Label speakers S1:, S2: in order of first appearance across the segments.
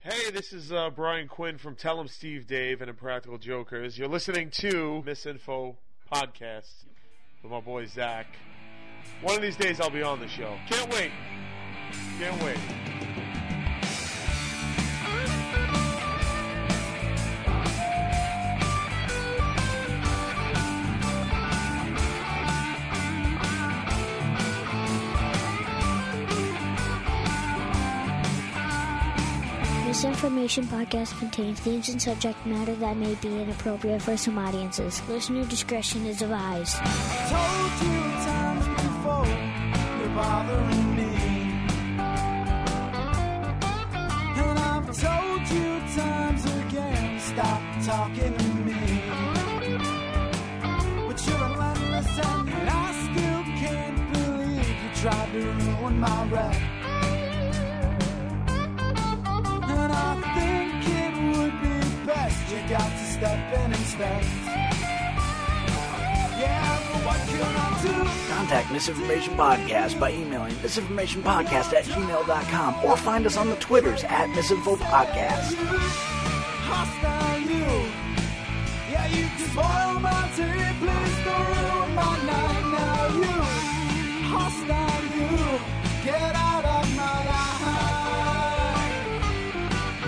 S1: Hey, this is uh, Brian Quinn from Tell 'em Steve Dave and Impractical Jokers. You're listening to Misinfo Podcast with my boy Zach. One of these days I'll be on the show. Can't wait. Can't wait.
S2: This information podcast contains themes and subject matter that may be inappropriate for some audiences. Listener discretion is advised.
S3: Told you times before, you're bothering me. And I've told you times again, stop talking to me. But you're relentless and I still can't believe you tried to ruin my rep. And I think it would be best you got to step in and inspect. Yeah, but what can I do?
S4: Contact Misinformation Podcast by emailing misinformationpodcast at gmail.com or find us on the Twitters at misinfopodcast.
S3: Hostile you. Yeah, you can spoil my day, please don't ruin my night. Now you, hostile you, get out of my life.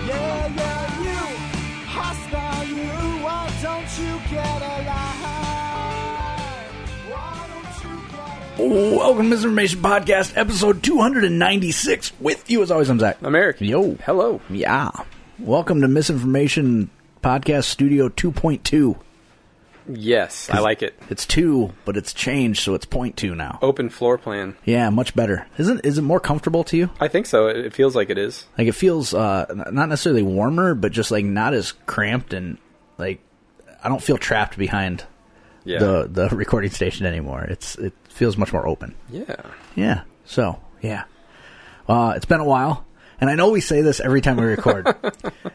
S3: Yeah, yeah, you, hostile you. Why don't you get alive? Why don't you get alive?
S4: Welcome to Misinformation Podcast, episode 296. With you, as always, I'm Zach.
S5: American.
S4: Yo.
S5: Hello.
S4: Yeah. Welcome to Misinformation Podcast Studio 2.2.
S5: Yes, I like it.
S4: It's 2, but it's changed, so it's point two now.
S5: Open floor plan.
S4: Yeah, much better. Isn't is it more comfortable to you?
S5: I think so. It it feels like it is.
S4: Like it feels uh n- not necessarily warmer, but just like not as cramped and like I don't feel trapped behind
S5: Yeah.
S4: the the recording station anymore. It's it feels much more open.
S5: Yeah.
S4: Yeah. So yeah, uh, it's been a while, and I know we say this every time we record,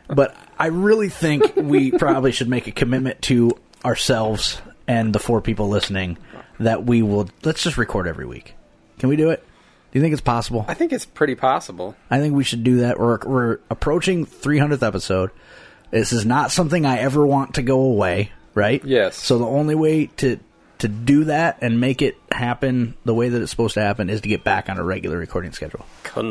S4: but I really think we probably should make a commitment to ourselves and the four people listening that we will let's just record every week. Can we do it? Do you think it's possible?
S5: I think it's pretty possible.
S4: I think we should do that. We're, we're approaching 300th episode. This is not something I ever want to go away, right?
S5: Yes.
S4: So the only way to to do that and make it happen the way that it's supposed to happen is to get back on a regular recording schedule.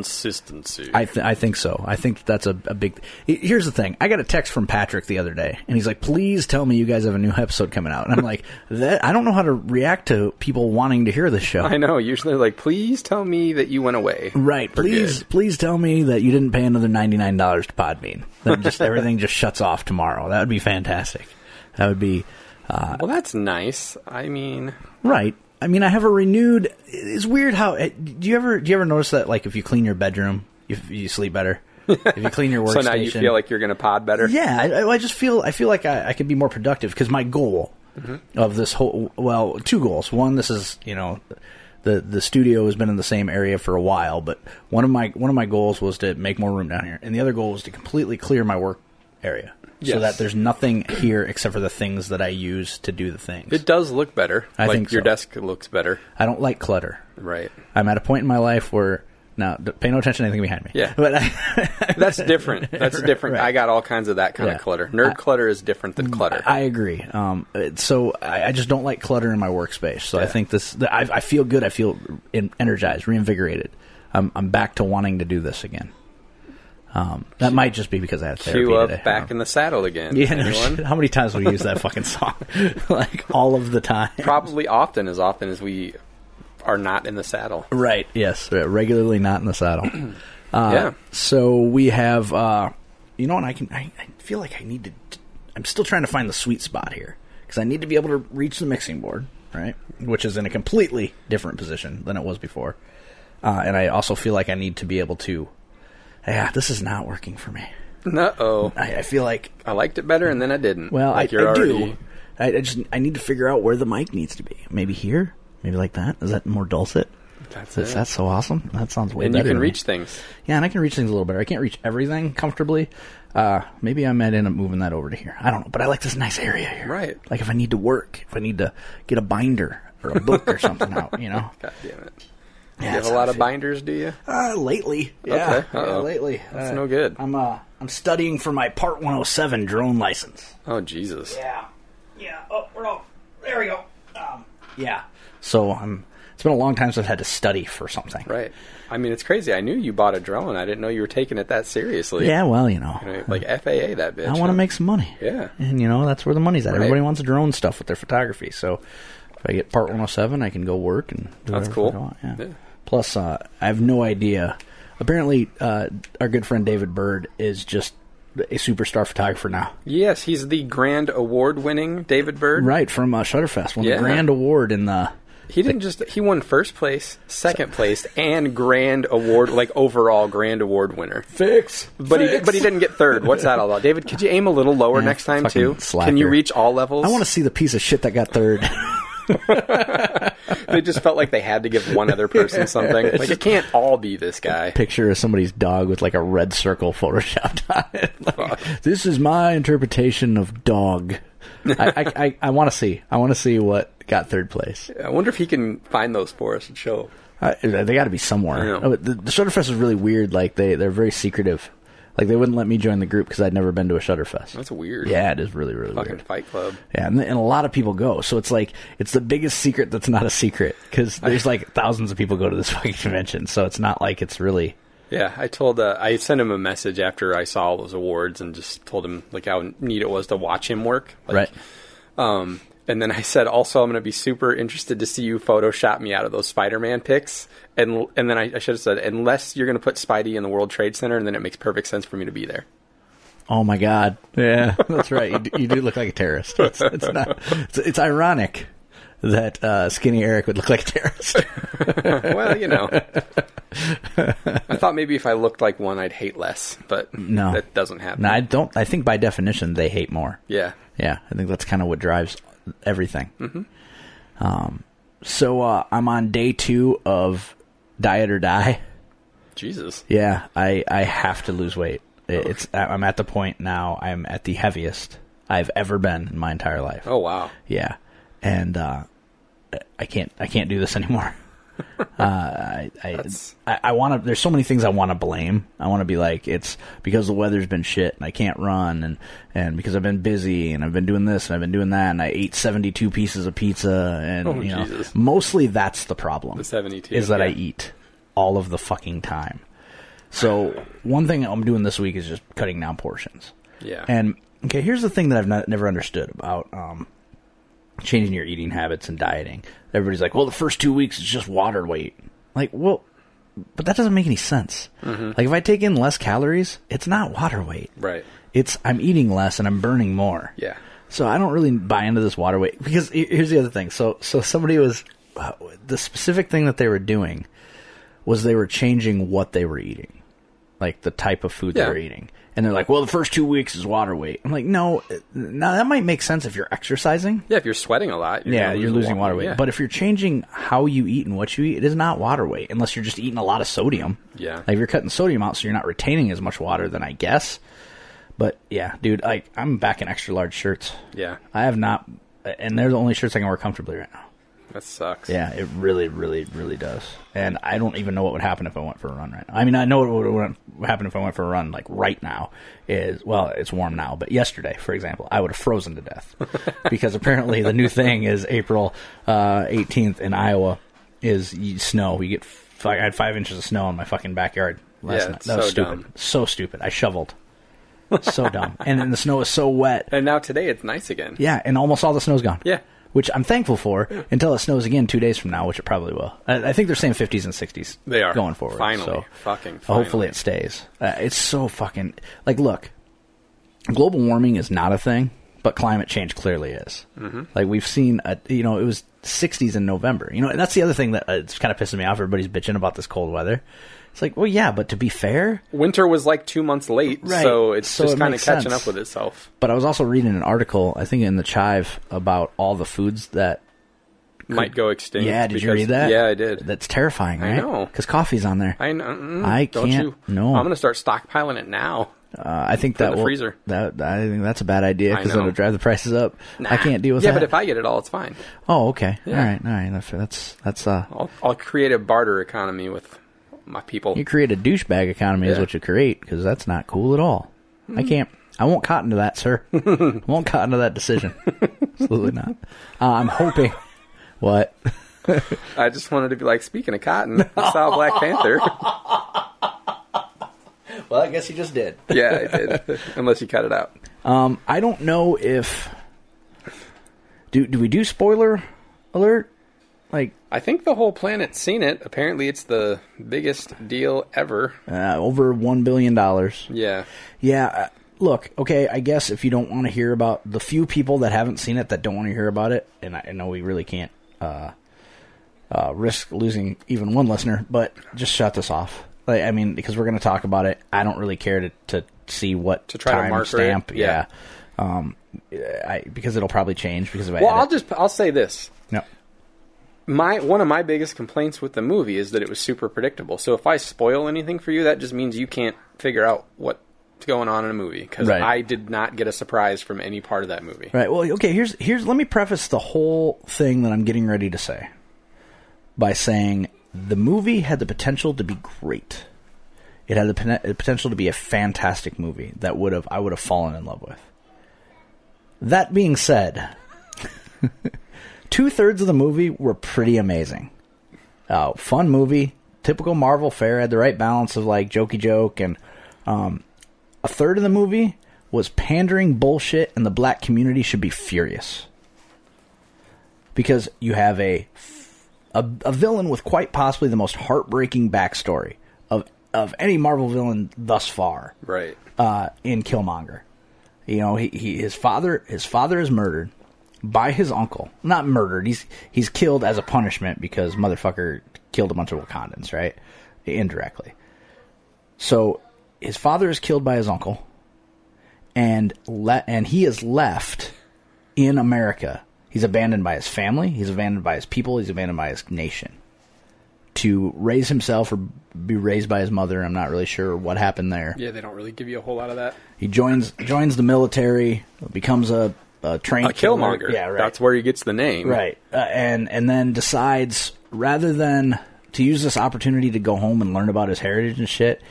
S6: consistency.
S4: I th- I think so. I think that that's a, a big. H- Here's the thing. I got a text from Patrick the other day, and he's like, "Please tell me you guys have a new episode coming out." And I'm like, "That I don't know how to react to people wanting to hear this show."
S5: I know. Usually, like, please tell me that you went away.
S4: Right.
S5: for
S4: Please,
S5: good."
S4: please tell me that you didn't pay another ninety nine dollars to Podbean. Then just everything just shuts off tomorrow. That would be fantastic. That would be
S5: Well, that's nice. I mean,
S4: right. I mean, I have a renewed. It's weird how eh, do you ever do you ever notice that like if you clean your bedroom, you, you sleep better. If you clean your workstation,
S5: so now you feel like you're going to pod better.
S4: yeah. I- I, I just feel I feel like I, I could be more productive because my goal
S5: Mm-hmm.
S4: of this whole well, two goals. One, this is you know. The, the studio has been in the same area for a while, but one of my one of my goals was to make more room down here, and the other goal was to completely clear my work area so
S5: Yes.
S4: that there's nothing here except for the things that I use to do the things.
S5: It does look better.
S4: I
S5: like
S4: think
S5: your
S4: so.
S5: desk looks better.
S4: I don't like clutter.
S5: Right.
S4: I'm at a point in my life where now d- pay no attention to anything behind me.
S5: Yeah.
S4: but I,
S5: That's different. That's different.
S4: Right.
S5: I got all kinds of that kind
S4: Yeah.
S5: of clutter. Nerd
S4: I- Mm,
S5: clutter is different than clutter.
S4: I agree. Um, it- so I, I just don't like clutter in my workspace. So I think this. th- I, I feel good. I feel en- energized, reinvigorated. I'm, I'm back to wanting to do this again. Um, that might just be because I had therapy
S5: Cue up
S4: today. Um,
S5: back in the saddle again.
S4: yeah, no
S5: everyone.
S4: shit. how many times we use that fucking song? like all of the time.
S5: Probably often, as often as we are not in the saddle.
S4: Right. Yes. right, Regularly not in the saddle. Uh,
S5: Yeah.
S4: So we have, uh, you know, and I can. I, I feel like I need to. I'm still trying to find the sweet spot here because I need to be able to reach the mixing board, right? Which is in a completely different position than it was before, uh, and I also feel like I need to be able to. Yeah, this is not working for me.
S5: Uh oh.
S4: I, I feel like
S5: I liked it better, and then I didn't.
S4: well,
S5: like
S4: I, I do. I, I just I need to figure out where the mic needs to be. Maybe here. Maybe like that. Is that more dulcet?
S5: That's
S4: Is
S5: it.
S4: that so awesome? That sounds way
S5: and you
S4: better.
S5: can
S4: to me.
S5: reach things.
S4: Yeah, and I can reach things a little better. I can't reach everything comfortably. Uh, maybe I might end up moving that over to here. I don't know, but I like this nice area here.
S5: Right.
S4: Like if I need to work, if I need to get a binder or a book or something out, you know.
S5: God damn it!
S4: Yeah,
S5: you have
S4: that's
S5: a
S4: how
S5: lot
S4: I
S5: of
S4: feel.
S5: binders, do you?
S4: Uh, lately, yeah,
S5: Okay,
S4: yeah
S5: uh-oh.
S4: lately.
S5: That's
S4: Uh,
S5: no good.
S4: I'm uh, I'm studying for my Part 107 drone license.
S5: Oh Jesus!
S4: Yeah, yeah. Oh, we're off. There we go. Um, yeah. So I'm. It's been a long time since I've had to study for something.
S5: Right. I mean, it's crazy. I knew you bought a drone. I didn't know you were taking it that seriously.
S4: Yeah. Well, you know,
S5: You know, Like FAA, that bitch.
S4: I want
S5: huh?
S4: to make some money.
S5: Yeah.
S4: And you know that's where the money's at.
S5: Right.
S4: Everybody wants drone stuff with their photography. So if I get Part 107, I can go work and do
S5: That's
S4: whatever
S5: cool.
S4: I want. Yeah.
S5: Yeah.
S4: Plus, uh, I have no idea. Apparently, uh, our good friend David Bird is just a superstar photographer now.
S5: Yes, he's the grand award-winning David Bird.
S4: Right from uh, Shutterfest, won
S5: Yeah.
S4: the grand award in the
S5: He didn't just. He won first place, second place, and grand award, like overall grand award winner.
S4: fix.
S5: But he, but he didn't get third. What's that all about? David, could you aim a little lower
S4: Yeah,
S5: next time
S4: fucking
S5: too?
S4: slacker.
S5: Can you reach all levels?
S4: I want to see the piece of shit that got third.
S5: They just felt like they had to give one other person something. Like it can't all be this guy.
S4: Picture of somebody's dog with like a red circle photoshopped on it. Like, this is my interpretation of dog. I I, I, I want to see. I want to see what got third place.
S5: I wonder if he can find those for us and show.
S4: I, they got to be somewhere.
S5: Yeah.
S4: Oh, the, the Shutterfest is really weird. Like they they're very secretive. Like they wouldn't let me join the group because I'd never been to a Shutterfest.
S5: That's weird.
S4: yeah, it is really really
S5: Fucking
S4: weird.
S5: Fight Club.
S4: Yeah, and, and a lot of people go. So it's like it's the biggest secret that's not a secret because there's like thousands of people go to this fucking convention. So it's not like it's really
S5: Yeah, I told uh, I sent him a message after I saw all those awards and just told him like how neat it was to watch him work. Like,
S4: right.
S5: Um, and then I said, also, I'm going to be super interested to see you Photoshop me out of those Spider-Man pics. And and then I, I should have said, unless you're going to put Spidey in the World Trade Center, and then it makes perfect sense for me to be there.
S4: Oh my God! Yeah, that's right. You do, you do look like a terrorist. It's, it's not. It's, it's ironic that uh, skinny Eric would look like a terrorist.
S5: well, you know, I thought maybe if I looked like one, I'd hate less, but
S4: No,
S5: that doesn't happen.
S4: No, I don't. I think by definition they hate more.
S5: yeah,
S4: Yeah, I think that's kind of what drives everything. Um, so uh, I'm on day two of diet or die.
S5: Jesus.
S4: Yeah, I I have to lose weight. It, it's I- I'm at the point now. I'm at the heaviest I've ever been in my entire life.
S5: Oh wow.
S4: Yeah, and uh, I can't I can't do this anymore. uh, I I,
S5: That's-
S4: I, I want to. There's so many things I want to blame. I want to be like it's because the weather's been shit and I can't run and and because I've been busy and I've been doing this and I've been doing that and I ate 72 pieces of pizza and
S5: Oh,
S4: you know
S5: Jesus.
S4: mostly that's the problem.
S5: The 72,
S4: is that I
S5: yeah.
S4: eat all of the fucking time. So one thing I'm doing this week is just cutting down portions.
S5: Yeah.
S4: And okay, here's the thing that I've not, never understood about um, changing your eating habits and dieting. Everybody's like, "Well, the first two weeks is just water weight." Like, well, but that doesn't make any sense. Like, if I take in less calories, it's not water weight.
S5: Mm-hmm. right.
S4: It's I'm eating less and I'm burning more.
S5: Yeah.
S4: So I don't really buy into this water weight because he- here's the other thing. So so somebody was uh, the specific thing that they were doing was they were changing what they were eating, like the type of food
S5: Yeah.
S4: they were eating. And they're like, well, the first two weeks is water weight. I'm like, no, uh, now that might make sense if you're exercising.
S5: Yeah. If you're sweating a lot, you're
S4: Yeah,
S5: gonna
S4: you're
S5: lose
S4: losing
S5: wa-
S4: water weight.
S5: yeah.
S4: But if you're changing how you eat and what you eat, it is not water weight unless you're just eating a lot of sodium.
S5: Yeah.
S4: Like if you're cutting sodium out so you're not retaining as much water, then I guess. But yeah, dude, like I'm back in extra large shirts.
S5: yeah,
S4: I have not, and they're the only shirts I can wear comfortably right now.
S5: that sucks.
S4: Yeah, it really, really, really does. And I don't even know what would happen if I went for a run right now. I mean, I know what would would happen if I went for a run like right now. Is well, it's warm now, but yesterday, for example, I would have frozen to death because apparently the new thing is April uh, eighteenth in Iowa is y- snow. You get fi- I had five inches of snow in my fucking backyard last
S5: Yeah,
S4: night.
S5: it's
S4: That was
S5: so
S4: stupid.
S5: dumb.
S4: So stupid. I shoveled. So dumb. And then the snow is so wet.
S5: And now today it's nice again.
S4: Yeah, and almost all the snow's gone.
S5: Yeah.
S4: Which I'm thankful for until it snows again two days from now, which it probably will. I, I think they're saying 50s and 60s.
S5: They are.
S4: Going forward.
S5: Finally.
S4: So
S5: Fucking
S4: Hopefully
S5: finally.
S4: it stays. Uh, it's so fucking. Like, look, global warming is not a thing, but climate change clearly is. Mm-hmm. Like, we've seen, a, you know, it was 60s in November. You know, and that's the other thing that uh, it's kind of pissing me off. Everybody's bitching about this cold weather. It's like, well, yeah, but to be fair,
S5: Winter was like two months late,
S4: Right.
S5: so it's
S4: So
S5: just
S4: it
S5: kind of
S4: makes
S5: catching
S4: sense.
S5: up with itself.
S4: But I was also reading an article, I think in the Chive, about all the foods that
S5: might go extinct.
S4: Yeah, did you
S5: because-
S4: read that?
S5: Yeah, I did.
S4: That's terrifying, right?
S5: know.
S4: Because coffee's on there.
S5: I know. mm,
S4: I
S5: don't
S4: can't-
S5: You?
S4: no.
S5: I'm going to start stockpiling it now.
S4: Uh, I think that
S5: the
S4: will,
S5: freezer.
S4: That I think that's a bad idea
S5: I
S4: because
S5: know.
S4: it'll drive the prices up. I can't deal with
S5: yeah,
S4: that.
S5: but if I get it all, it's fine.
S4: oh, okay.
S5: Yeah.
S4: All right, all right. That's that's, that's uh,
S5: I'll, I'll create a barter economy with my people.
S4: you create a douchebag economy is
S5: Yeah. Hmm.
S4: what you create because that's not cool at all. I can't. I won't cotton to that, sir. I won't cotton to that decision. Absolutely not. Uh, I'm hoping. What?
S5: I just wanted to be like, speaking of cotton, I saw Black Panther.
S4: Well, I guess you just did.
S5: yeah, I did. Unless you cut it out.
S4: Um, I don't know if do do we do spoiler alert? Like
S5: I think the whole planet's seen it. Apparently, it's the biggest deal ever.
S4: uh, over one billion dollars.
S5: Yeah.
S4: Yeah. uh, Look, okay, I guess if you don't want to hear about the few people that haven't seen it that don't want to hear about it, and I I know we really can't uh, uh, risk losing even one listener, but just shut this off. Like, I mean, because we're going to talk about it. I don't really care to, to see what
S5: To try to
S4: time
S5: marker it,
S4: stamp. Yeah.
S5: yeah.
S4: Um, I, because it'll probably change because if I
S5: Well,
S4: edit-
S5: I'll just I'll say this.
S4: no.
S5: My one of my biggest complaints with the movie is that it was super predictable. So if I spoil anything for you, that just means you can't figure out what's going on in a movie because
S4: Right.
S5: I did not get a surprise from any part of that movie.
S4: Right. Well, okay. Here's here's. Let me preface the whole thing that I'm getting ready to say by saying the movie had the potential to be great. It had the pen- the potential to be a fantastic movie that would have I would have fallen in love with. That being said, two thirds of the movie were pretty amazing. Uh, fun movie, typical Marvel fare had the right balance of like jokey joke and um, a third of the movie was pandering bullshit, and the black community should be furious because you have a a, a villain with quite possibly the most heartbreaking backstory of of any Marvel villain thus far
S5: Right.
S4: uh, in Killmonger. You know, he, he his father his father is murdered by his uncle. Not murdered. He's he's killed as a punishment because motherfucker killed a bunch of Wakandans, right? Indirectly. So his father is killed by his uncle, and le- and he is left in America. He's abandoned by his family. He's abandoned by his people. He's abandoned by his nation. To raise himself or be raised by his mother, I'm not really sure what happened there
S5: Yeah, they don't really give you a whole lot of that.
S4: he joins joins the military, becomes a, a train
S5: A Killmonger.
S4: killer. Yeah, right.
S5: That's where he gets the name.
S4: right. Uh, and and then decides rather than to use this opportunity to go home and learn about his heritage and shit,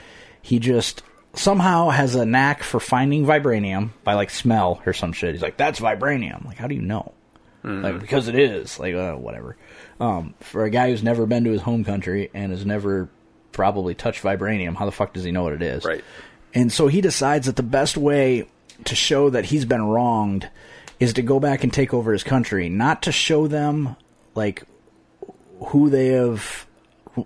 S4: he just somehow has a knack for finding vibranium by like smell or some shit. He's like, "That's vibranium." Like, how do you know?
S5: Hmm.
S4: Like because it is like uh, whatever. Um, for a guy who's never been to his home country and has never probably touched vibranium, how the fuck does he know what it is?
S5: Right.
S4: And so he decides that the best way to show that he's been wronged is to go back and take over his country, not to show them like who they have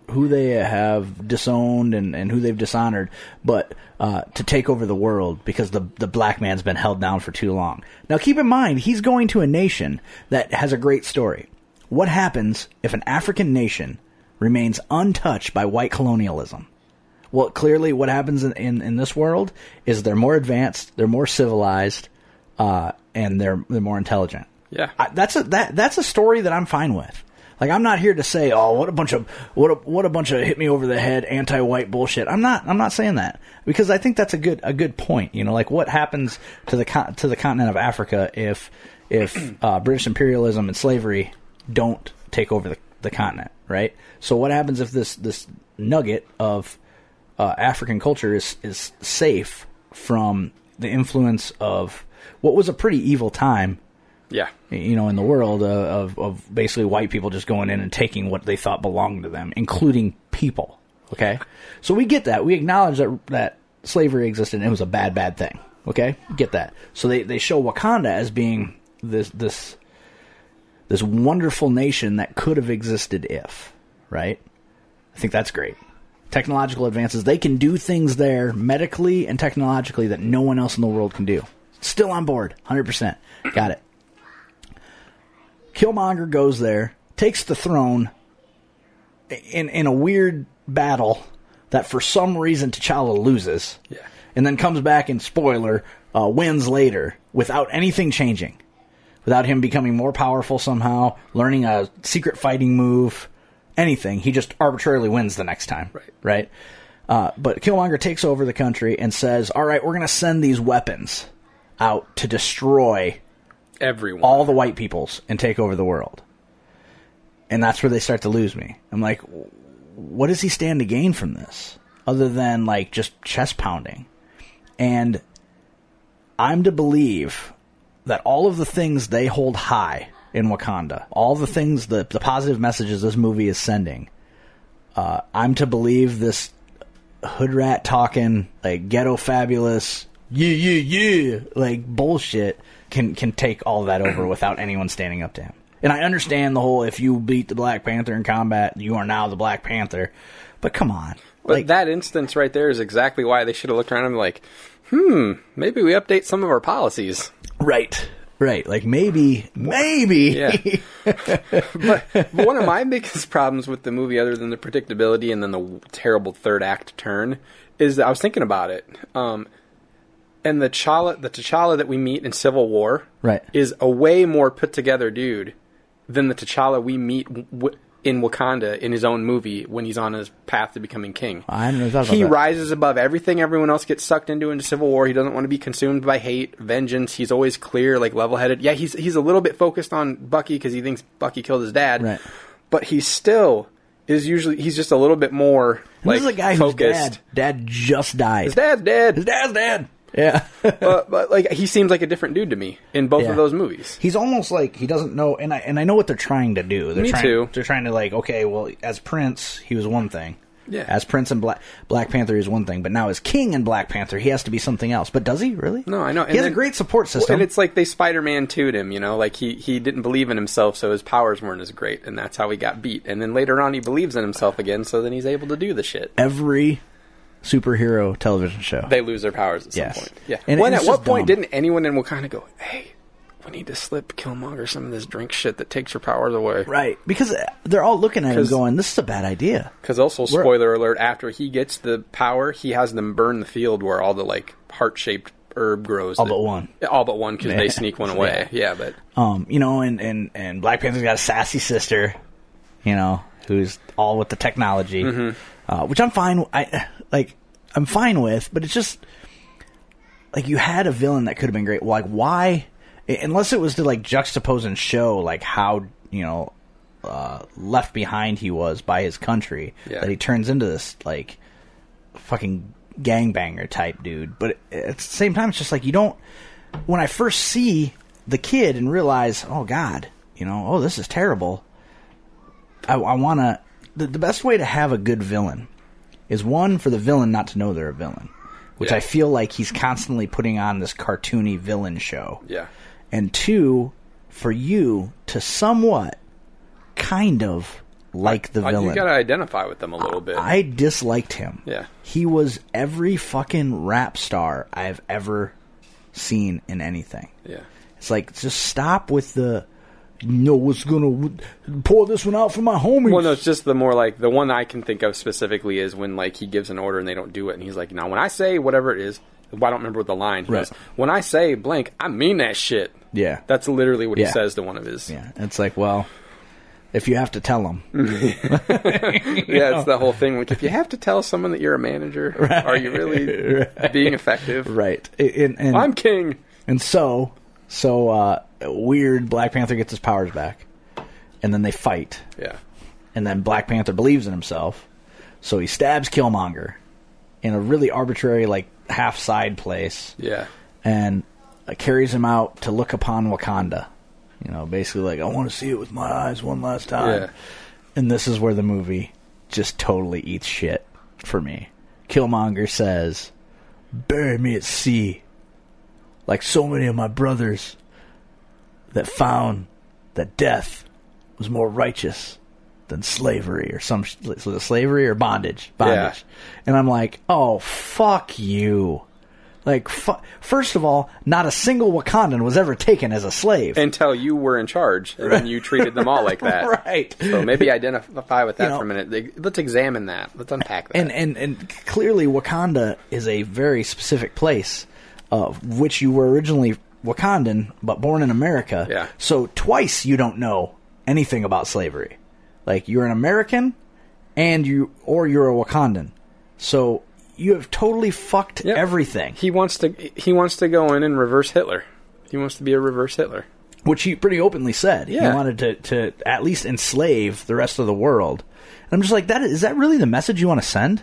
S4: who they have disowned and, and who they've dishonored, but uh, to take over the world because the the black man's been held down for too long. Now keep in mind he's going to a nation that has a great story. What happens if an African nation remains untouched by white colonialism? well clearly what happens in, in, in this world is they're more advanced they're more civilized uh, and they're they're more intelligent
S5: Yeah.
S4: I, that's a that that's a story that i'm fine with like i'm not here to say oh what a bunch of what a what a bunch of hit me over the head anti-white bullshit i'm not i'm not saying that because i think that's a good a good point you know like what happens to the con- to the continent of africa if if uh, british imperialism and slavery don't take over the, the continent right so what happens if this this nugget of uh, African culture is is safe from the influence of what was a pretty evil time,
S5: Yeah.
S4: you know, in the world uh, of of basically white people just going in and taking what they thought belonged to them, including people. Okay, so we get that. We acknowledge that that slavery existed and it was a bad, bad thing. Okay, get that. So they they show Wakanda as being this this this wonderful nation that could have existed if right. I think that's great. Technological advances. They can do things there medically and technologically that no one else in the world can do. Still on board. 100%. Got it. Killmonger goes there, takes the throne in, in a weird battle that for some reason T'Challa loses.
S5: Yeah.
S4: And then comes back and, spoiler, uh, wins later without anything changing without him becoming more powerful somehow, learning a secret fighting move, anything. He just arbitrarily wins the next time.
S5: Right.
S4: Right. Uh, but Killmonger takes over the country and says, "All right, we're going to send these weapons out to destroy
S5: Everyone.
S4: all the white peoples and take over the world." And that's where they start to lose me. I'm like, w- what does he stand to gain from this other than like just chest pounding? And I'm to believe that all of the things they hold high in Wakanda, all the things the the positive messages this movie is sending, uh, I'm to believe this hood rat talking like ghetto fabulous yeah yeah yeah like bullshit can can take all that over without anyone standing up to him. And I understand the whole if you beat the Black Panther in combat, you are now the Black Panther. But come on,
S5: But
S4: like
S5: that instance right there is exactly why they should have looked around and be like, hmm, maybe we update some of our policies.
S4: right, right, like maybe maybe
S5: Yeah. But one of my biggest problems with the movie, other than the predictability and then the w- terrible third act turn, is that I was thinking about it. Um, and the T'Challa, the T'Challa that we meet in Civil War,
S4: Right.
S5: is a way more put together dude than the T'Challa we meet w- w- in Wakanda in his own movie when he's on his path to becoming king.
S4: I hadn't really thought about
S5: He
S4: that.
S5: rises above everything everyone else gets sucked into into civil war. He doesn't want to be consumed by hate, vengeance. He's always clear, like level-headed. Yeah, he's he's a little bit focused on Bucky because he thinks Bucky killed his dad.
S4: Right.
S5: But he still is usually he's just a little bit more
S4: And
S5: like
S4: this is a guy
S5: focused.
S4: whose dad dad just died.
S5: His dad's
S4: His
S5: dead.
S4: dad's dead. Yeah.
S5: but, but like he seems like a different dude to me in both
S4: Yeah.
S5: of those movies.
S4: He's almost like he doesn't know, and I and I know what they're trying to do. They're
S5: Me
S4: trying,
S5: too.
S4: They're trying to like, okay, well, as Prince, he was one thing.
S5: Yeah.
S4: As Prince and Black Black Panther, he's one thing, but now as King and Black Panther, he has to be something else. But does he really?
S5: No, I know.
S4: He
S5: And
S4: has
S5: then-
S4: a great support
S5: Well,
S4: system.
S5: And it's like they Spider-Man 2'd him, you know, like he, he didn't believe in himself, so his powers weren't as great, and that's how he got beat. And then later on, he believes in himself again, so then he's able to do the shit.
S4: every superhero television show.
S5: They lose their powers at some
S4: Yes.
S5: point. Yeah.
S4: And
S5: when
S4: it's
S5: at what
S4: just
S5: point
S4: dumb.
S5: didn't anyone in Wakanda go, "Hey, we need to slip Killmonger some of this drink shit that takes your powers away"?
S4: right, because they're all looking at him
S5: 'Cause-
S4: going, "This is a bad idea."
S5: Because also,
S4: We're-
S5: spoiler alert: after he gets the power, he has them burn the field where all the like heart-shaped herb grows.
S4: All
S5: that-
S4: but one.
S5: All but one, because
S4: Yeah.
S5: they sneak one away. Yeah, but
S4: Um, you know, and and and Black Panther's got a sassy sister, you know, who's all with the technology, uh, which I'm fine. I like, I'm fine with, but it's just like you had a villain that could have been great. Like, why? Unless it was to like juxtapose and show like how you know uh, left behind he was by his country
S5: Yeah.
S4: that he turns into this like fucking gangbanger type dude. But at the same time, it's just like you don't. When I first see the kid and realize, oh god, you know, oh this is terrible. I, I want to. The, the best way to have a good villain is one for the villain not to know they're a villain, which
S5: Yeah.
S4: I feel like he's constantly putting on this cartoony villain show
S5: yeah,
S4: and two, for you to somewhat, kind of like the
S5: Uh,
S4: villain.
S5: you got to identify with them a little bit.
S4: I disliked him.
S5: Yeah.
S4: he was every fucking rap star I've ever seen in anything.
S5: yeah,
S4: It's like just stop with the. No, what's gonna pour this one out for my homies?
S5: Well, no, it's just the more like the one I can think of specifically is when like he gives an order and they don't do it, and he's like, "Now, when I say whatever it is, well, I don't remember what the line he
S4: Right.
S5: goes, When I say blank, I mean that shit."
S4: Yeah.
S5: that's literally what
S4: Yeah.
S5: he says to one of his. Yeah,
S4: yeah, it's like well, if you have to tell them,
S5: Mm-hmm. it's the whole thing. Like, if you have to tell someone that you're a manager, are you really being effective?
S4: right? And, and,
S5: I'm king.
S4: And so, so uh, weird. Black Panther gets his powers back, and then they fight,
S5: Yeah,
S4: and then Black Panther believes in himself, so he stabs Killmonger in a really arbitrary, like half side place,
S5: yeah,
S4: and uh, carries him out to look upon Wakanda. You know, basically like I want to see it with my eyes one last time.
S5: yeah.
S4: And this is where the movie just totally eats shit for me. Killmonger says, Bury me at sea, like so many of my brothers that found that death was more righteous than slavery or some sh- so slavery or bondage. Bondage. And I'm like, oh, fuck you. Like, fu- first of all, not a single Wakandan was ever taken as a slave.
S5: Until you were in charge, and then you treated them all like that.
S4: right.
S5: So maybe identify with that
S4: You know-
S5: for a minute. They- Let's examine that. Let's unpack that.
S4: and and and clearly Wakanda is a very specific place of which you were originally Wakandan but born in America.
S5: Yeah.
S4: So twice you don't know anything about slavery. Like you're an American and you or you're a Wakandan. So you have totally fucked
S5: Yep.
S4: everything.
S5: He wants to he wants to go in and reverse Hitler. He wants to be a reverse Hitler.
S4: which he pretty openly said
S5: Yeah.
S4: he wanted to, to at least enslave the rest of the world. And I'm just like, that is that really the message you want to send?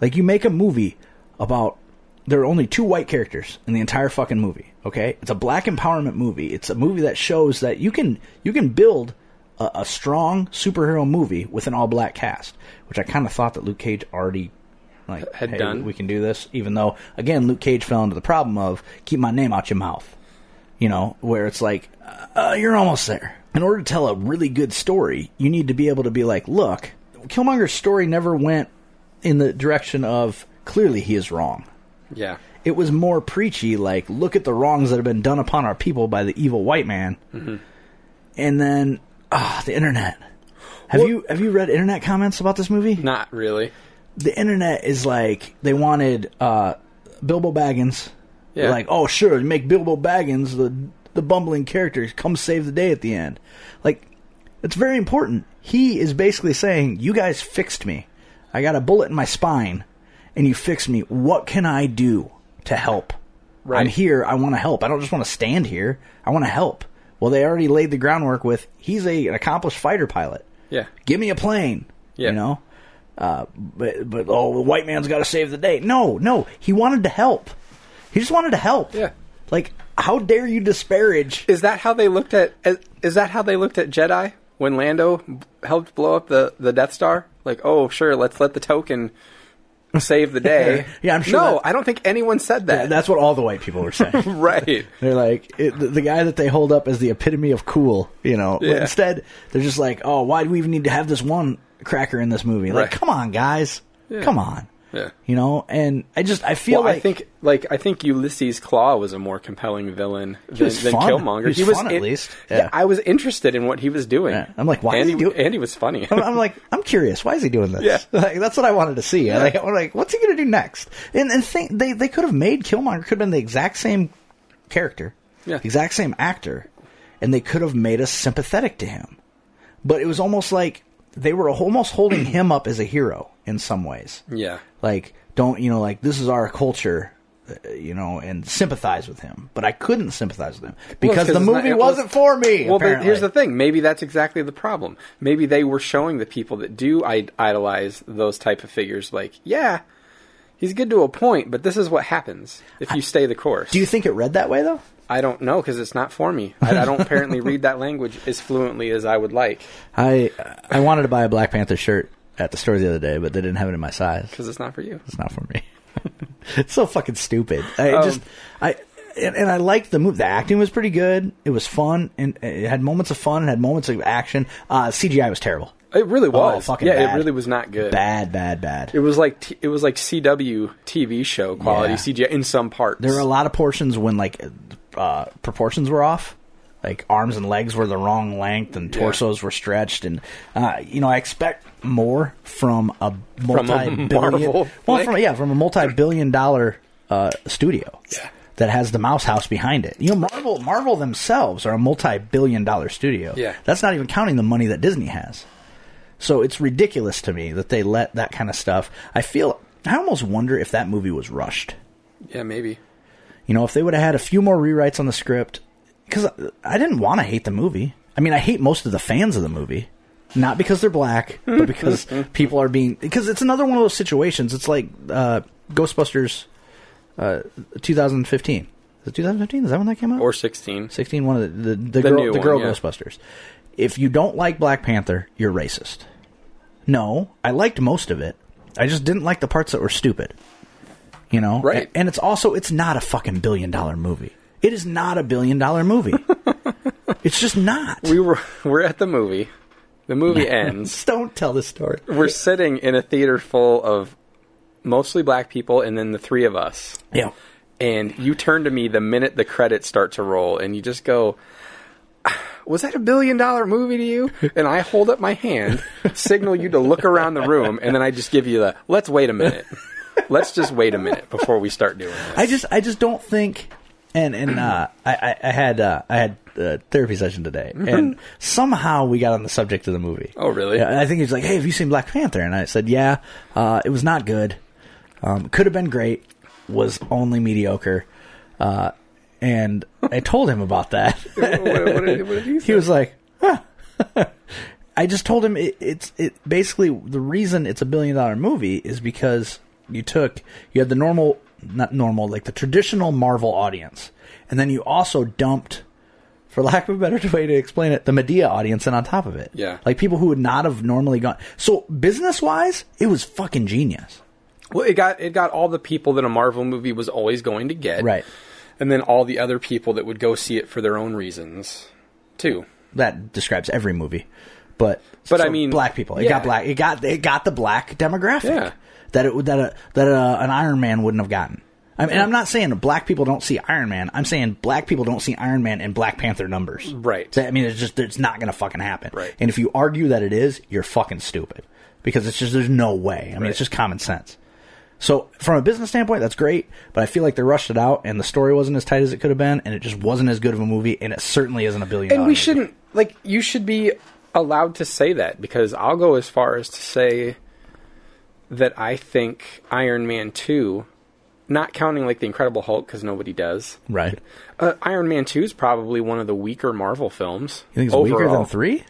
S4: Like, you make a movie about there are only two white characters in the entire fucking movie. Okay, it's a black empowerment movie. It's a movie that shows that you can you can build a, a strong superhero movie with an all black cast, which I kind of thought that Luke Cage already like
S5: Had
S4: hey,
S5: done.
S4: We can do this, even though again Luke Cage fell into the problem of keep my name out your mouth you know, where it's like, uh, you're almost there. In order to tell a really good story, you need to be able to be like, look, Killmonger's story never went in the direction of clearly he is wrong.
S5: Yeah.
S4: It was more preachy, like, look at the wrongs that have been done upon our people by the evil white man. And then, ah, the internet. Have
S5: Well-
S4: you have you read internet comments about this movie?
S5: Not really.
S4: the internet is like they wanted uh, Bilbo Baggins.
S5: Yeah.
S4: Like, oh sure, make Bilbo Baggins the the bumbling character come save the day at the end. Like, it's very important. He is basically saying, "You guys fixed me. I got a bullet in my spine, and you fixed me. What can I do to help?
S5: Right.
S4: I'm here. I want to help. I don't just want to stand here. I want to help." Well, they already laid the groundwork with he's a, an accomplished fighter pilot
S5: Yeah.
S4: give me a plane.
S5: Yeah.
S4: You know? Uh, but, but, oh, the white man's got to save the day. No, no. He wanted to help. He just wanted to help.
S5: Yeah.
S4: Like, how dare you disparage?
S5: Is that how they looked at is- is that how they looked at Jedi when Lando b- helped blow up the the Death Star? Like, oh, sure, let's let the token save the day.
S4: Yeah, I'm sure
S5: No,
S4: that-
S5: I don't think anyone said that.
S4: That's what all the white people were saying.
S5: right.
S4: They're like it, the, the guy that they hold up as the epitome of cool, you know. But
S5: Yeah.
S4: instead, they're just like, "Oh, why do we even need to have this one cracker in this movie? Like,
S5: Right.
S4: come on, guys, come on."
S5: Yeah.
S4: You know, and I just I feel
S5: Well,
S4: like
S5: I think like I think Ulysses Claw was a more compelling villain than,
S4: was
S5: than
S4: fun.
S5: Killmonger.
S4: He was fun, at least.
S5: Yeah.
S4: Yeah.
S5: I was interested in what he was doing.
S4: Yeah. I'm like, why
S5: and
S4: is he doing-
S5: And he was funny.
S4: I'm, I'm like, I'm curious. Why is he doing this?
S5: Yeah.
S4: Like, that's what I wanted to see. Like, I'm like, what's he going to do next? And, and think, they, they could have made Killmonger, could have been the exact same character,
S5: Yeah.
S4: exact same actor, and they could have made us sympathetic to him. But it was almost like they were almost holding him up as a hero in some ways.
S5: yeah.
S4: Like, don't, you know, like, this is our culture. uh, You know, and sympathize with him, but I couldn't sympathize with him because
S5: 'cause
S4: the
S5: it's not-
S4: movie
S5: it was-
S4: wasn't for me.
S5: Well, but here's
S4: apparently.
S5: the thing. Maybe that's exactly the problem. Maybe they were showing the people that do I- idolize those type of figures. Like, yeah, he's good to a point, but this is what happens if you stay the course.
S4: Do you think it read that way though?
S5: I don't know because it's not for me. I, I don't apparently read that language as fluently as I would like
S4: I I wanted to buy a Black Panther shirt at the store the other day, but they didn't have it in my size.
S5: because it's not for you.
S4: It's not for me. it's so fucking stupid. I
S5: Um,
S4: just I and, and I liked the move. The acting was pretty good. It was fun, and it had moments of fun. It had moments of action. Uh, CGI was terrible.
S5: It really was.
S4: Oh, fucking
S5: yeah,
S4: bad.
S5: it really was not good.
S4: Bad, bad, bad.
S5: It was like t- it was like CW TV show quality
S4: Yeah.
S5: CGI in some parts.
S4: There were a lot of portions when like uh, proportions were off, like arms and legs were the wrong length, and torsos were stretched, and uh, you know I expect more from a multi-billion,
S5: Marvel
S4: well,
S5: flick?
S4: from, yeah, from a multi-billion-dollar uh, studio that has the Mouse House behind it. You know, Marvel, Marvel themselves are a multi-billion-dollar studio.
S5: Yeah.
S4: that's not even counting the money that Disney has. So it's ridiculous to me that they let that kind of stuff. I feel I almost wonder if that movie was rushed.
S5: yeah, maybe.
S4: You know, if they would have had a few more rewrites on the script, because I didn't want to hate the movie. I mean, I hate most of the fans of the movie, not because they're black, but because people are being because it's another one of those situations. It's like uh, Ghostbusters, uh, 2015. Is it 2015? Is that when that came out?
S5: Or sixteen.
S4: 16? One of the the, the girl
S5: new
S4: the girl
S5: one, yeah.
S4: Ghostbusters. If you don't like Black Panther, you're racist. No, I liked most of it. I just didn't like the parts that were stupid. You know?
S5: Right.
S4: A- And it's also it's not a fucking billion dollar movie. It is not a billion dollar movie. it's just not.
S5: We were we're at the movie. The movie ends.
S4: Don't tell this story.
S5: We're sitting in a theater full of mostly black people, and then the three of us.
S4: Yeah.
S5: And you turn to me the minute the credits start to roll, and you just go. "Ah, Was that a billion dollar movie to you? And I hold up my hand, signal you to look around the room, and then I just give you the let's wait a minute. Let's just wait a minute before we start doing this.
S4: I just I just don't think and and uh, I, I I had uh, I had a therapy session today, and somehow we got on the subject of the movie.
S5: Mm-hmm. Oh, really?
S4: Yeah, and I think he was like, "Hey, have you seen Black Panther?" And I said, "Yeah, uh, it was not good. Um, could have been great. Was only mediocre." Uh, and I told him about that.
S5: what, what did, what did he
S4: he
S5: say?
S4: was like, huh. I just told him it, it's it basically the reason it's a billion dollar movie is because you took you had the normal not normal like the traditional Marvel audience, and then you also dumped, for lack of a better way to explain it, the Medea audience and on top of it,
S5: Yeah.
S4: like people who would not have normally gone. So business wise, it was fucking genius,
S5: Well, it got it got all the people that a Marvel movie was always going to get,
S4: right?
S5: And then all the other people that would go see it for their own reasons, too.
S4: That describes every movie, but
S5: But I
S4: so
S5: mean-
S4: black people. It
S5: yeah.
S4: got black. It got it got the black demographic.
S5: Yeah.
S4: that it would- that a, that a, an Iron Man wouldn't have gotten. I mean, and I'm not saying black people don't see Iron Man. I'm saying black people don't see Iron Man in Black Panther numbers.
S5: Right.
S4: That- I mean, it's just it's not going to fucking happen.
S5: Right.
S4: And if you argue that it is, you're fucking stupid because it's just there's no way. I mean, it's just common sense. So from a business standpoint, that's great, but I feel like they rushed it out, and the story wasn't as tight as it could have been, and it just wasn't as good of a movie, and it certainly isn't a billion.
S5: And
S4: dollar
S5: we
S4: movie.
S5: shouldn't like you should be allowed to say that because I'll go as far as to say that I think Iron Man 2 not counting like the Incredible Hulk cuz nobody does.
S4: right.
S5: Uh, Iron Man 2 is probably one of the weaker Marvel films.
S4: You think it's weaker than three?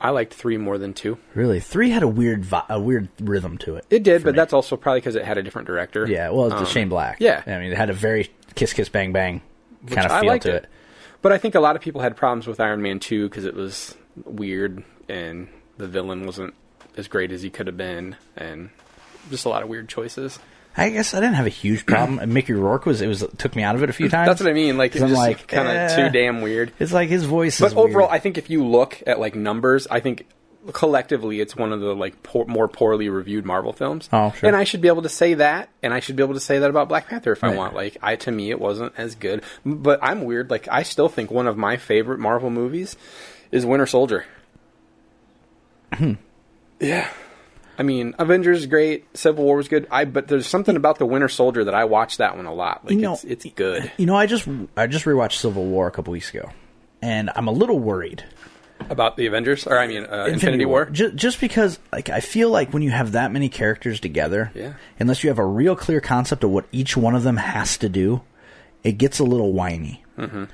S5: I liked 3 more than 2.
S4: Really, three had a weird vi- a weird rhythm to it.
S5: It did, but
S4: me.
S5: that's also probably cuz it had a different director.
S4: yeah, well, it's
S5: Um,
S4: the Shane Black.
S5: yeah.
S4: I mean, it had a very kiss kiss bang bang kind
S5: I
S4: of feel
S5: liked
S4: to it.
S5: it. But I think a lot of people had problems with Iron Man 2 because it was weird and the villain wasn't as great as he could have been and just a lot of weird choices.
S4: I guess I didn't have a huge problem. And Mickey Rourke was it was it took me out of it a few times.
S5: That's what I mean. Like, it's
S4: 'Cause I'm
S5: just
S4: like,
S5: kind of
S4: eh.
S5: too damn weird.
S4: It's like his voice.
S5: But
S4: is
S5: overall,
S4: weird.
S5: I think if you look at like numbers, I think collectively it's one of the like poor, more poorly reviewed Marvel films.
S4: Oh, sure.
S5: And I should be able to say that, and I should be able to say that about Black Panther if I
S4: Right.
S5: want. Like, I to me it wasn't as good. M- But I'm weird. Like, I still think one of my favorite Marvel movies is Winter Soldier.
S4: Hmm.
S5: yeah. I mean, Avengers is great. Civil War was good. I but there's something about the Winter Soldier that I watch that one a lot. Like
S4: You know,
S5: it's it's good
S4: you know I just I just rewatched Civil War a couple weeks ago, and I'm a little worried
S5: about the Avengers or I mean uh, Infinity War.
S4: Ju- Just, because, like, I feel like when you have that many characters together,
S5: Yeah.
S4: unless you have a real clear concept of what each one of them has to do, it gets a little whiny.
S5: Mm-hmm.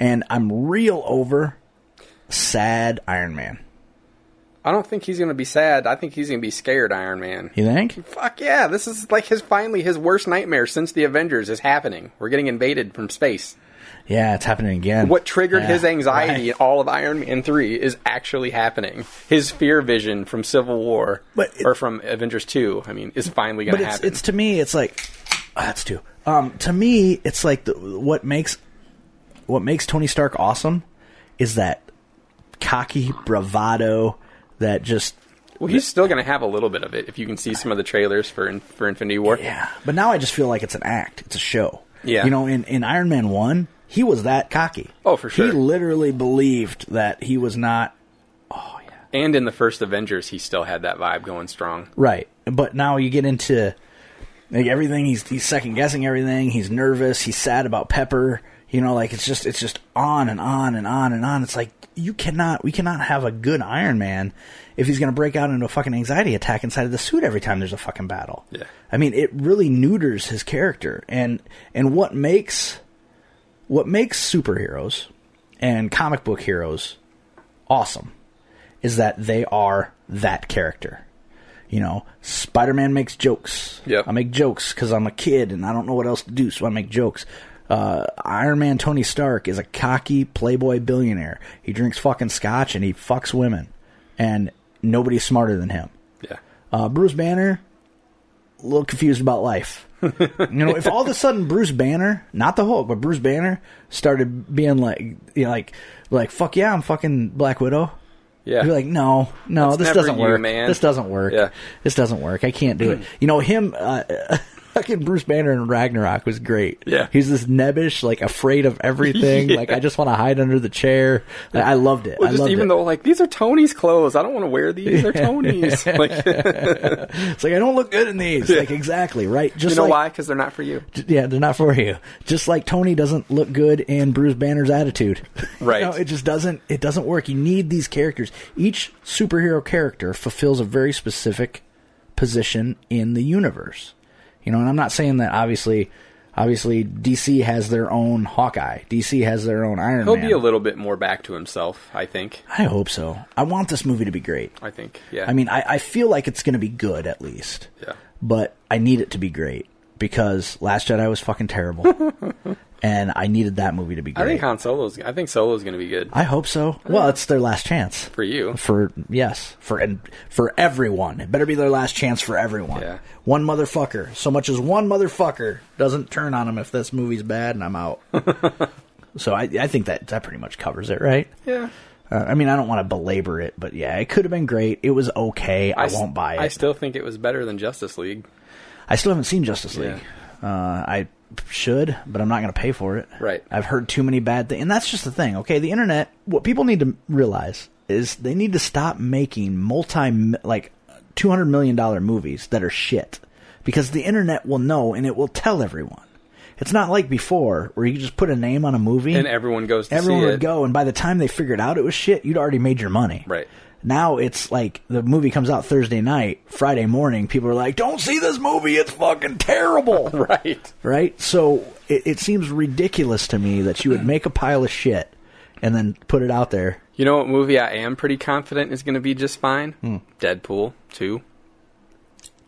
S4: And I'm real over sad Iron Man.
S5: I don't think he's going to be sad. I think he's going to be scared, Iron Man.
S4: You think?
S5: Fuck yeah, this is like his finally his worst nightmare since the Avengers is happening. We're getting invaded from space.
S4: Yeah, it's happening again.
S5: What triggered
S4: Yeah,
S5: his anxiety
S4: right.
S5: in all of Iron Man 3 is actually happening. His fear vision from Civil War
S4: But it-
S5: or from Avengers 2, I mean, is finally going
S4: But
S5: to
S4: it's,
S5: happen.
S4: it's to me, it's like ah, that's two. Um, to me, it's like the, what makes what makes Tony Stark awesome is that cocky bravado that just
S5: well, he's still going to have a little bit of it if you can see some of the trailers for in- for Infinity War.
S4: Yeah, but now I just feel like it's an act. It's a show.
S5: Yeah.
S4: you know, in, in Iron Man one, he was that cocky.
S5: Oh, for sure.
S4: He literally believed that he was not
S5: And in the first Avengers, he still had that vibe going strong.
S4: right. But now you get into like everything. He's he's second guessing everything. He's nervous. He's sad about Pepper. You know, like it's just it's just on and on and on and on. It's like you cannot we cannot have a good Iron Man if he's going to break out into a fucking anxiety attack inside of the suit every time there's a fucking battle.
S5: Yeah.
S4: I mean, it really neuters his character and and what makes what makes superheroes and comic book heroes awesome is that they are that character. You know, Spider-Man makes jokes.
S5: Yep.
S4: I make jokes because I'm a kid and I don't know what else to do, so I make jokes. Uh, Iron Man Tony Stark is a cocky playboy billionaire. He drinks fucking scotch and he fucks women, and nobody's smarter than him.
S5: Yeah.
S4: Uh, Bruce Banner, a little confused about life. you know, if all of a sudden Bruce Banner, not the Hulk, but Bruce Banner started being like, you know, like, like, fuck yeah, I'm fucking Black Widow.
S5: Yeah.
S4: You're like, no, no,
S5: That's
S4: this
S5: never
S4: doesn't
S5: you,
S4: work.
S5: man.
S4: This doesn't work.
S5: Yeah. Mm.
S4: This doesn't work. I can't do it. You know, him, uh, fucking Bruce Banner in Ragnarok was great.
S5: Yeah.
S4: he's this nebbish, like afraid of everything.
S5: Yeah.
S4: Like I just want to hide under the chair. Like, I loved it.
S5: Well,
S4: I
S5: just
S4: loved
S5: even
S4: it.
S5: though like these are Tony's clothes, I don't want to wear these. They're Tony's. Like,
S4: it's like I don't look good in these. Like exactly right. Just
S5: you know
S4: like,
S5: why? Because they're not for you.
S4: J- Yeah, they're not for you. Just like Tony doesn't look good in Bruce Banner's attitude. You
S5: Right.
S4: know, it just doesn't it doesn't work. You need these characters. Each superhero character fulfills a very specific position in the universe. You know, and I'm not saying that obviously obviously DC has their own Hawkeye. DC has their own Iron
S5: He'll
S4: Man.
S5: be a little bit more back to himself. I think.
S4: I hope so. I want this movie to be great.
S5: I think. Yeah.
S4: I mean, I, I feel like it's going to be good at least.
S5: Yeah.
S4: But I need it to be great because Last Jedi was fucking terrible, and I needed that movie to be
S5: I think
S4: great. I,
S5: Han Solo's. I think Solo's going to be good
S4: hope so. Well, it's their last chance
S5: for you.
S4: for yes for and for everyone. It better be their last chance for everyone.
S5: Yeah.
S4: One motherfucker, so much as one motherfucker doesn't turn on him if this movie's bad, and I'm out. so I I think that that pretty much covers it, right?
S5: Yeah.
S4: Uh, I mean, I don't want to belabor it, but yeah, it could have been great. It was okay. I,
S5: s-
S4: won't buy it.
S5: I still think it was better than Justice League.
S4: I still haven't seen Justice League. Uh, I should, but I'm not going to pay for it.
S5: Right.
S4: I've heard too many bad things, and that's just the thing. Okay, the internet. What people need to realize is they need to stop making multi like two hundred million dollar movies that are shit, because the internet will know and it will tell everyone. It's not like before where you just put a name on a movie
S5: And everyone goes to
S4: everyone
S5: see
S4: would
S5: it.
S4: go, and by the time they figured out it was shit, you'd already made your money.
S5: Right.
S4: Now it's like the movie comes out Thursday night, Friday morning, people are like, "Don't see this movie; it's fucking terrible."
S5: Right.
S4: right? So it, it seems ridiculous to me that you would make a pile of shit and then put it out there.
S5: You know what movie I am pretty confident is going to be just fine?
S4: Hmm.
S5: Deadpool 2.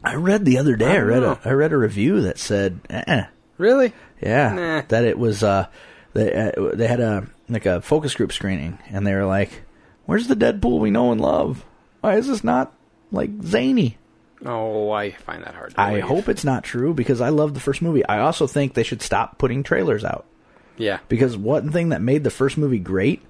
S4: I read the other day. I,
S5: don't
S4: read
S5: know.
S4: a I read a review that said, eh,
S5: Really?
S4: "Yeah,
S5: Nah.
S4: that it was." Uh, they uh, they had a like a focus group screening, and they were like, "Where's the Deadpool we know and love? Why is this not like zany?"
S5: Oh, I find that hard to
S4: I
S5: believe.
S4: hope it's not true because I love the first movie. I also think they should stop putting trailers out
S5: Yeah.
S4: because one thing that made the first movie great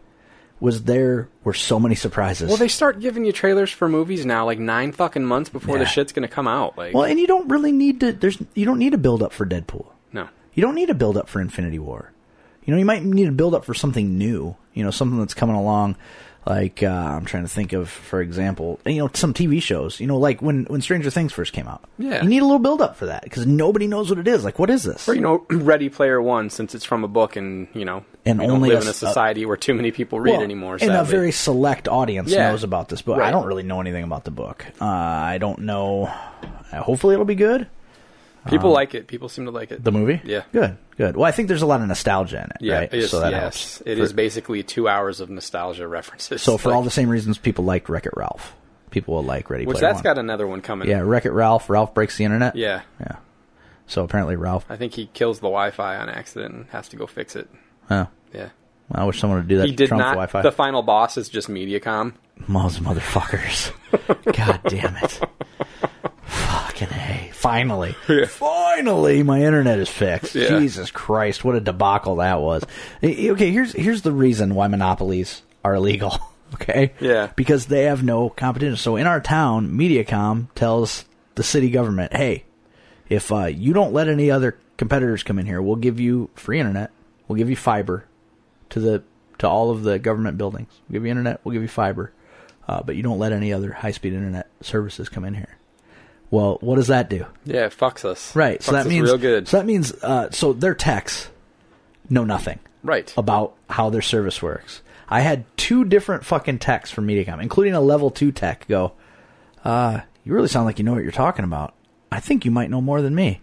S4: was there were so many surprises.
S5: Well, they start giving you trailers for movies now, like nine fucking months before the
S4: Yeah.
S5: shit's going to come out. Like,
S4: well, and you don't really need to. There's you don't need a build up for Deadpool.
S5: no.
S4: You don't need a build up for Infinity War. You know, you might need a build up for something new. You know, something that's coming along. Like uh, I'm trying to think of, for example, you know, some TV shows. You know, like when when Stranger Things first came out.
S5: Yeah.
S4: you need a little build up for that because nobody knows what it is. Like, what is this?
S5: Or, you know, Ready Player One, since it's from a book and, you know,
S4: And
S5: we
S4: only
S5: don't live
S4: a
S5: in a
S4: s- a-
S5: society where too many people read
S4: Well,
S5: anymore.
S4: And a
S5: sadly.
S4: very select audience
S5: Yeah.
S4: knows about this book. I
S5: Right.
S4: don't really know anything about the book. Uh, I don't know. uh, Hopefully, it'll be good.
S5: People like it. People seem to like it.
S4: Um, The movie,
S5: Yeah.
S4: good, good. Well, I think there's a lot of nostalgia in it,
S5: Yeah.
S4: right?
S5: It is,
S4: so that
S5: yes.
S4: helps.
S5: It is
S4: For-
S5: basically two hours of nostalgia references.
S4: So for
S5: Like-
S4: all the same reasons, people liked Wreck It Ralph. People will like Ready
S5: Which
S4: Player One.
S5: that's got another one coming.
S4: yeah, Wreck It Ralph. Ralph breaks the internet.
S5: Yeah.
S4: yeah. So apparently, Ralph.
S5: I think he kills the Wi Fi on accident and has to go fix it.
S4: Oh,
S5: Yeah.
S4: I wish someone would do that.
S5: He
S4: to
S5: did
S4: Trump's
S5: not.
S4: Wi-Fi.
S5: The final boss is just Mediacom.
S4: Those motherfuckers. God damn it. Fucking hey. Finally. Finally my internet is fixed.
S5: Yeah.
S4: Jesus Christ, what a debacle that was. Eh, eh, Okay, here's here's the reason why monopolies are illegal. Okay?
S5: Yeah.
S4: Because they have no competition. So in our town, Mediacom tells the city government, Hey, if uh, you don't let any other competitors come in here, we'll give you free internet. We'll give you fiber to the to all of the government buildings. We'll give you internet. We'll give you fiber, uh, but you don't let any other high speed internet services come in here. Well, what does that do?
S5: Yeah, it fucks us.
S4: Right.
S5: Fucks
S4: So that
S5: us
S4: means
S5: real good.
S4: So that means uh, so their techs know nothing
S5: right.
S4: about how their service works. I had two different fucking techs from Mediacom, including a level two tech, go, uh, you really sound like you know what you're talking about. I think you might know more than me.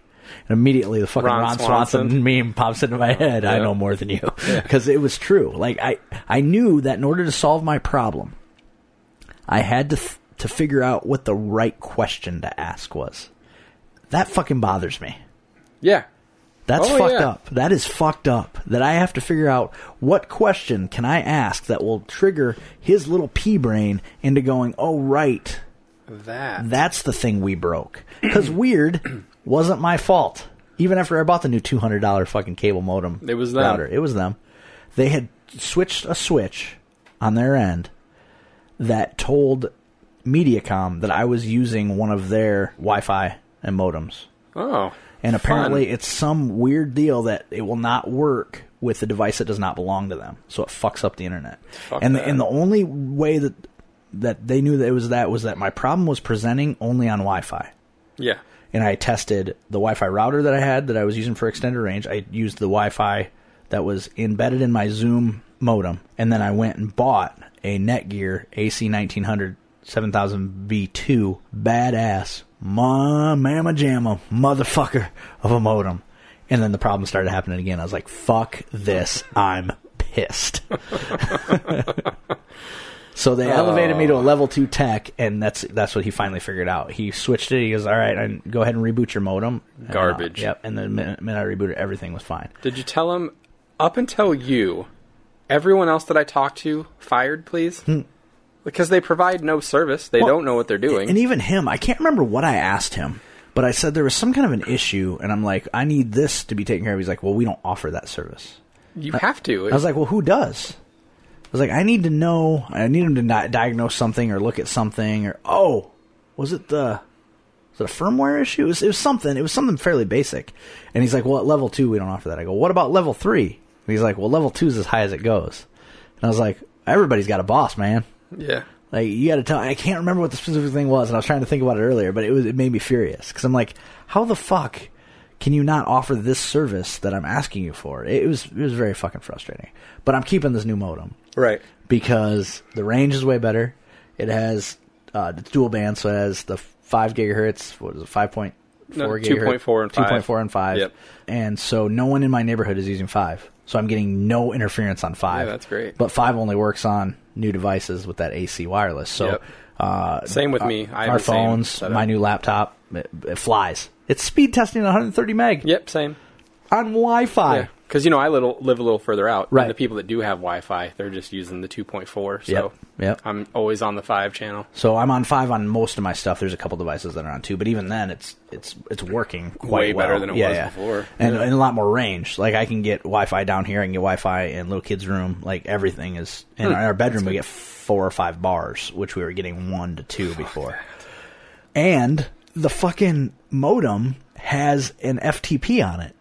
S4: And immediately the fucking Ron,
S5: Ron
S4: Swanson.
S5: Swanson.
S4: meme pops into my head. I
S5: yeah.
S4: know more than you. Because it was true. Like I, I knew that in order to solve my problem, I had to th- to figure out what the right question to ask was. That fucking bothers me.
S5: Yeah.
S4: That's
S5: Oh,
S4: fucked
S5: yeah.
S4: up. That is fucked up. That I have to figure out what question can I ask that will trigger his little pea brain into going, oh, right,
S5: That.
S4: that's the thing we broke. Because weird wasn't my fault. Even after I bought the new $200 fucking cable modem
S5: It was them.
S4: router, it was them. They had switched a switch on their end that told Mediacom that I was using one of their Wi Fi and modems
S5: Oh.
S4: And apparently, it's some weird deal that it will not work with the device that does not belong to them. So it fucks up the internet.
S5: Fuck
S4: and
S5: that.
S4: the, and the only way that that they knew that it was that was that my problem was presenting only on Wi-Fi.
S5: Yeah.
S4: And I tested the Wi-Fi router that I had that I was using for extended range. I used the Wi-Fi that was embedded in my Zoom modem, and then I went and bought a Netgear AC1900 7000V2 badass ma mama jamma motherfucker of a modem. And then the problem started happening again. I was like, "Fuck this! I'm pissed." So they elevated me to a level two tech, and that's that's what he finally figured out. He switched it. He goes, "All right, I, go ahead and reboot your modem." And, uh,
S5: Garbage.
S4: yep. And the minute, minute I rebooted, everything was fine.
S5: Did you tell him up until you, everyone else that I talked to fired, please? Because they provide no service. They
S4: Hmm. Well,
S5: don't know what they're doing.
S4: And even him, I can't remember what I asked him, but I said there was some kind of an issue, and I'm like, "I need this to be taken care of." He's like, "Well, we don't offer that service."
S5: you have to.
S4: I was like, "Well, who does?" I was like, "I need to know. I need him to di- diagnose something or look at something or oh, was it the was it a firmware issue? It was, it was something. It was something fairly basic." And he's like, "Well, at level two, we don't offer that." I go, "What about level three? And he's like, "Well, level two is as high as it goes." And I was like, "Everybody's got a boss, man."
S5: yeah.
S4: Like you got to tell. I can't remember what the specific thing was, and I was trying to think about it earlier, but it was it made me furious because I'm like, how the fuck can you not offer this service that I'm asking you for? It was it was very fucking frustrating. But I'm keeping this new modem
S5: Right.
S4: because the range is way better. It has uh, it's dual band, so it has the five gigahertz. What is it? Five point
S5: No,
S4: four gigahertz.
S5: 2.4 and
S4: two
S5: five.
S4: point four and five.
S5: Yep.
S4: And so no one in my neighborhood is using five. So I'm getting no interference on five.
S5: Yeah, that's great.
S4: But five only works on new devices with that AC wireless. So
S5: Yep.
S4: uh,
S5: Same with me. I have
S4: our
S5: the same
S4: phones,
S5: setup.
S4: my new laptop, it, it flies. It's speed testing at 130 meg
S5: Yep, same.
S4: on Wi-Fi.
S5: Yeah. Because, you know, I little, live a little further out.
S4: Right.
S5: And the people that do have Wi Fi, they're just using the 2.4. So
S4: Yep. Yep.
S5: I'm always on the 5 channel.
S4: So I'm on five on most of my stuff. There's a couple devices that are on two, but even then, it's it's it's working quite
S5: Way better
S4: well.
S5: than it
S4: Yeah,
S5: was
S4: yeah.
S5: before.
S4: and,
S5: Yeah.
S4: and a lot more range. Like I can get Wi-Fi down here, I can get Wi-Fi in little kids' room. Like everything is
S5: Hmm.
S4: in our bedroom. We get four or five bars, which we were getting one to two before. And the fucking modem has an FTP on it.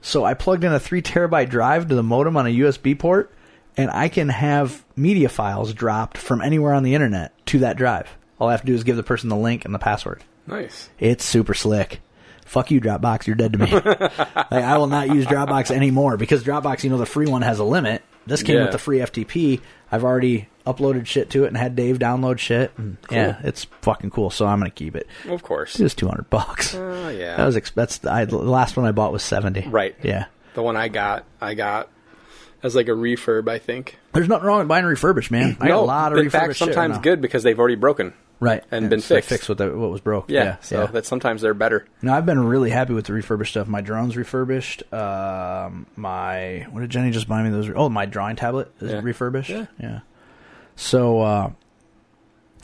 S4: So I plugged in a three terabyte drive to the modem on a USB port, and I can have media files dropped from anywhere on the internet to that drive. All I have to do is give the person the link and the password.
S5: Nice.
S4: It's super slick. Fuck you, Dropbox. You're dead to me. like, I will not use Dropbox anymore because Dropbox, you know, the free one has a limit. This came
S5: Yeah.
S4: with the free FTP. I've already uploaded shit to it and had Dave download shit. And Yeah, it's fucking cool. So I'm gonna keep it.
S5: Of course.
S4: It was 200 bucks.
S5: Oh, yeah.
S4: That was ex- that's I, the last one I bought was 70.
S5: Right.
S4: Yeah.
S5: the one I got, I got as like a refurb, I think.
S4: There's nothing wrong with buying refurbished, man. I got a lot of
S5: in
S4: refurbished
S5: fact,
S4: shit right
S5: sometimes
S4: now.
S5: good because they've already broken.
S4: Right.
S5: and been
S4: so they
S5: fixed.
S4: Fixed what, the, what was broke.
S5: Yeah,
S4: Yeah.
S5: so
S4: yeah.
S5: that sometimes they're better.
S4: No, I've been really happy with the refurbished stuff. My drone's refurbished. Um, my what did Jenny just buy me? Those oh, my drawing tablet is
S5: Yeah.
S4: refurbished.
S5: Yeah.
S4: So, uh,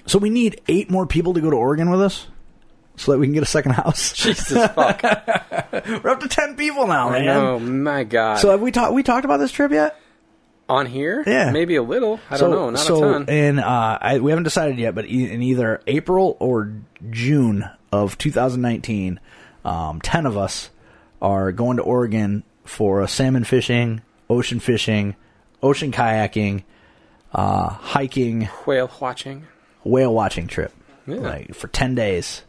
S4: so we need eight more people to go to Oregon with us, so that we can get a second house.
S5: Jesus fuck!
S4: We're up to ten people now, man.
S5: oh my god!
S4: So have we talked? We talked about this trip yet?
S5: on here,
S4: Yeah.
S5: maybe a little. I don't know, not
S4: so
S5: a ton.
S4: in uh, I, we haven't decided yet, but e- in either April or June of 2019, um, ten of us are going to Oregon for uh, salmon fishing, ocean fishing, ocean kayaking, uh, hiking,
S5: Whale watching.
S4: whale watching trip,
S5: Yeah.
S4: like for ten days.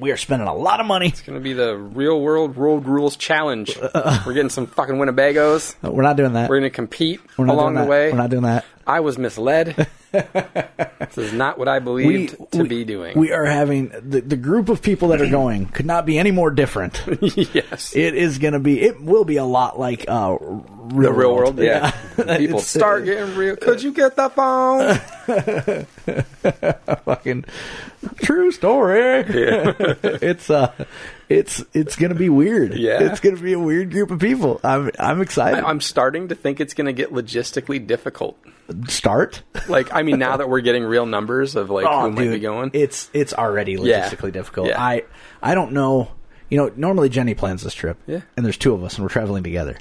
S4: We are spending a lot of money.
S5: Gonna be the real world road rules challenge. We're getting some fucking Winnebagos.
S4: We're not doing that.
S5: We're gonna compete
S4: We're not doing
S5: along the
S4: that.
S5: way.
S4: We're not doing that.
S5: I was misled. this is not what I believed to be doing.
S4: We are having the, the group of people that are going could not be any more different.
S5: yes,
S4: It is going to be. It will be a lot like uh, real
S5: the real world. Yeah, people
S4: It's- uh,
S5: start getting real. Could you get the phone?
S4: fucking true story. it's uh, it's it's going to be weird.
S5: Yeah.
S4: it's going to be a weird group of people. I'm I'm excited.
S5: I'm starting to think it's going to get logistically difficult.
S4: Start.
S5: Like, I mean, now that we're getting real numbers of like who Oh, might be going,
S4: It's it's already
S5: Yeah.
S4: logistically difficult.
S5: Yeah.
S4: I I don't know. You know, normally Jenny plans this trip.
S5: Yeah.
S4: And there's two of us, and we're traveling together.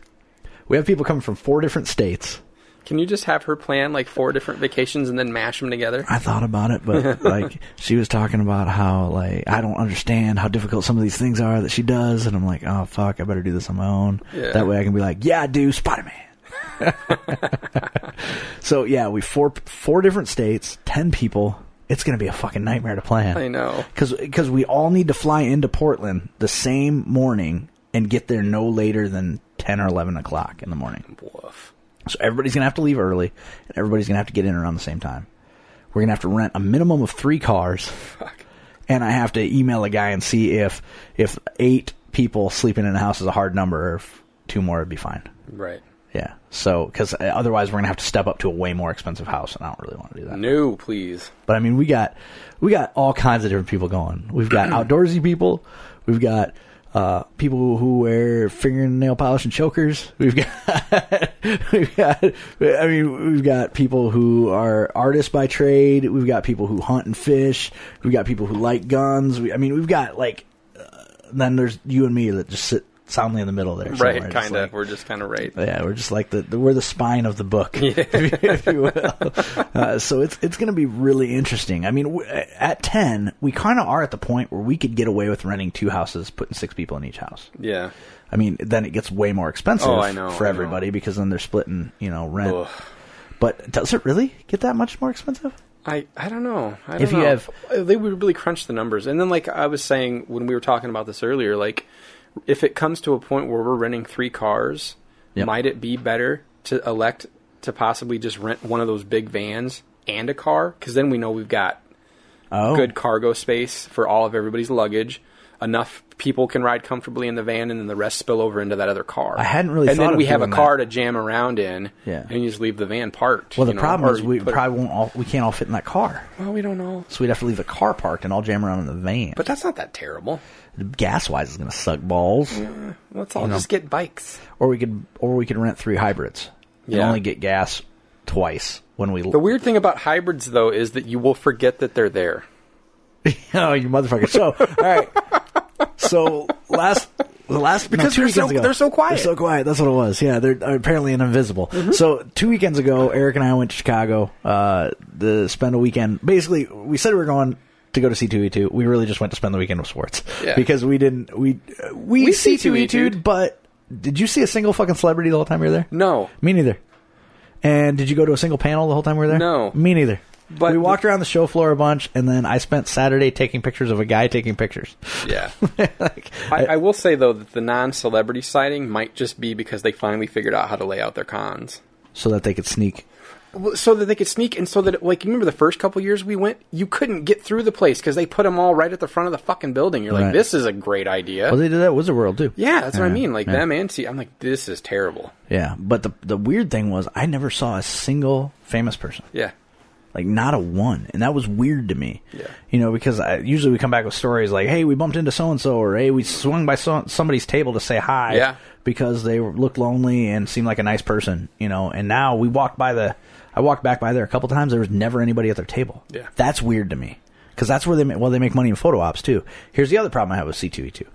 S4: We have people coming from four different states.
S5: Can you just have her plan like four different vacations and then mash them together?
S4: I thought about it, but like she was talking about how like I don't understand how difficult some of these things are that she does, and I'm like, oh fuck, I better do this on my own.
S5: Yeah.
S4: That way I can be like, yeah, I do Spider Man. so yeah, we four four different states, ten people. It's gonna be a fucking nightmare to plan.
S5: I know.
S4: because we all need to fly into Portland the same morning and get there no later than ten or eleven o'clock in the morning.
S5: Woof.
S4: So everybody's gonna have to leave early, and everybody's gonna have to get in around the same time. We're gonna have to rent a minimum of three cars,
S5: Fuck.
S4: and I have to email a guy and see if if eight people sleeping in a house is a hard number, or if two more would be fine.
S5: Right.
S4: Yeah. So because otherwise we're gonna have to step up to a way more expensive house, and I don't really want to do that.
S5: No, please.
S4: But I mean, we got we got all kinds of different people going. We've got outdoorsy people. We've got uh, people who wear fingernail polish and chokers. We've got we've got I mean, we've got people who are artists by trade. We've got people who hunt and fish. We've got people who like guns. We, I mean, we've got like uh, then there's you and me that just sit soundly in the middle there. somewhere.
S5: right,
S4: Just
S5: kind of.
S4: like-
S5: We're just kind of right.
S4: yeah, we're just like the, the we're the spine of the book, if, you, if you will. Uh, so it's it's going to be really interesting. I mean, w- at ten, we kind of are at the point where we could get away with renting two houses, putting six people in each house.
S5: Yeah.
S4: I mean, then it gets way more expensive
S5: Oh, I know,
S4: for
S5: I know.
S4: everybody because then they're splitting, you know, rent.
S5: Ugh.
S4: But does it really get that much more expensive?
S5: I, I don't know. I
S4: If
S5: don't
S4: you
S5: know. Uh,
S4: have-
S5: they would really crunch the numbers. And then like I was saying when we were talking about this earlier, like if it comes to a point where we're renting three cars,
S4: Yep.
S5: might it be better to elect to possibly just rent one of those big vans and a car? Because then we know we've got
S4: Oh,
S5: good cargo space for all of everybody's luggage. Enough people can ride comfortably in the van, and then the rest spill over into that other car.
S4: I hadn't really
S5: And
S4: thought
S5: then
S4: of
S5: we have a
S4: doing
S5: car to jam around in,
S4: Yeah.
S5: and you just leave the van parked.
S4: Well, the
S5: you know,
S4: problem
S5: or
S4: is
S5: you
S4: we
S5: put it-
S4: probably won't all we can't all fit in that car,
S5: well, we don't know,
S4: so we'd have to leave the car parked and all jam around in the van.
S5: but that's not that terrible.
S4: gas wise is going to suck balls.
S5: Let's all just get bikes.
S4: or we could or we could rent three hybrids and
S5: Yeah.
S4: only get gas twice when we
S5: The weird thing about hybrids, though, is that you will forget that they're there.
S4: oh you motherfucker so all right so last the last no,
S5: Because
S4: two
S5: they're
S4: weekends
S5: so-
S4: ago-
S5: they're so quiet. Mm-hmm.
S4: they're so quiet that's what it was yeah they're apparently an invisible so two weekends ago Eric and I went to Chicago uh to spend a weekend basically we said we were going to go to C2E2 we really just went to spend the weekend with Swartz
S5: Yeah.
S4: because we didn't we we,
S5: We E
S4: C2E2
S5: C2E2'd.
S4: 'd, but did you see a single fucking celebrity the whole time you were there
S5: No,
S4: Me neither. And did you go to a single panel the whole time we were there?
S5: No.
S4: Me neither.
S5: But
S4: But we walked
S5: the-
S4: around the show floor a bunch, and then I spent Saturday taking pictures of a guy taking pictures.
S5: yeah.
S4: Like,
S5: I, I will say though that the non-celebrity sighting might just be because they finally figured out how to lay out their cons.
S4: so that they could sneak.
S5: Well, so that they could sneak and so that like you remember the first couple years we went you couldn't get through the place because they put them all right at the front of the fucking building you're like
S4: Right.
S5: this is a great idea
S4: Well, they did that at Wizard World too.
S5: yeah that's what i mean like
S4: yeah.
S5: them and see i'm like this is terrible
S4: Yeah, but the the weird thing was I never saw a single famous person,
S5: yeah
S4: like not a one, and that was weird to me.
S5: Yeah.
S4: you know, because I, usually we come back with stories like, "Hey, we bumped into so and so," or "Hey, we swung by so, somebody's table to say hi,"
S5: Yeah.
S4: because they were- looked lonely and seemed like a nice person, you know. And now we walked by the, I walked back by there a couple times. There was never anybody at their table.
S5: Yeah.
S4: that's weird to me because that's where they ma- well they make money in photo ops too. Here's the other problem I have with C two E two,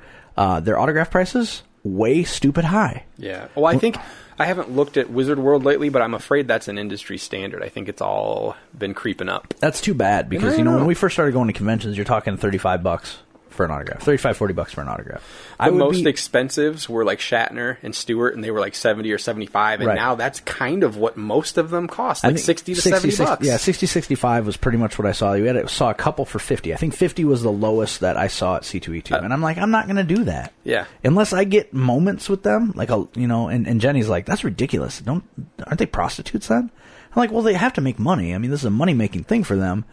S4: their autograph prices way stupid high.
S5: yeah well i think i haven't looked at wizard world lately but i'm afraid that's an industry standard i think it's all been creeping up
S4: That's too bad because
S5: I
S4: you know when
S5: know.
S4: we first started going to conventions, you're talking 35 bucks for an autograph, 35 40 bucks for an autograph.
S5: the
S4: would
S5: most
S4: be-
S5: expensives were like shatner and stewart and they were like 70 or 75 and
S4: Right.
S5: now that's kind of what most of them cost
S4: I
S5: like
S4: think
S5: 60 to 70
S4: 60
S5: bucks
S4: Yeah, 60 65 was pretty much what I saw. You had saw a couple for 50. I think 50 was the lowest that I saw at C2E2. and I'm like, I'm not going to do that.
S5: Uh, Yeah.
S4: Unless I get moments with them, like a, you know, and, and Jenny's like, that's ridiculous. Don't aren't they prostitutes then? I'm like, well, they have to make money. I mean, this is a money-making thing for them.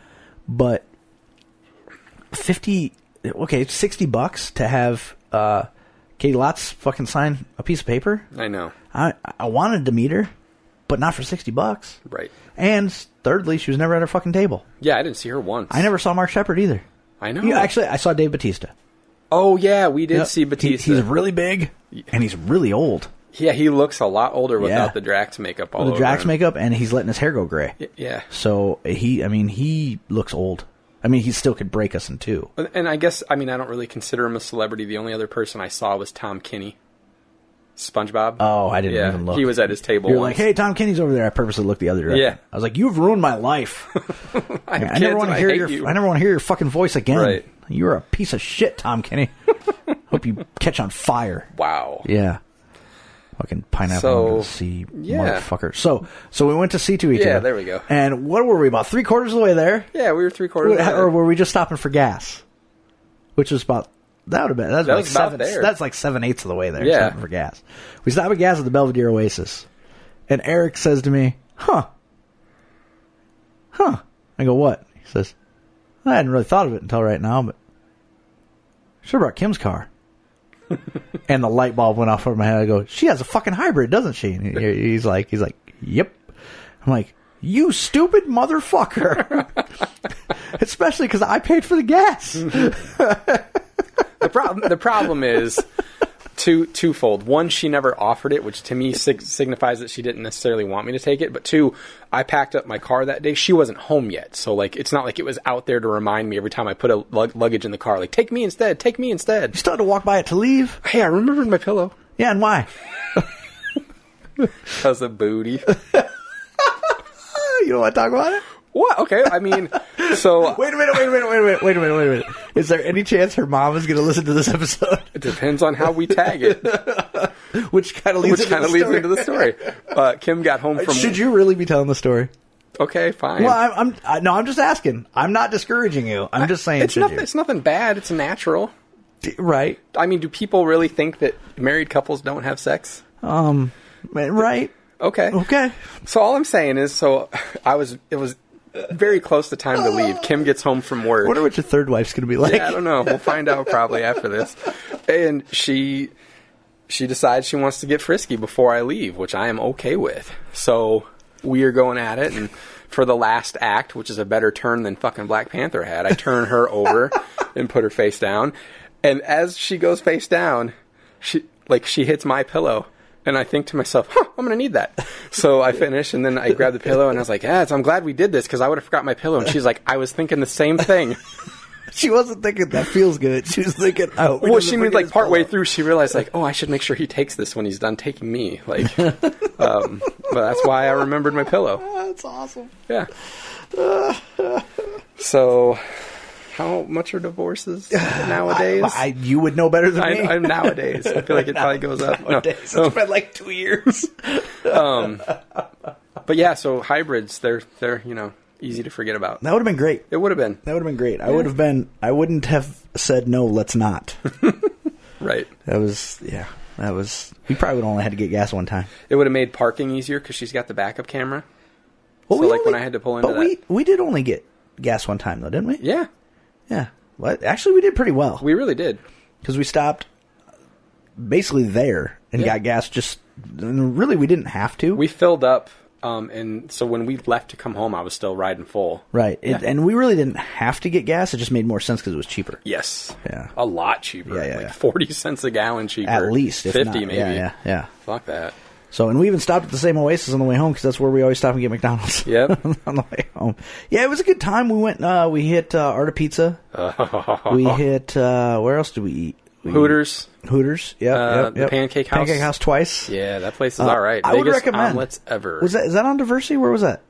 S4: But 50 okay, 60 bucks to have uh Katie Lotz fucking sign a piece of paper.
S5: i know
S4: I I wanted to meet her, but not for 60 bucks.
S5: right
S4: And thirdly, she was never at her fucking table.
S5: yeah i didn't see her once
S4: I never saw Mark Shepard either.
S5: i know
S4: You actually, I saw Dave Batista.
S5: Oh yeah, we did
S4: Yep.
S5: see
S4: He-
S5: Batista.
S4: he's really big and he's really old.
S5: yeah, he looks a lot older without
S4: Yeah.
S5: the Drax makeup all
S4: With the
S5: over.
S4: Drax
S5: him.
S4: makeup, and he's letting his hair go gray.
S5: Yeah,
S4: So he, I mean, he looks old. I mean, he still could break us in two.
S5: and I guess I mean I don't really consider him a celebrity. The only other person I saw was Tom Kinney. SpongeBob.
S4: Oh, I didn't
S5: yeah,
S4: even look.
S5: he was at his table.
S4: You're
S5: once.
S4: like, hey, Tom Kenny's over there. I purposely looked the other direction.
S5: Yeah.
S4: I was like, you've ruined my life.
S5: I, have
S4: I never
S5: kids
S4: want
S5: and
S4: to hear
S5: hate
S4: your.
S5: you.
S4: I never want to hear your fucking voice again.
S5: Right.
S4: You're a piece of shit, Tom Kenny. Hope you catch on fire.
S5: Wow.
S4: Yeah. Fucking pineapple
S5: So,
S4: under the sea,
S5: yeah.
S4: motherfucker. So, so we went to see to each
S5: Yeah,
S4: other.
S5: there we go.
S4: And what were we about three quarters of the way there,
S5: Yeah, we were three quarters.
S4: Or-
S5: there.
S4: or were we just stopping for gas? Which was about that would have been that's
S5: That
S4: like
S5: was about
S4: seven.
S5: there.
S4: That's like seven eighths of the way there.
S5: Yeah.
S4: stopping for gas. We stopped at gas at the Belvedere Oasis, and Eric says to me, "Huh, huh." I go, "What?" He says, "I hadn't really thought of it until right now, but sure brought Kim's car." and the light bulb went off over my head. I go, "She has a fucking hybrid, doesn't she?" And he- he's like, "He's like, yep." I'm like, "You stupid motherfucker!" Especially because I paid for the gas.
S5: the problem the problem is two twofold. One, she never offered it, which to me sig- signifies that she didn't necessarily want me to take it. But two, I packed up my car that day. She wasn't home yet, so like it's not like it was out there to remind me every time I put a lug- luggage in the car. Like take me instead, take me
S4: You
S5: instead.
S4: still had to walk by it to leave.
S5: Hey, I remembered my pillow.
S4: Yeah, and why?
S5: That was a booty.
S4: Uh, You don't want to talk about it?
S5: what? Okay, I mean, so
S4: Wait a minute, wait a minute, wait a minute, wait a minute, wait a minute. Is there any chance her mom is going to listen to this episode?
S5: it depends on how we tag it,
S4: Which kind of leads,
S5: which
S4: into,
S5: kind
S4: the
S5: of leads
S4: story.
S5: into the story. Uh, Kim got home from.
S4: Should you really be telling the story?
S5: Okay, fine.
S4: Well, I'm, I'm I, no, I'm just asking. I'm not discouraging you. I'm just saying,
S5: it's
S4: should
S5: nothing.
S4: you?
S5: It's nothing bad. It's natural.
S4: D- right?
S5: I mean, do people really think that married couples don't have sex?
S4: Um, right?
S5: Okay.
S4: Okay.
S5: So all I'm saying is, so I was, it was very close to time to leave. Kim gets home from work.
S4: I wonder what your third wife's going to be like.
S5: Yeah, I don't know. We'll find out probably after this. And she, she decides she wants to get frisky before I leave, which I am okay with. So we are going at it, and for the last act, which is a better turn than fucking Black Panther had, I turn her over and put her face down. And as she goes face down, she like she hits my pillow. And I think to myself, huh, I'm going to need that. So I finish and then I grab the pillow and I was like, yes, I'm glad we did this because I would have forgot my pillow. And she's like, I was thinking the same thing.
S4: She wasn't thinking that feels good. She was thinking, I hope. he
S5: well,
S4: doesn't
S5: she means
S4: forget
S5: like
S4: his
S5: partway
S4: pillow.
S5: through, she realized like, oh, I should make sure he takes this when he's done taking me. Like, um, but that's why I remembered my pillow.
S4: Ah, That's awesome.
S5: Yeah. So, how much are divorces nowadays?
S4: I, you would know better than me.
S5: I, am nowadays. I feel like it probably goes up. No. Oh,
S4: Nowadays,
S5: No.
S4: It's been like two years.
S5: But yeah, so hybrids, they're they're you know easy to forget about.
S4: That would have been great.
S5: It would have been
S4: That would have been great. I would have been. I wouldn't have said no. Let's not.
S5: right.
S4: That was yeah. That was. We probably would only had to get gas one time.
S5: It would have made parking easier because she's got the backup camera.
S4: Well,
S5: So, like, when I had to pull into
S4: but
S5: that-
S4: we we did only get gas one time though, didn't we?
S5: Yeah,
S4: Yeah. What? Actually, we did pretty well
S5: we really did.
S4: because we stopped basically there and
S5: Yeah.
S4: got gas. Just and really, we didn't have to.
S5: we filled up um, and so when we left to come home i was still riding full
S4: right. It,
S5: Yeah.
S4: And we really didn't have to get gas. It just made more sense because it was cheaper.
S5: yes
S4: Yeah.
S5: a lot cheaper
S4: Yeah, yeah,
S5: like
S4: yeah.
S5: 40 cents a gallon cheaper
S4: At least if
S5: 50
S4: not.
S5: maybe
S4: Yeah, yeah, yeah.
S5: fuck that
S4: So, and we even stopped at the same Oasis on the way home because that's where we always stop and get McDonald's.
S5: Yep.
S4: on the way home. Yeah, it was a good time. We went. Uh, we hit uh, Art of Pizza. we hit. Uh, where else did we eat? We-
S5: Uh-huh. hooters
S4: Hooters. Yeah.
S5: Uh,
S4: yep,
S5: the
S4: yep.
S5: Pancake House.
S4: Pancake House twice.
S5: yeah that place is
S4: Uh,
S5: all right
S4: I would
S5: Biggest
S4: recommend.
S5: omelets ever
S4: Was that is that on Diversity? Where was that?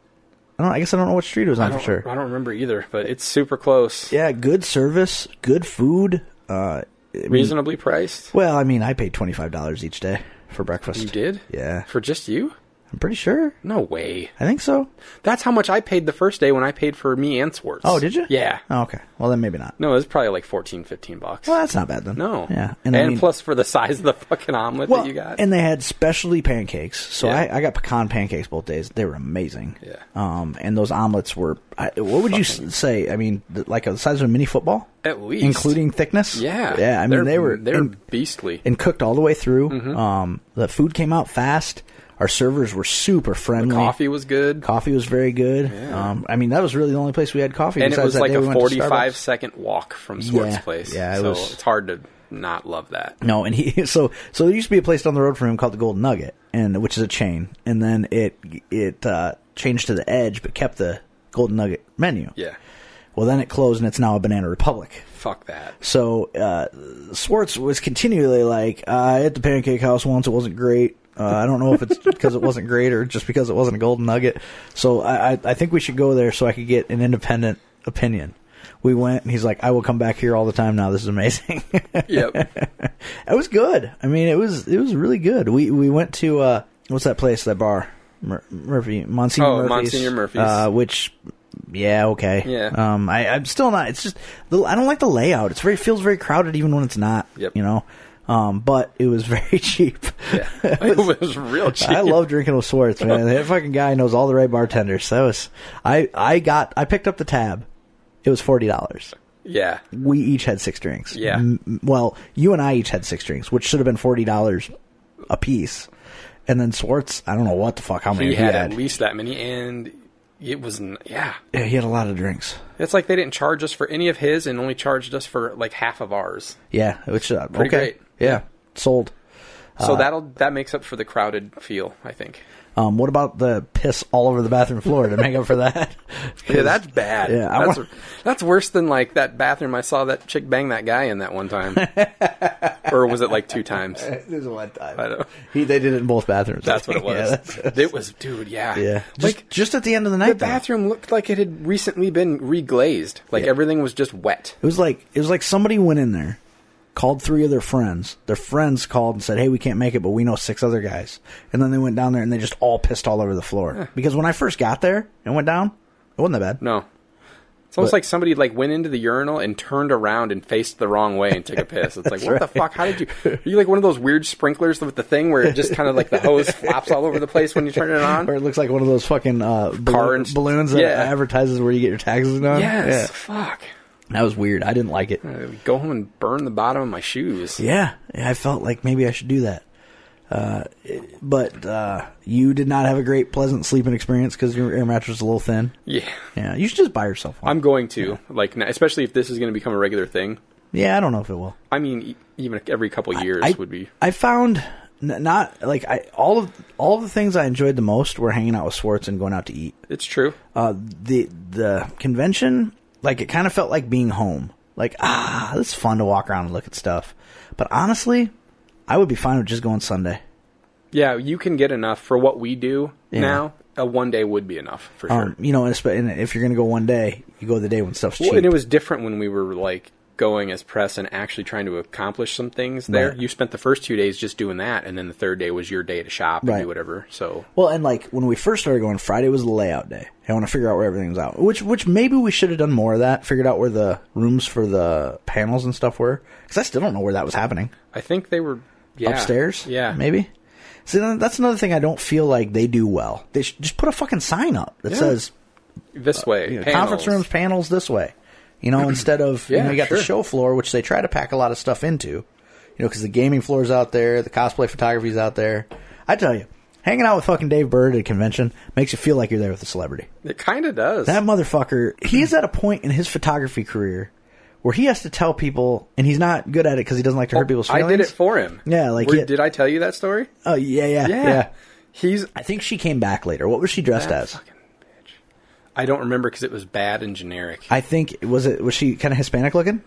S4: I don't. I guess I don't know what street it was
S5: I
S4: on
S5: don't,
S4: for sure.
S5: I don't remember either but it's super close
S4: Yeah. Good service. Good food. Uh,
S5: reasonably priced
S4: well, I mean, I paid twenty five dollars each day for breakfast.
S5: you did
S4: Yeah.
S5: for just you
S4: I'm pretty sure.
S5: no way
S4: I think so.
S5: that's how much i paid the first day when i paid for me and swartz
S4: Oh, did you?
S5: yeah
S4: Oh, okay. Well, then maybe not.
S5: no it was probably like 14 15 bucks
S4: Well, that's not bad then.
S5: No.
S4: Yeah.
S5: And,
S4: I mean-
S5: plus for the size of the fucking omelet
S4: well,
S5: that you got.
S4: and they had specialty pancakes. So
S5: Yeah.
S4: I, I got pecan pancakes both days. They were amazing.
S5: Yeah.
S4: Um, and those omelets were. I, what would you s- say? I mean, th- like a the size of a mini football,
S5: At least.
S4: including thickness.
S5: Yeah.
S4: Yeah. I mean,
S5: They're-
S4: they were
S5: they're Mm-hmm.
S4: and,
S5: beastly.
S4: and cooked all the way through. Um, the food came out fast. Our servers were super friendly.
S5: Coffee was good.
S4: Coffee was very good. Um, I mean, that was really the only place we had coffee.
S5: and it
S4: besides
S5: was
S4: that
S5: like
S4: day we
S5: a
S4: went to
S5: 45
S4: Starbucks.
S5: second walk from Swartz
S4: Yeah.
S5: Place.
S4: Yeah, it
S5: so
S4: was-
S5: it's hard to not love that.
S4: No, and he so so there used to be a place down the road from him called the Golden Nugget, and which is a chain, and then it it uh, changed to the Edge, but kept the Golden Nugget menu.
S5: Yeah.
S4: Well, then it closed and it's now a Banana Republic.
S5: Fuck that.
S4: So uh, Swartz was continually like, I hit the Pancake House once. It wasn't great. Uh, I don't know if it's because it wasn't great or just because it wasn't a golden nugget. So I, I, I think we should go there so I could get an independent opinion. We went and he's like, I will come back here all the time now. This is amazing.
S5: Yep.
S4: It was good. I mean, it was it was really good. We we went to uh, what's that place? That bar, Mur- Murphy Monsignor
S5: Oh,
S4: Murphy's.
S5: Monsignor Murphy's.
S4: Uh, which, yeah, okay,
S5: Yeah.
S4: Um, I I'm still not. It's just the, I don't like the layout. It's very feels very crowded even when it's not.
S5: Yep.
S4: You know, um, but it was very cheap.
S5: Yeah. it was real cheap.
S4: I love drinking with Swartz, man. That fucking guy knows all the right bartenders. That was I I got I picked up the tab. It was forty dollars
S5: Yeah.
S4: we each had six drinks.
S5: Yeah.
S4: M- well, you and I each had six drinks, which should have been forty dollars a piece. And then Swartz, I don't know what the fuck how many
S5: He had at
S4: had.
S5: least that many, and it was n- yeah.
S4: Yeah, he had a lot of drinks.
S5: It's like they didn't charge us for any of his, and only charged us for like half of ours.
S4: Yeah, which uh, okay,
S5: Pretty great.
S4: yeah, sold. Uh,
S5: So that'll that makes up for the crowded feel, I think.
S4: Um, what about the piss all over the bathroom floor to make up for that?
S5: Yeah, that's bad.
S4: Yeah, I
S5: that's,
S4: want-
S5: that's worse than like that bathroom I saw that chick bang that guy in that one time, or was it like two times?
S4: There's a one time.
S5: I know.
S4: He they did it in both bathrooms. I
S5: That's what it
S4: think.
S5: was.
S4: Yeah, that's-
S5: it was, dude. Yeah,
S4: yeah. Just,
S5: Like
S4: just at the end of the night.
S5: the
S4: though.
S5: bathroom looked like it had recently been reglazed. Like
S4: Yeah.
S5: everything was just wet.
S4: It was like it was like somebody went in there, called three of their friends. Their friends called and said, "Hey, we can't make it, but we know six other guys." And then they went down there and they just all pissed all over the floor. Because when I first got there and went down, it wasn't that bad.
S5: No. It's almost
S4: But-
S5: like somebody like went into the urinal and turned around and faced the wrong way and took a piss. It's like, what the fuck? How did you? Are you like one of those weird sprinklers with the thing where it just kind of like the hose flops all over the place when you turn it on?
S4: Or it looks like one of those fucking uh, balloon-
S5: Cards.
S4: balloons that
S5: Yeah.
S4: advertises where you get your taxes done.
S5: Yes.
S4: uh, Yeah.
S5: Fuck.
S4: that was weird. I didn't like it.
S5: I would Go home and burn the bottom of my shoes.
S4: Yeah, Yeah, I felt like maybe I should do that. Uh, it- but uh, you did not have a great, pleasant sleeping experience because your air mattress is a little thin.
S5: Yeah.
S4: Yeah, you should just buy yourself one.
S5: I'm going to like, n- especially if this is going to become a regular thing.
S4: yeah, I don't know if it will.
S5: I mean, e- even every couple years would be.
S4: I found n- not like I all of all of the things I enjoyed the most were hanging out with Swartz and going out to eat.
S5: It's true.
S4: Uh, the the convention, like it kind of felt like being home. Like ah, this is fun to walk around and look at stuff. But honestly, I would be fine with just going Sunday.
S5: Yeah, you can get enough for what we do
S4: Yeah.
S5: now. A one day would be enough for sure.
S4: Um, you know, and espe- and if you're gonna go one day, you go the day when stuff's cheap.
S5: Well, and it was different when we were like going as press and actually trying to accomplish some things there.
S4: Right.
S5: You spent the first two days just doing that, and then the third day was your day to shop
S4: Right.
S5: and do whatever. So
S4: Well, and like when we first started going, Friday was the layout day. I want to figure out where everything was out, which which maybe we should have done more of that. Figured out where the rooms for the panels and stuff were, because I still don't know where that was happening.
S5: I think they were yeah.
S4: upstairs.
S5: Yeah,
S4: maybe. See, then that's another thing I don't feel like they do well. They should just put a fucking sign up that says
S5: this way.
S4: Uh, conference
S5: panels.
S4: rooms panels this way. You know, instead of you
S5: Yeah,
S4: know you got the
S5: sure.
S4: show floor, which they try to pack a lot of stuff into. You know, because the gaming floor's out there, the cosplay photography's out there. I tell you, hanging out with fucking Dave Bird at a convention makes you feel like you're there with a celebrity.
S5: It kind of does.
S4: That motherfucker, he is at a point in his photography career where he has to tell people, and he's not good at it because he doesn't like to hurt people's feelings.
S5: Oh, I did it for him.
S4: Yeah, like,
S5: Where-
S4: yeah.
S5: did I tell you that story?
S4: Oh yeah, yeah, yeah.
S5: He's
S4: I think she came back later. What was she dressed
S5: that
S4: as?
S5: fucking bitch. I don't remember because it was bad and generic.
S4: I think was it was she kind of Hispanic looking?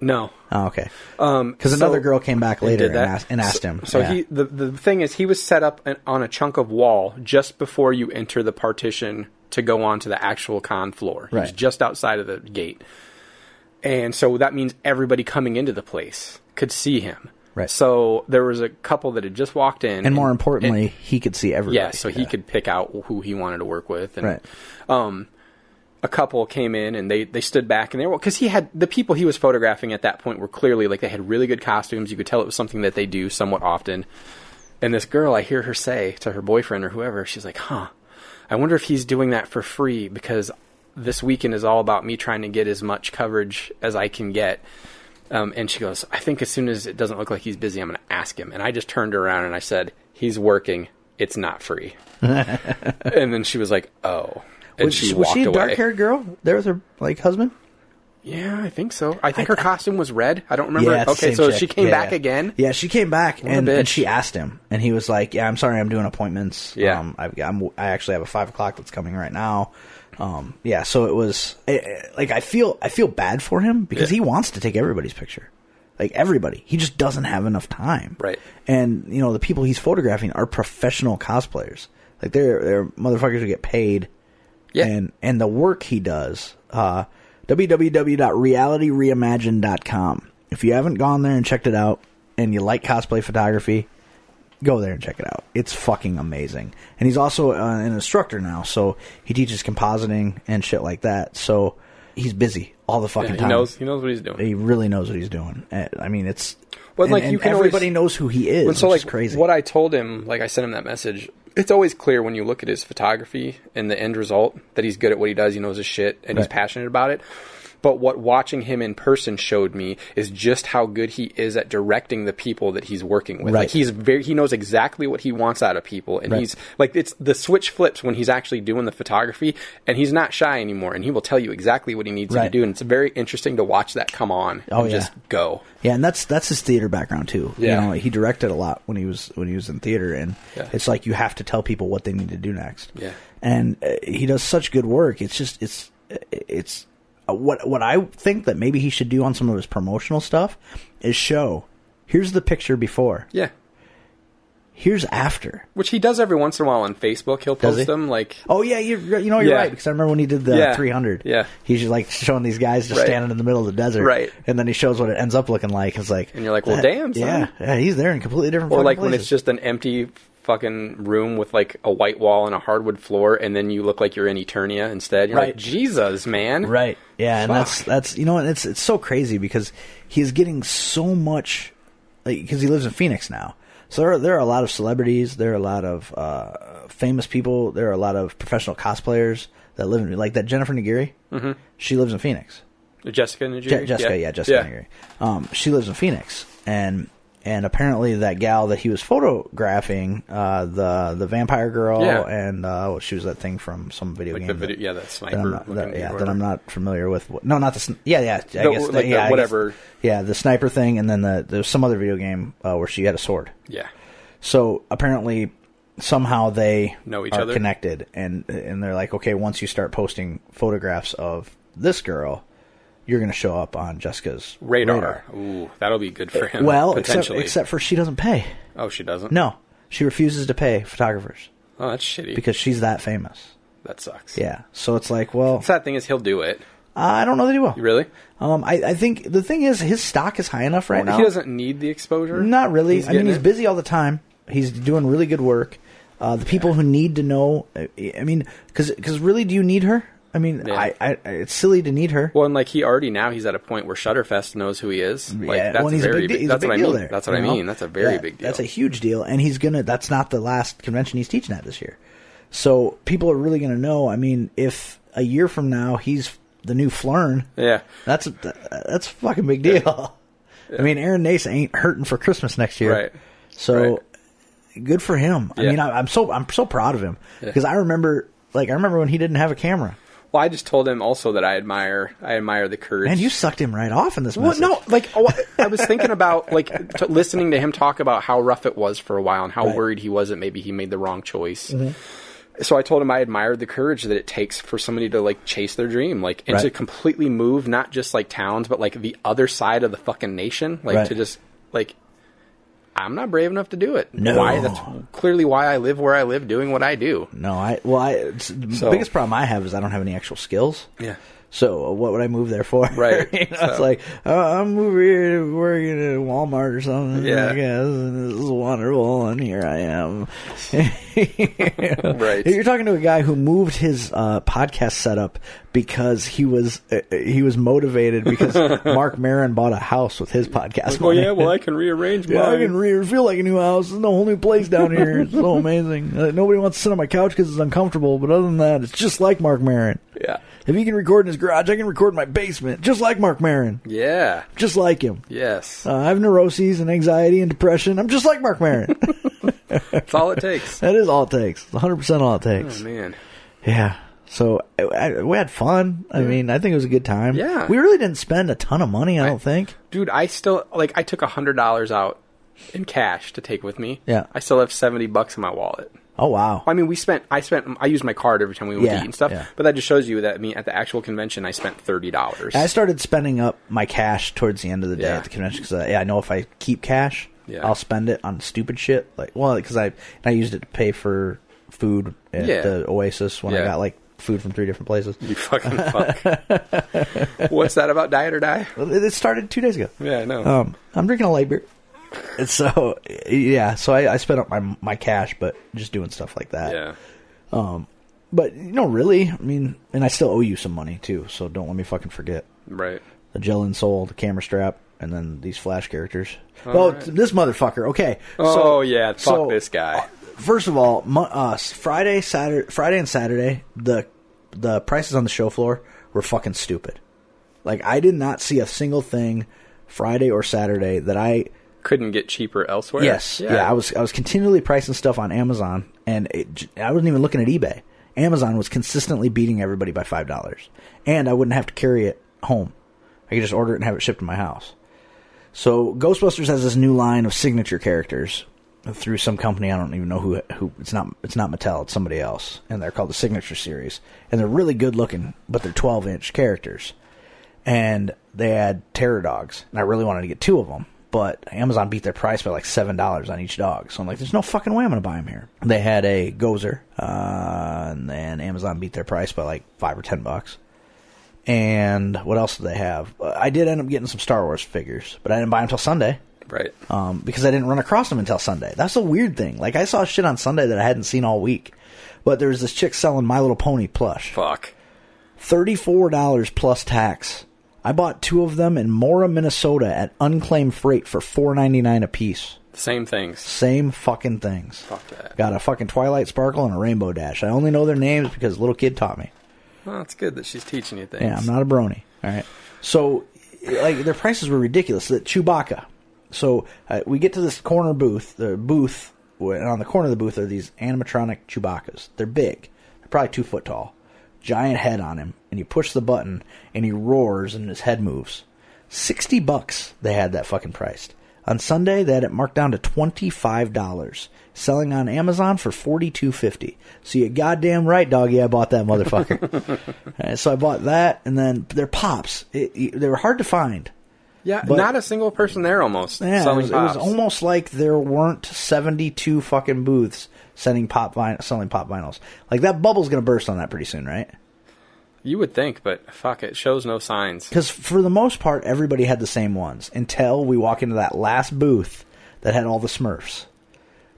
S5: no.
S4: Oh, okay.
S5: Um,
S4: Because
S5: so-
S4: another girl came back
S5: and
S4: later and
S5: did that.
S4: asked, and asked him.
S5: So
S4: Yeah.
S5: he the the thing is he was set up an, on a chunk of wall just before you enter the partition to go on to the actual con floor. He was
S4: Right.
S5: just outside of the gate. And so that means everybody coming into the place could see him.
S4: Right.
S5: So there was a couple that had just walked in
S4: and more importantly, he could see everybody.
S5: yeah, so he could pick out who he wanted to work with, and
S4: Right.
S5: um, a couple came in and they they stood back and they were because he had the people he was photographing at that point were clearly like they had really good costumes. You could tell it was something that they do somewhat often. And this girl, I hear her say to her boyfriend or whoever, she's like, "Huh, I wonder if he's doing that for free because this weekend is all about me trying to get as much coverage as I can get." Um, and she goes, I think as soon as it doesn't look like he's busy, I'm going to ask him. And I just turned around and I said, He's working. It's not free. and then she was like, Oh. And
S4: Was
S5: she
S4: she, was
S5: walked
S4: she a
S5: away.
S4: dark haired girl there with her like husband?
S5: Yeah, I think so. I think her costume was red. I don't remember.
S4: Yeah, it's the same
S5: okay, so
S4: chick.
S5: she came
S4: Yeah,
S5: back
S4: yeah.
S5: again.
S4: Yeah, she came back and, and
S5: bitch.
S4: she asked him, and he was like, "Yeah, I'm sorry, I'm doing appointments.
S5: Yeah.
S4: um, I've, I'm, I actually have a five o'clock that's coming right now. Um, yeah, so it was eh, eh, like I feel I feel bad for him because he wants to take everybody's picture, like everybody. He just doesn't have enough time,
S5: Right.
S4: And you know the people he's photographing are professional cosplayers, like they're they're motherfuckers who get paid
S5: Yeah.
S4: and and the work he does. Uh, www.realityreimagine.com. If you haven't gone there and checked it out, and you like cosplay photography, go there and check it out. It's fucking amazing. And he's also uh, an instructor now, so he teaches compositing and shit like that. So he's busy all the fucking
S5: Yeah, he
S4: time.
S5: knows he knows what he's doing.
S4: He really knows what he's doing. Uh, I mean, it's
S5: But,
S4: and-
S5: like,
S4: and
S5: you can always-
S4: everybody knows who he is.
S5: And so
S4: which
S5: like
S4: is crazy.
S5: what I told him, like I sent him that message. It's always clear when you look at his photography and the end result that he's good at what he does. He knows his shit and he's
S4: Right.
S5: passionate about it. But what watching him in person showed me is just how good he is at directing the people that he's working with.
S4: Right.
S5: Like he's very he knows exactly what he wants out of people and
S4: Right.
S5: he's like it's the switch flips when he's actually doing the photography and he's not shy anymore and he will tell you exactly what he needs you
S4: Right.
S5: to do and it's very interesting to watch that come on
S4: Oh,
S5: and
S4: yeah.
S5: just go.
S4: Yeah, and that's that's his theater background too.
S5: Yeah.
S4: You know, he directed a lot when he was when he was in theater, and
S5: Yeah.
S4: it's like you have to tell people what they need to do next.
S5: Yeah.
S4: and uh, he does such good work. It's just it's it's uh, what what I think that maybe he should do on some of his promotional stuff is show here's the picture before,
S5: Yeah.
S4: here's after.
S5: Which he does every once in a while on Facebook. He'll
S4: Does he?
S5: post them like
S4: Oh yeah, you you know you're
S5: Yeah.
S4: right because I remember when he did the
S5: Yeah.
S4: 300.
S5: Yeah.
S4: he's just like showing these guys just
S5: Right.
S4: standing in the middle of the desert,
S5: Right.
S4: And then he shows what it ends up looking like. It's like,
S5: And you're like, well,
S4: that-
S5: damn, son.
S4: yeah, yeah, he's there in completely different.
S5: or
S4: fucking
S5: like when
S4: places.
S5: it's just an empty fucking room with like a white wall and a hardwood floor, and then you look like you're in Eternia instead. You're
S4: Right.
S5: like Jesus, man.
S4: Right. Yeah, and that's
S5: Fuck.
S4: that's you know and it's it's so crazy because he is getting so much like because he lives in Phoenix now. So there are, there are a lot of celebrities, there are a lot of uh, famous people, there are a lot of professional cosplayers that live in like that Jennifer Nagiri. Mm-hmm. She lives in Phoenix.
S5: Jessica Nagiri.
S4: Je- Jessica, yeah, Jessica Nagiri. Um, she lives in Phoenix, and and apparently that gal that he was photographing, uh, the the vampire girl,
S5: Yeah.
S4: and uh, well, she was that thing from some video
S5: Like
S4: game.
S5: the
S4: that-
S5: video, yeah, that
S4: that I'm
S5: sniper.
S4: not,
S5: looking
S4: that, yeah,
S5: dude or
S4: that I'm
S5: whatever.
S4: not familiar with. No, not the. sn- Yeah, yeah. I
S5: The-
S4: guess the-
S5: like the
S4: yeah, I guess-
S5: whatever.
S4: yeah, the sniper thing, and then the there's some other video game uh, where she had a sword.
S5: Yeah,
S4: So apparently, somehow they
S5: Know each
S4: are
S5: other?
S4: connected, and and they're like, okay, once you start posting photographs of this girl, you're going to show up on Jessica's
S5: radar. Ooh, that'll be good for him.
S4: Well, except,
S5: potentially.
S4: except for she doesn't pay.
S5: oh, she doesn't.
S4: No, she refuses to pay photographers
S5: oh, that's shitty.
S4: because she's that famous.
S5: that sucks.
S4: Yeah, so it's like, well,
S5: Sad thing is he'll do it.
S4: I don't know that he will.
S5: Really?
S4: Um, I, I think the thing is his stock is high enough right now.
S5: He doesn't need the exposure.
S4: Not really. I mean,
S5: getting
S4: he's
S5: it.
S4: busy all the time. He's doing really good work. Uh, the people who need to know, I I mean, because really, do you need her? I mean,
S5: Yeah.
S4: I, I, I- it's silly to need her.
S5: Well, and like he already now he's at a point where Shutterfest knows who he is. Like
S4: yeah,
S5: that's
S4: well, and he's
S5: very
S4: a big, de- he's
S5: That's
S4: a big
S5: what
S4: deal
S5: I mean.
S4: there.
S5: That's what I
S4: you know?
S5: mean. That's a very
S4: Yeah,
S5: big deal.
S4: That's a huge deal, and he's gonna. That's not the last convention he's teaching at this year, so people are really gonna know. I mean, if a year from now he's the new Flurn,
S5: yeah.
S4: That's a, that's a fucking big deal. I mean, Aaron Nace ain't hurting for Christmas next year,
S5: Right.
S4: So good for him. I
S5: Yeah.
S4: mean, I, I'm so I'm so proud of him because I remember like I remember when he didn't have a camera,
S5: Well, I just told him also that I admire I admire the courage.
S4: and you sucked him right off in this.
S5: well,
S4: Message.
S5: no, like oh, I was thinking about like t- listening to him talk about how rough it was for a while and how
S4: Right. Mm-hmm.
S5: worried he was that maybe he made the wrong choice. So I told him I admired the courage that it takes for somebody to like chase their dream, like and to
S4: Right.
S5: completely move not just like towns but like the other side of the fucking nation, like
S4: Right.
S5: to just like I'm not brave enough to do it.
S4: No.
S5: Why? That's clearly why I live where I live, doing what I do.
S4: no. I well, I it's, the
S5: So-
S4: biggest problem I have is I don't have any actual skills.
S5: Yeah.
S4: So uh, what would I move there for?
S5: Right.
S4: You know, It's
S5: So-
S4: like oh, I'm over here to work at a Walmart or something.
S5: Yeah.
S4: I guess and this is wonderful, and here I am.
S5: Right.
S4: You're talking to a guy who moved his uh, podcast setup because he was uh, he was motivated because Mark Maron bought a house with his podcast.
S5: Oh
S4: money.
S5: yeah, well I can rearrange
S4: Yeah, I
S5: mine.
S4: can re- feel like a new house. There's no whole new place down here. It's so amazing. Uh, nobody wants to sit on my couch because it's uncomfortable. But other than that, it's just like Mark Maron.
S5: yeah,
S4: If he can record in his garage, I can record in my basement, just like Mark Maron,
S5: yeah,
S4: just like him.
S5: yes.
S4: Uh, I have neuroses and anxiety and depression. I'm just like Mark Maron.
S5: That's all it takes.
S4: that is all it takes. 100 percent all it
S5: Oh
S4: takes.
S5: man.
S4: yeah. So I, I, we had fun. I mean, I think it was a good time.
S5: Yeah.
S4: We really didn't spend a ton of money. I don't think.
S5: dude i still like i took a hundred dollars out in cash to take with me.
S4: Yeah.
S5: I still have seventy bucks in my wallet.
S4: Oh wow.
S5: I mean, we spent. I spent. I used my card every time we went
S4: Yeah,
S5: to eat and stuff.
S4: yeah.
S5: But that just shows you that. I mean, at the actual convention, I spent thirty dollars.
S4: I started spending up my cash towards the end of the day
S5: Yeah.
S4: at the convention because I, yeah, I know if I keep cash,
S5: Yeah.
S4: I'll spend it on stupid shit. Like, well, because I and I used it to pay for food at
S5: Yeah.
S4: the Oasis when I
S5: Yeah.
S4: got like food from three different places.
S5: You fucking fuck. What's that about diet or die?
S4: It it started two days ago.
S5: Yeah, I know.
S4: Um, I'm drinking a light beer. And So yeah, so I, I spent up my my cash, but just doing stuff like that.
S5: yeah.
S4: But you know, really, I mean, and I still owe you some money too. So don't let me fucking forget.
S5: Right.
S4: the gel and soul, the camera strap, and then these flash characters.
S5: All
S4: well,
S5: right.
S4: this motherfucker. Okay.
S5: Oh, yeah, fuck
S4: so, uh,
S5: this guy.
S4: First of all, mo- uh, s- Friday, Saturday, Friday and Saturday, the the prices on the show floor were fucking stupid. Like I did not see a single thing Friday or Saturday that I
S5: Couldn't get cheaper elsewhere.
S4: Yes, yeah. I was I was continually pricing stuff on Amazon, and it, j- I wasn't even looking at eBay. Amazon was consistently beating everybody by five dollars, and I wouldn't have to carry it home. I could just order it and have it shipped to my house. So Ghostbusters has this new line of signature characters through some company I don't even know who who it's not it's not Mattel it's somebody else and they're called the Signature series and they're really good looking but they're 12 inch characters and they had terror dogs and I really wanted to get two of them but Amazon beat their price by like seven dollars on each dog so I'm like there's no fucking way I'm gonna buy them here they had a Gozer uh, and then Amazon beat their price by like five or ten bucks and what else did they have Uh, I did end up getting some Star Wars figures but I didn't buy them until Sunday
S5: Right.
S4: um, because I didn't run across them until Sunday. That's the weird thing. Like I saw shit on Sunday that I hadn't seen all week. But there was this chick selling My Little Pony plush,
S5: Fuck.
S4: thirty-four dollars plus tax. I bought two of them in Mora, Minnesota, at unclaimed freight for four ninety-nine a piece.
S5: Same things.
S4: Same fucking things.
S5: Fuck that.
S4: Got a fucking Twilight Sparkle and a Rainbow Dash. I only know their names because little kid taught me.
S5: Well, it's good that she's teaching you things.
S4: Yeah, I'm not a brony. All right. So, like, their prices were ridiculous. The Chewbacca. So uh, we get to this corner booth, the booth, and on the corner of the booth are these animatronic Chewbaccas. They're big, they're probably two foot tall, giant head on him, and you push the button, and he roars, and his head moves. Sixty bucks they had that fucking priced. On Sunday, they had it marked down to twenty five dollars, selling on Amazon for forty two fifty. So you goddamn right, doggy, I bought that motherfucker. And so I bought that, and then their pops. It, it- they were hard to find.
S5: Yeah,
S4: But-
S5: not a single person there almost
S4: Yeah, it
S5: selling
S4: was, it was
S5: pops.
S4: almost like there weren't seventy-two fucking booths sending pop vin- selling pop vinyls. Like that bubble's gonna burst on that pretty soon, right?
S5: You would think, but fuck, it shows no signs.
S4: Because for the most part, everybody had the same ones until we walk into that last booth that had all the Smurfs,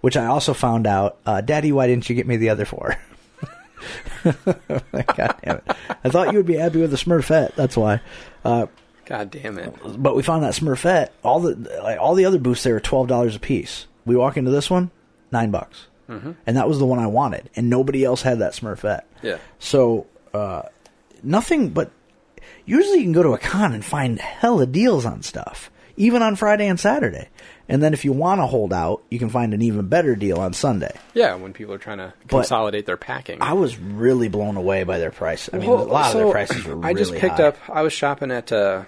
S4: which I also found out, uh, Daddy, why didn't you get me the other four? God damn it! I thought you would be happy with the Smurfette. That's why.
S5: God damn it.
S4: but we found that Smurfette. All the like, all the other booths they were twelve dollars a piece. We walk into this one, nine bucks, mm-hmm. and that was the one I wanted, and nobody else had that Smurfette.
S5: Yeah.
S4: So uh, nothing, but usually you can go to a con and find hella deals on stuff, even on Friday and Saturday, and then if you want to hold out, you can find an even better deal on Sunday.
S5: Yeah, when people are trying to consolidate their packing.
S4: I was really blown away by their price. I mean,
S5: Well,
S4: a lot of
S5: so,
S4: their prices were. Really
S5: I just picked
S4: high.
S5: up. I was shopping at uh,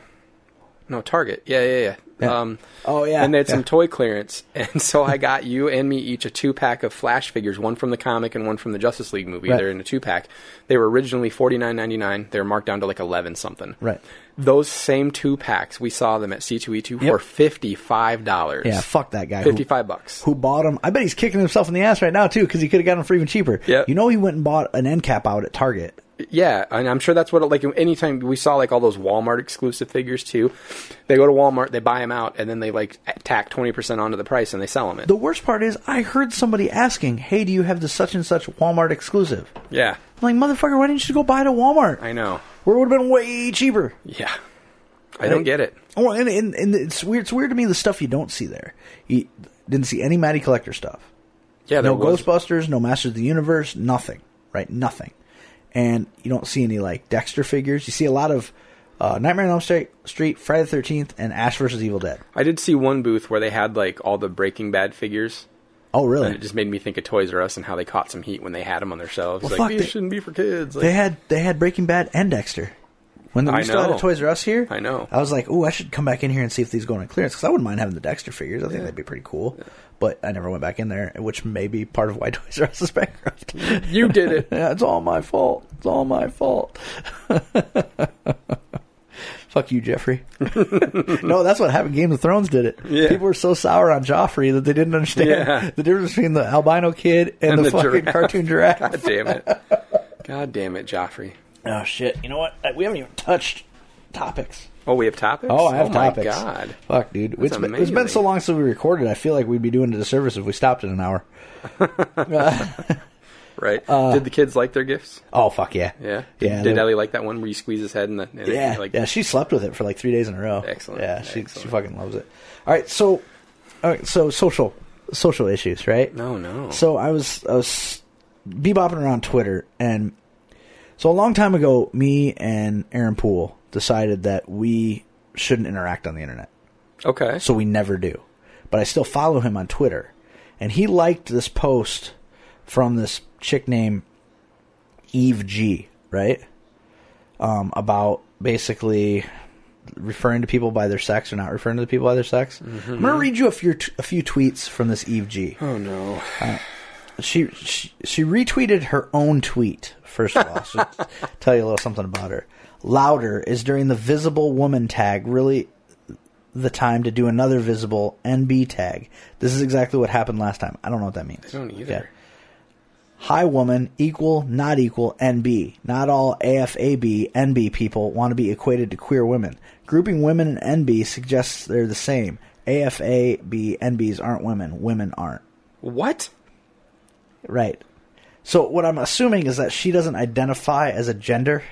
S5: no Target. Yeah, yeah, yeah.
S4: Yeah.
S5: Um,
S4: Oh, yeah,
S5: And they had
S4: yeah.
S5: some toy clearance, and so I got you and me each a two pack of Flash figures, one from the comic and one from the Justice League movie.
S4: Right.
S5: They're in a two pack. They were originally forty nine ninety nine. They were marked down to like eleven something.
S4: Right.
S5: Those same two packs, we saw them at C two E two for fifty five dollars.
S4: Yeah, fuck that guy. who-
S5: fifty five bucks.
S4: who bought them. I bet he's kicking himself in the ass right now too because he could have got them for even cheaper.
S5: Yep.
S4: You know he went and bought an end cap out at Target.
S5: Yeah, and I'm sure that's what like anytime we saw like all those Walmart exclusive figures too. They go to Walmart, they buy them out, and then they like tack twenty percent onto the price and they sell them it.
S4: The worst part is I heard somebody asking, "Hey, do you have the such and such Walmart exclusive?"
S5: yeah,
S4: I'm like, motherfucker, why didn't you go buy it at Walmart?
S5: I know.
S4: Where it would have been way cheaper.
S5: Yeah, I don't get it.
S4: Oh, and, and and it's weird. It's weird to me the stuff you don't see there. You didn't see any Matty Collector stuff.
S5: Yeah, there
S4: no
S5: was-
S4: Ghostbusters, no Masters of the Universe, nothing. Right, nothing. And you don't see any like Dexter figures. You see a lot of uh, Nightmare on Elm Street, Street, Friday the Thirteenth, and Ash versus Evil Dead.
S5: I did see one booth where they had like all the Breaking Bad figures.
S4: Oh,
S5: And
S4: really?
S5: it just made me think of Toys R Us and how they caught some heat when they had them on their shelves.
S4: Well,
S5: like
S4: fuck,
S5: these
S4: they-
S5: shouldn't be for kids. Like,
S4: they had they had Breaking Bad and Dexter. When the,
S5: I
S4: we still had a
S5: know.
S4: Toys R Us here,
S5: I know.
S4: I was like, "Ooh, I should come back in here and see if these go on clearance because I wouldn't mind having the Dexter figures. I think that'd be pretty cool." But I never went back in there, which may be part of why Toys R Us is bankrupt.
S5: You did it.
S4: yeah, it's all my fault. It's all my fault. Fuck you, Jeffrey. no, that's what happened. Game of Thrones did it.
S5: Yeah.
S4: People were so sour on Joffrey that they didn't understand
S5: Yeah.
S4: the difference between the albino kid and, the, fucking
S5: giraffe.
S4: cartoon giraffe.
S5: God damn it. God damn it, Joffrey.
S4: Oh shit! You know what? Uh, We haven't even touched topics.
S5: Oh, we have topics?
S4: Oh, I have topics.
S5: my God.
S4: Fuck, dude. It's been, it's been so
S5: amazing.
S4: long since we recorded. I feel like we'd be doing a disservice if we stopped in an hour.
S5: Right.
S4: Uh,
S5: did the kids like their gifts?
S4: Oh fuck yeah.
S5: Yeah. Did,
S4: Yeah.
S5: did
S4: they-
S5: Ellie like that one where you squeeze his head and, the, and it-
S4: yeah.
S5: like
S4: yeah. She slept with it for like three days in a row.
S5: Excellent,
S4: Yeah. She she
S5: excellent.
S4: fucking loves it. All right. So, all right. So social social issues, right?
S5: No, no.
S4: So I was I was bebopping around Twitter, and so a long time ago, me and Aaron Poole decided that we shouldn't interact on the internet.
S5: okay.
S4: so we never do. But I still follow him on Twitter, and he liked this post from this chick named Eve G, right? Um, about basically referring to people by their sex or not referring to the people by their sex. I'm gonna read you a few a few tweets from this Eve G.
S5: oh no.
S4: She, she she retweeted her own tweet. First of all, so tell you a little something about her. Louder is during the visible woman tag really the time to do another visible NB tag. This is exactly what happened last time. I don't know what that means. I
S5: don't either.
S4: Hi woman equal not equal NB. Not all AFAB NB people want to be equated to queer women. Grouping women and NB suggests they're the same. AFAB NBs aren't women. Women aren't.
S5: What?
S4: Right. So what I'm assuming is that she doesn't identify as a gender.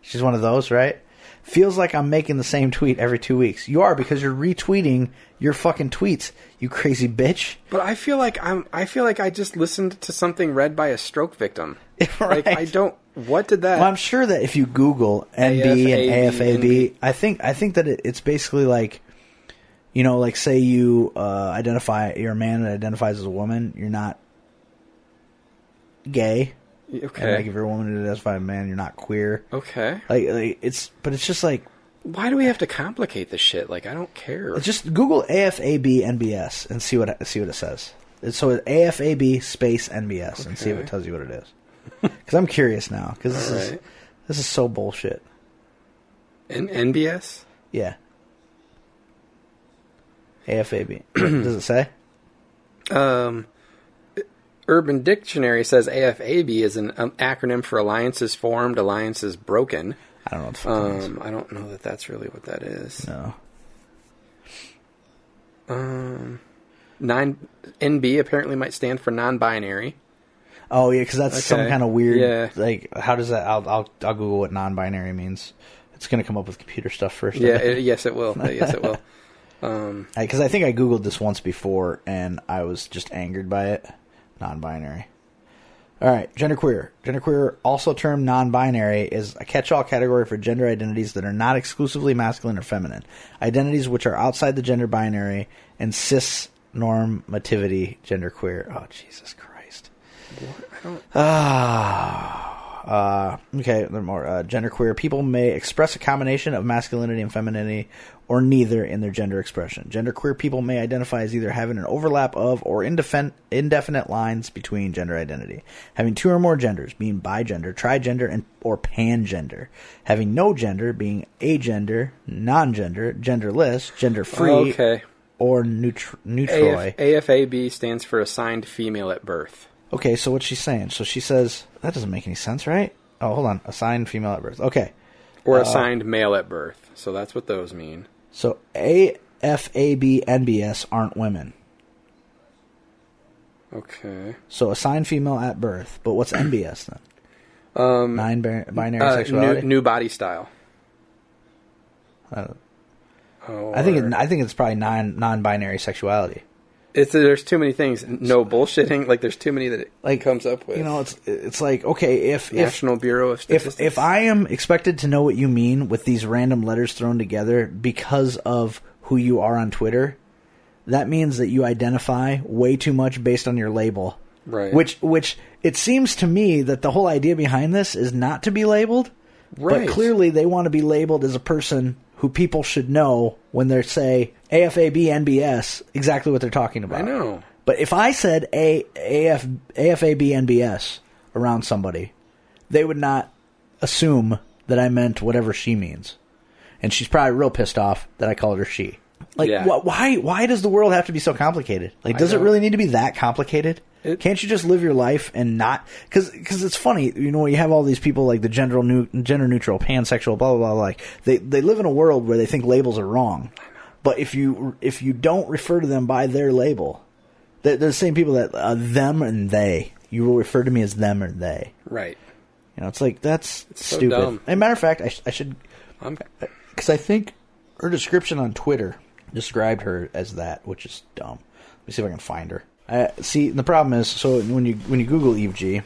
S4: She's one of those, right? Feels like I'm making the same tweet every two weeks. You are because you're retweeting your fucking tweets, you crazy bitch.
S5: But I feel like I'm. I feel like I just listened to something read by a stroke victim.
S4: Right.
S5: Like I don't. What did that?
S4: Well, I'm sure that if you Google NB and
S5: AFAB.
S4: AFAB, I think I think that it, it's basically like, you know, like say you uh, identify you're a man that identifies as a woman, you're not gay, and like if
S5: okay.
S4: you're a woman that identifies as a man, you're not queer.
S5: Okay.
S4: Like, like it's, but it's just like
S5: Why do we have to complicate this shit? Like I don't care.
S4: just Google AFAB NBS and see what see what it says. It's- So AFAB space NBS and see if it
S5: Okay.
S4: tells you what it is. Because I'm curious now. Because this is
S5: Alright.
S4: this is so bullshit.
S5: N- NBS.
S4: Yeah. AFAB. Does it say?
S5: Um, Urban Dictionary says AFAB is an um, acronym for Alliances Formed, Alliances Broken.
S4: I don't know. What the fuck it means.
S5: Um, I don't know that that's really what that is.
S4: No.
S5: Um, nine NB apparently might stand for non-binary.
S4: Oh yeah, because that's some
S5: Okay.
S4: kind of weird.
S5: Yeah.
S4: Like, how does that? I'll I'll I'll Google what non-binary means. It's gonna come up with computer stuff first.
S5: Yeah. it- yes, it will. Yes, it will. Um,
S4: because I think I googled this once before and I was just angered by it. Non-binary. All right, genderqueer. Genderqueer, also termed non-binary, is a catch-all category for gender identities that are not exclusively masculine or feminine, identities which are outside the gender binary and cis normativity. Genderqueer. Oh Jesus Christ. Ah, uh, okay. There are more uh, genderqueer people may express a combination of masculinity and femininity, or neither in their gender expression. Genderqueer people may identify as either having an overlap of or indefen- indefinite lines between gender identity, having two or more genders, being bigender, trigender, and or pangender, having no gender, being agender, non-gender, genderless, gender-free,
S5: okay.
S4: or neutr- neutroy.
S5: AF, AFAB stands for assigned female at birth.
S4: Okay, so what's she saying? So she says that doesn't make any sense, right? Oh, hold on. Assigned female at birth. Okay, Uh,
S5: Or assigned male at birth. So that's what those mean.
S4: so AFABNBS aren't women.
S5: Okay.
S4: So assigned female at birth. But what's NBS then? Um, Nine bi- binary
S5: Uh, new,
S4: sexuality.
S5: new body style. Oh,
S4: I think it, I think it's probably non non-binary sexuality.
S5: It's there's too many things. No bullshitting. Like there's too many that it
S4: Like
S5: comes up with.
S4: You know, it's it's like okay, if if
S5: National Bureau of Statistics.
S4: if if I am expected to know what you mean with these random letters thrown together because of who you are on Twitter, that means that you identify way too much based on your label.
S5: Right.
S4: Which which it seems to me that the whole idea behind this is not to be labeled,
S5: Right.
S4: But clearly, they want to be labeled as a person who people should know when they say AFAB NBS exactly what they're talking about.
S5: I know.
S4: But if I said A AF AFAB NBS around somebody, they would not assume that I meant whatever she means. And she's probably real pissed off that I called her she. Like,
S5: Yeah.
S4: wh- why? Why does the world have to be so complicated? Like, does it
S5: know.
S4: really need to be that complicated?
S5: It-
S4: Can't you just live your life and not? Because it's funny, you know, you have all these people like the gender new, gender neutral, pansexual, blah blah blah. Like they they live in a world where they think labels are wrong, but if you if you don't refer to them by their label, they're, they're the same people that uh, them and they. You will refer to me as them or they.
S5: Right.
S4: You know, it's like that's
S5: so
S4: stupid.
S5: dumb.
S4: As a matter of fact, I, sh- I should
S5: I'm,
S4: because I think her description on Twitter described her as that, which is dumb. Let me see if I can find her. Uh, see, the problem is, so when you when you Google Eve G,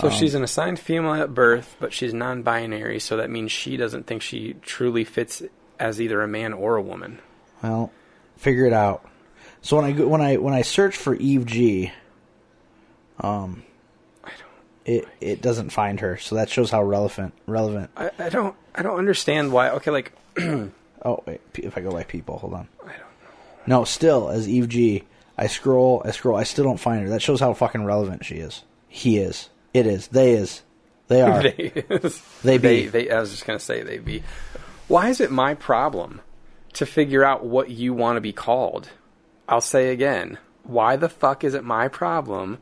S5: so she's an assigned female at birth, but she's non-binary, so that means she doesn't think she truly fits as either a man or a woman.
S4: well, figure it out. So when I go- when I when I search for Eve G, um, it it doesn't find her. So that shows how relevant relevant.
S5: I, I don't. I don't understand why. Okay, like
S4: Oh wait, p- if I go by people, hold on. I don't know. No, still as Eve G. I scroll, I scroll, I still don't find her. That shows how fucking relevant she is. He is. It is. They is. They are.
S5: they,
S4: They
S5: they,
S4: be.
S5: they. I was just gonna say they be. Why is it my problem to figure out what you want to be called? I'll say again. Why the fuck is it my problem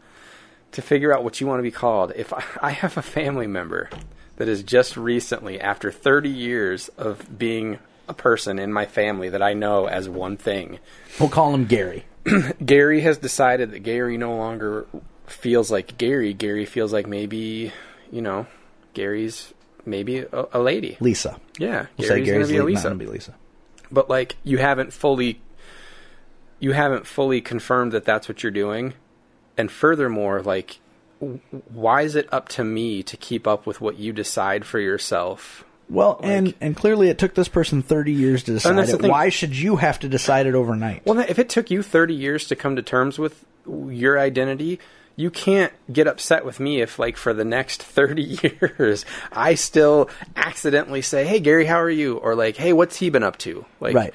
S5: to figure out what you want to be called? If I, I have a family member that has just recently, after 30 years of being a person in my family that I know as one thing,
S4: We'll call him Gary.
S5: Gary has decided that Gary no longer feels like Gary. Gary feels like maybe, you know, Gary's maybe a, a lady.
S4: Lisa.
S5: Yeah,
S4: We'll
S5: Gary's
S4: say
S5: gonna
S4: Gary's
S5: be a
S4: Lee- not
S5: Lisa.
S4: gonna be Lisa.
S5: But like, you haven't fully, you haven't fully confirmed that that's what you're doing. And furthermore, like, w- why is it up to me to keep up with what you decide for yourself?
S4: Well, and and clearly it took this person 30 years to decide
S5: that's the
S4: it.
S5: thing.
S4: Why should you have to decide it overnight?
S5: Well, if it took you 30 years to come to terms with your identity, you can't get upset with me if, like, for the next 30 years, I still accidentally say, Hey, Gary, how are you? Or, like, Hey, what's he been up to? Like,
S4: Right.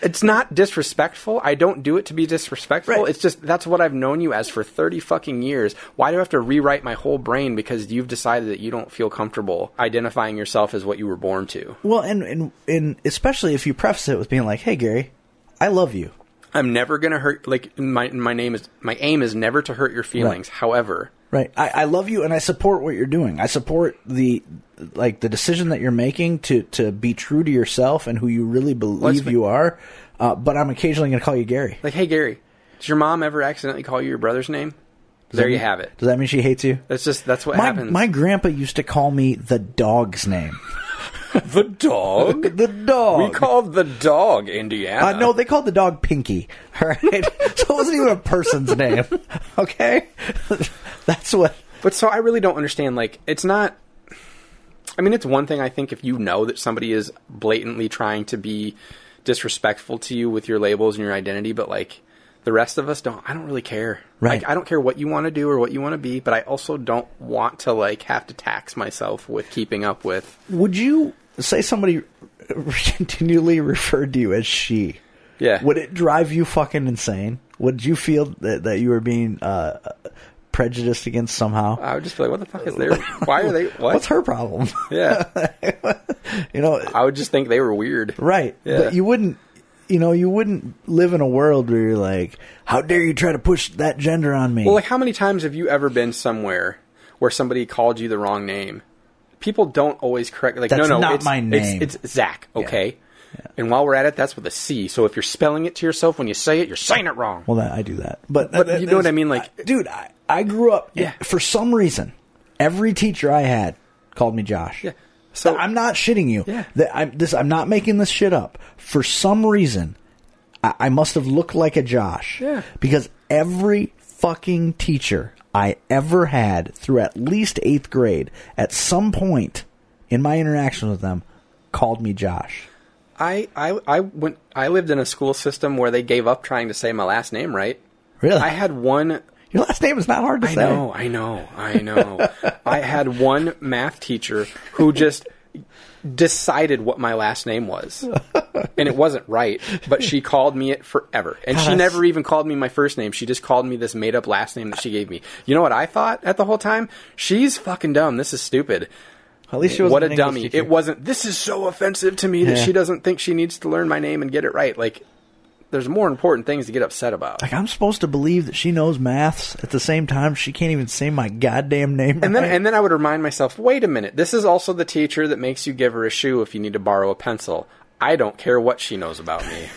S5: It's not disrespectful. I don't do it to be disrespectful.
S4: Right.
S5: It's just that's what I've known you as for 30 fucking years. Why do I have to rewrite my whole brain because you've decided that you don't feel comfortable identifying yourself as what you were born to?
S4: Well, and and and especially if you preface it with being like, "Hey Gary, I love you."
S5: I'm never gonna hurt. Like my my name is my aim is never to hurt your feelings. However,
S4: Right. I, I love you and I support what you're doing. I support the like the decision that you're making to to be true to yourself and who you really believe
S5: ma-
S4: you are. Uh, but I'm occasionally going to call you Gary.
S5: like, hey Gary, does your mom ever accidentally call you your brother's name? There you have it.
S4: Does that mean she hates you?
S5: That's just that's what
S4: My
S5: happens.
S4: my grandpa used to call me the dog's name.
S5: the dog.
S4: the dog.
S5: we called the dog Indiana.
S4: Uh, no, they called the dog Pinky. All right, so it wasn't even a person's name. Okay, that's what.
S5: But so I really don't understand. Like, it's not. I mean, it's one thing I think if you know that somebody is blatantly trying to be disrespectful to you with your labels and your identity, but like the rest of us don't. I don't really care.
S4: Right.
S5: Like, I don't care what you want to do or what you want to be, but I also don't want to like have to tax myself with keeping up with.
S4: Would you say somebody continually referred to you as she?
S5: Yeah.
S4: Would it drive you fucking insane? Would you feel that, that you were being uh, prejudiced against somehow?
S5: I would just be like, what the fuck is there? Why are they? Uh, What?
S4: What's her problem?
S5: Yeah.
S4: you know,
S5: I would just think they were weird.
S4: right?
S5: Yeah.
S4: But you wouldn't. You know, you wouldn't live in a world where you're like, "How dare you try to push that gender on me?"
S5: Well, like, how many times have you ever been somewhere where somebody called you the wrong name? People don't always correct. Like,
S4: That's
S5: no, no,
S4: not
S5: it's,
S4: my name.
S5: It's, it's Zach. Okay. And while we're at it, that's with a C. So if you're spelling it to yourself when you say it, you're saying it wrong.
S4: Well, that, I do that, but,
S5: But you know what I mean, like-
S4: dude, I, I grew up.
S5: Yeah.
S4: For some reason, every teacher I had called me Josh.
S5: Yeah. So-
S4: I'm not shitting you.
S5: Yeah.
S4: That I'm this. I'm not making this shit up. For some reason, I, I must have looked like a Josh.
S5: Yeah.
S4: Because every fucking teacher I ever had through at least eighth grade, at some point in my interaction with them, called me Josh.
S5: I, I, I went. I lived in a school system where they gave up trying to say my last name right.
S4: Really?
S5: I had one
S4: Your last name is not hard to
S5: I
S4: say.
S5: know, I know, I know. I had one math teacher who just decided what my last name was. And it wasn't right, but she called me it forever. And she
S4: that's-
S5: never even called me my first name. She just called me this made up last name that she gave me. You know what I thought at the whole time? She's fucking dumb. This is stupid.
S4: At least she was
S5: What a dummy. It wasn't this is so offensive to me that
S4: Yeah.
S5: she doesn't think she needs to learn my name and get it right. Like there's more important things to get upset about.
S4: Like I'm supposed to believe that she knows maths. At the same time, she can't even say my goddamn name.
S5: And then,
S4: right.
S5: and then I would remind myself, wait a minute, this is also the teacher that makes you give her a shoe if you need to borrow a pencil. I don't care what she knows about me.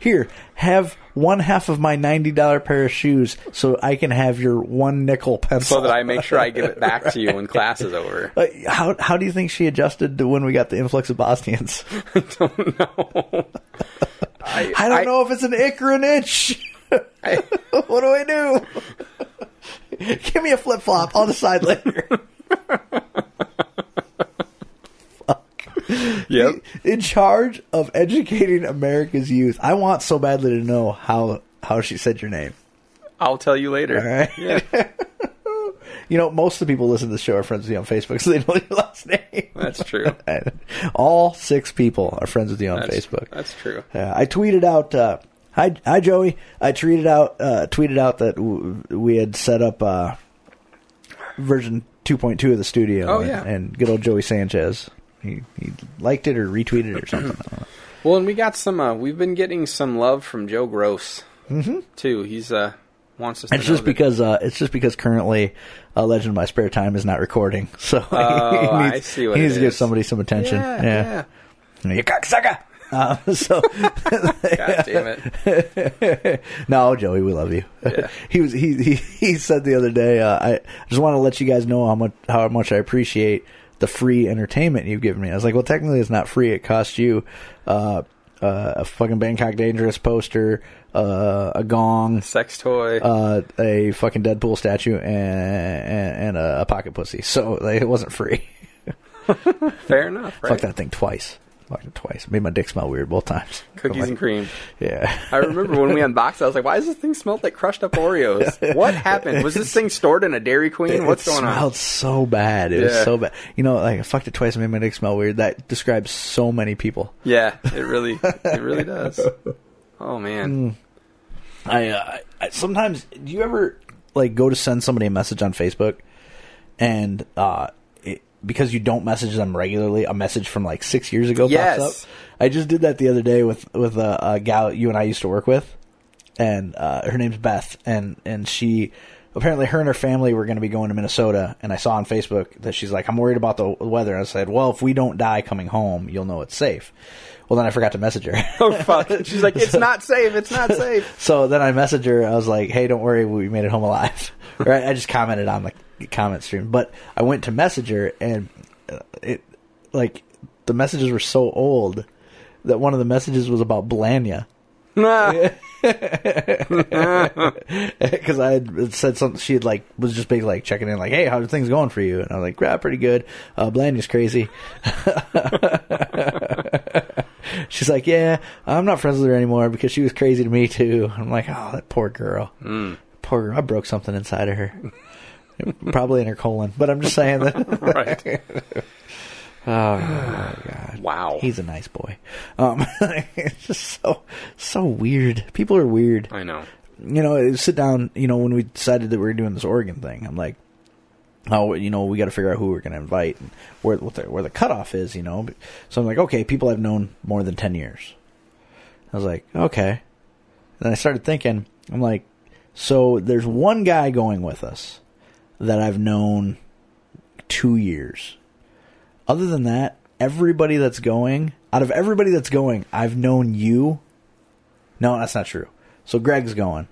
S4: here, have one half of my ninety dollar pair of shoes, so I can have your one nickel pencil.
S5: So that I make sure I give it back to you when class is over.
S4: Uh, how how do you think she adjusted to when we got the influx of Bosnians?
S5: Don't know.
S4: I don't
S5: I-
S4: know if it's an ick or an inch.
S5: I-
S4: what do I do? Give me a flip flop. I'll decide later.
S5: Yep.
S4: In charge of educating America's youth. I want so badly to know how how she said your name.
S5: I'll tell you later.
S4: right.
S5: Yeah,
S4: You know, most of the people listen to the show are friends with you on Facebook, so they know your last name.
S5: that's true.
S4: All six people are friends with you on
S5: That's,
S4: Facebook.
S5: That's true.
S4: Yeah, I tweeted out, uh, "Hi, hi, Joey." I tweeted out, uh, tweeted out that w- we had set up uh, version 2.2 of the studio.
S5: Oh,
S4: and,
S5: yeah.
S4: and good old Joey Sanchez, he, he liked it or retweeted it or something. I don't know.
S5: Well, and we got some, uh, we've been getting some love from Joe Gross, mm-hmm. too. He's, uh, wants us to
S4: it's
S5: know
S4: just
S5: that-
S4: because uh, it's just because currently, uh, Legend of My Spare Time is not recording, so he
S5: Oh, I
S4: needs,
S5: see what
S4: he
S5: it
S4: needs to give
S5: is.
S4: somebody some attention.
S5: Yeah, yeah.
S4: you cocksucker. Uh, so
S5: God damn it.
S4: No, Joey, we love you. he was he, he he said the other day. Uh, I just want to let you guys know how much how much I appreciate the free entertainment you've given me. I was like, well, technically it's not free. It cost you uh, uh, a fucking Bangkok Dangerous poster, uh, a gong,
S5: Sex toy.
S4: uh, a fucking Deadpool statue, and and, and a, a pocket pussy. So like, it wasn't free.
S5: Fair enough, right?
S4: Fuck that thing twice. Fucked it twice. Made my dick smell weird both times.
S5: Cookies
S4: Like,
S5: and cream.
S4: Yeah.
S5: I remember when we unboxed it, I was like, why does this thing smell like crushed up Oreos? What happened? Was this thing stored in a Dairy Queen? What's
S4: it
S5: going
S4: smelled
S5: on?
S4: so bad. It was
S5: Yeah.
S4: so bad. You know, like I fucked it twice and made my dick smell weird. That describes so many people.
S5: Yeah, it really, it really does. Oh
S4: Hmm.
S5: man.
S4: I, uh, I sometimes do you ever like go to send somebody a message on Facebook and uh it, because you don't message them regularly, a message from like six years ago
S5: Yes.
S4: pops up. I just did that the other day with with a, a gal you and I used to work with, and uh, her name's Beth, and and she apparently her and her family were going to be going to Minnesota, and I saw on Facebook that she's like, I'm worried about the weather, and I said, well, if we don't die coming home, you'll know it's safe. Well, then I forgot to message her.
S5: Oh fuck. She's like, it's not safe. It's not safe.
S4: So then I messaged her. I was like, "Hey, don't worry, we made it home alive." right? I just commented on the comment stream, but I went to message her, and uh, it like the messages were so old that one of the messages was about Blania
S5: Nah.
S4: because I had said something. She had like was just big like checking in, like, "Hey, how are things going for you?" And I was like, "Yeah, pretty good." Uh, Blania's crazy. She's like, "Yeah, I'm not friends with her anymore because she was crazy to me too." I'm like, "Oh, that poor girl. Poor girl. I broke something inside of her." Probably in her colon, but I'm just saying that
S5: Right. Wow.
S4: Oh, he's a nice boy. Um, it's just so so weird. People are weird.
S5: I know.
S4: you know, it- sit down, you know, when we decided that we were doing this Oregon thing, I'm like, oh, you know, we got to figure out who we're going to invite and where what the, where the cutoff is, you know. So I'm like, okay, people I've known more than 10 years. I was like, okay. Then I started thinking, I'm like, so there's one guy going with us that I've known two years. Other than that, everybody that's going, out of everybody that's going, I've known you. No, that's not true. So Greg's going.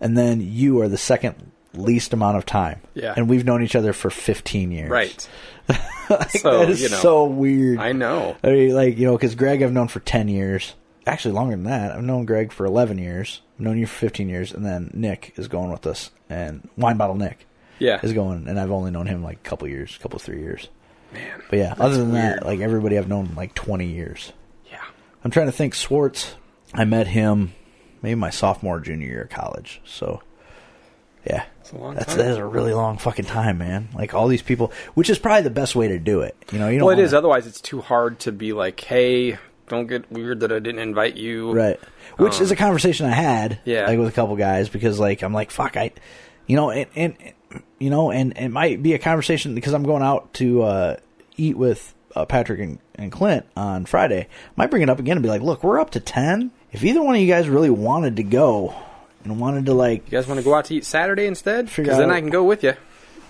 S4: And then you are the second least amount of time.
S5: Yeah.
S4: And we've known each other for 15 years.
S5: Right.
S4: that
S5: So
S4: is
S5: you know,
S4: so weird.
S5: I know.
S4: I mean, like you know, because Greg I've known for ten years, actually longer than that. I've known Greg for eleven years. I've known you for fifteen years, and then Nick is going with us, and Wine Bottle Nick
S5: Yeah.
S4: is going, and I've only known him like a couple years, couple three years. Man, but yeah, other than that, like everybody I've known like twenty years.
S5: Yeah.
S4: I'm trying to think. Swartz, I met him maybe my sophomore, junior year of college. So Yeah.
S5: It's a long
S4: That's
S5: time.
S4: that is a really long fucking time, man. Like all these people, which is probably the best way to do it. You know, you don't
S5: Well, it
S4: wanna-
S5: is. Otherwise, it's too hard to be like, hey, don't get weird that I didn't invite you.
S4: right? Which is a conversation I had,
S5: Um, Yeah.
S4: like with a couple guys because like I'm like fuck, I, you know, and, and you know, and it might be a conversation because I'm going out to uh, eat with uh, Patrick and, and Clint on Friday. might bring it up again and be like, look, we're up to ten. If either one of you guys really wanted to go and wanted to like
S5: You guys want to go out to eat Saturday instead?
S4: Figure
S5: Because then
S4: out-
S5: I can go with you.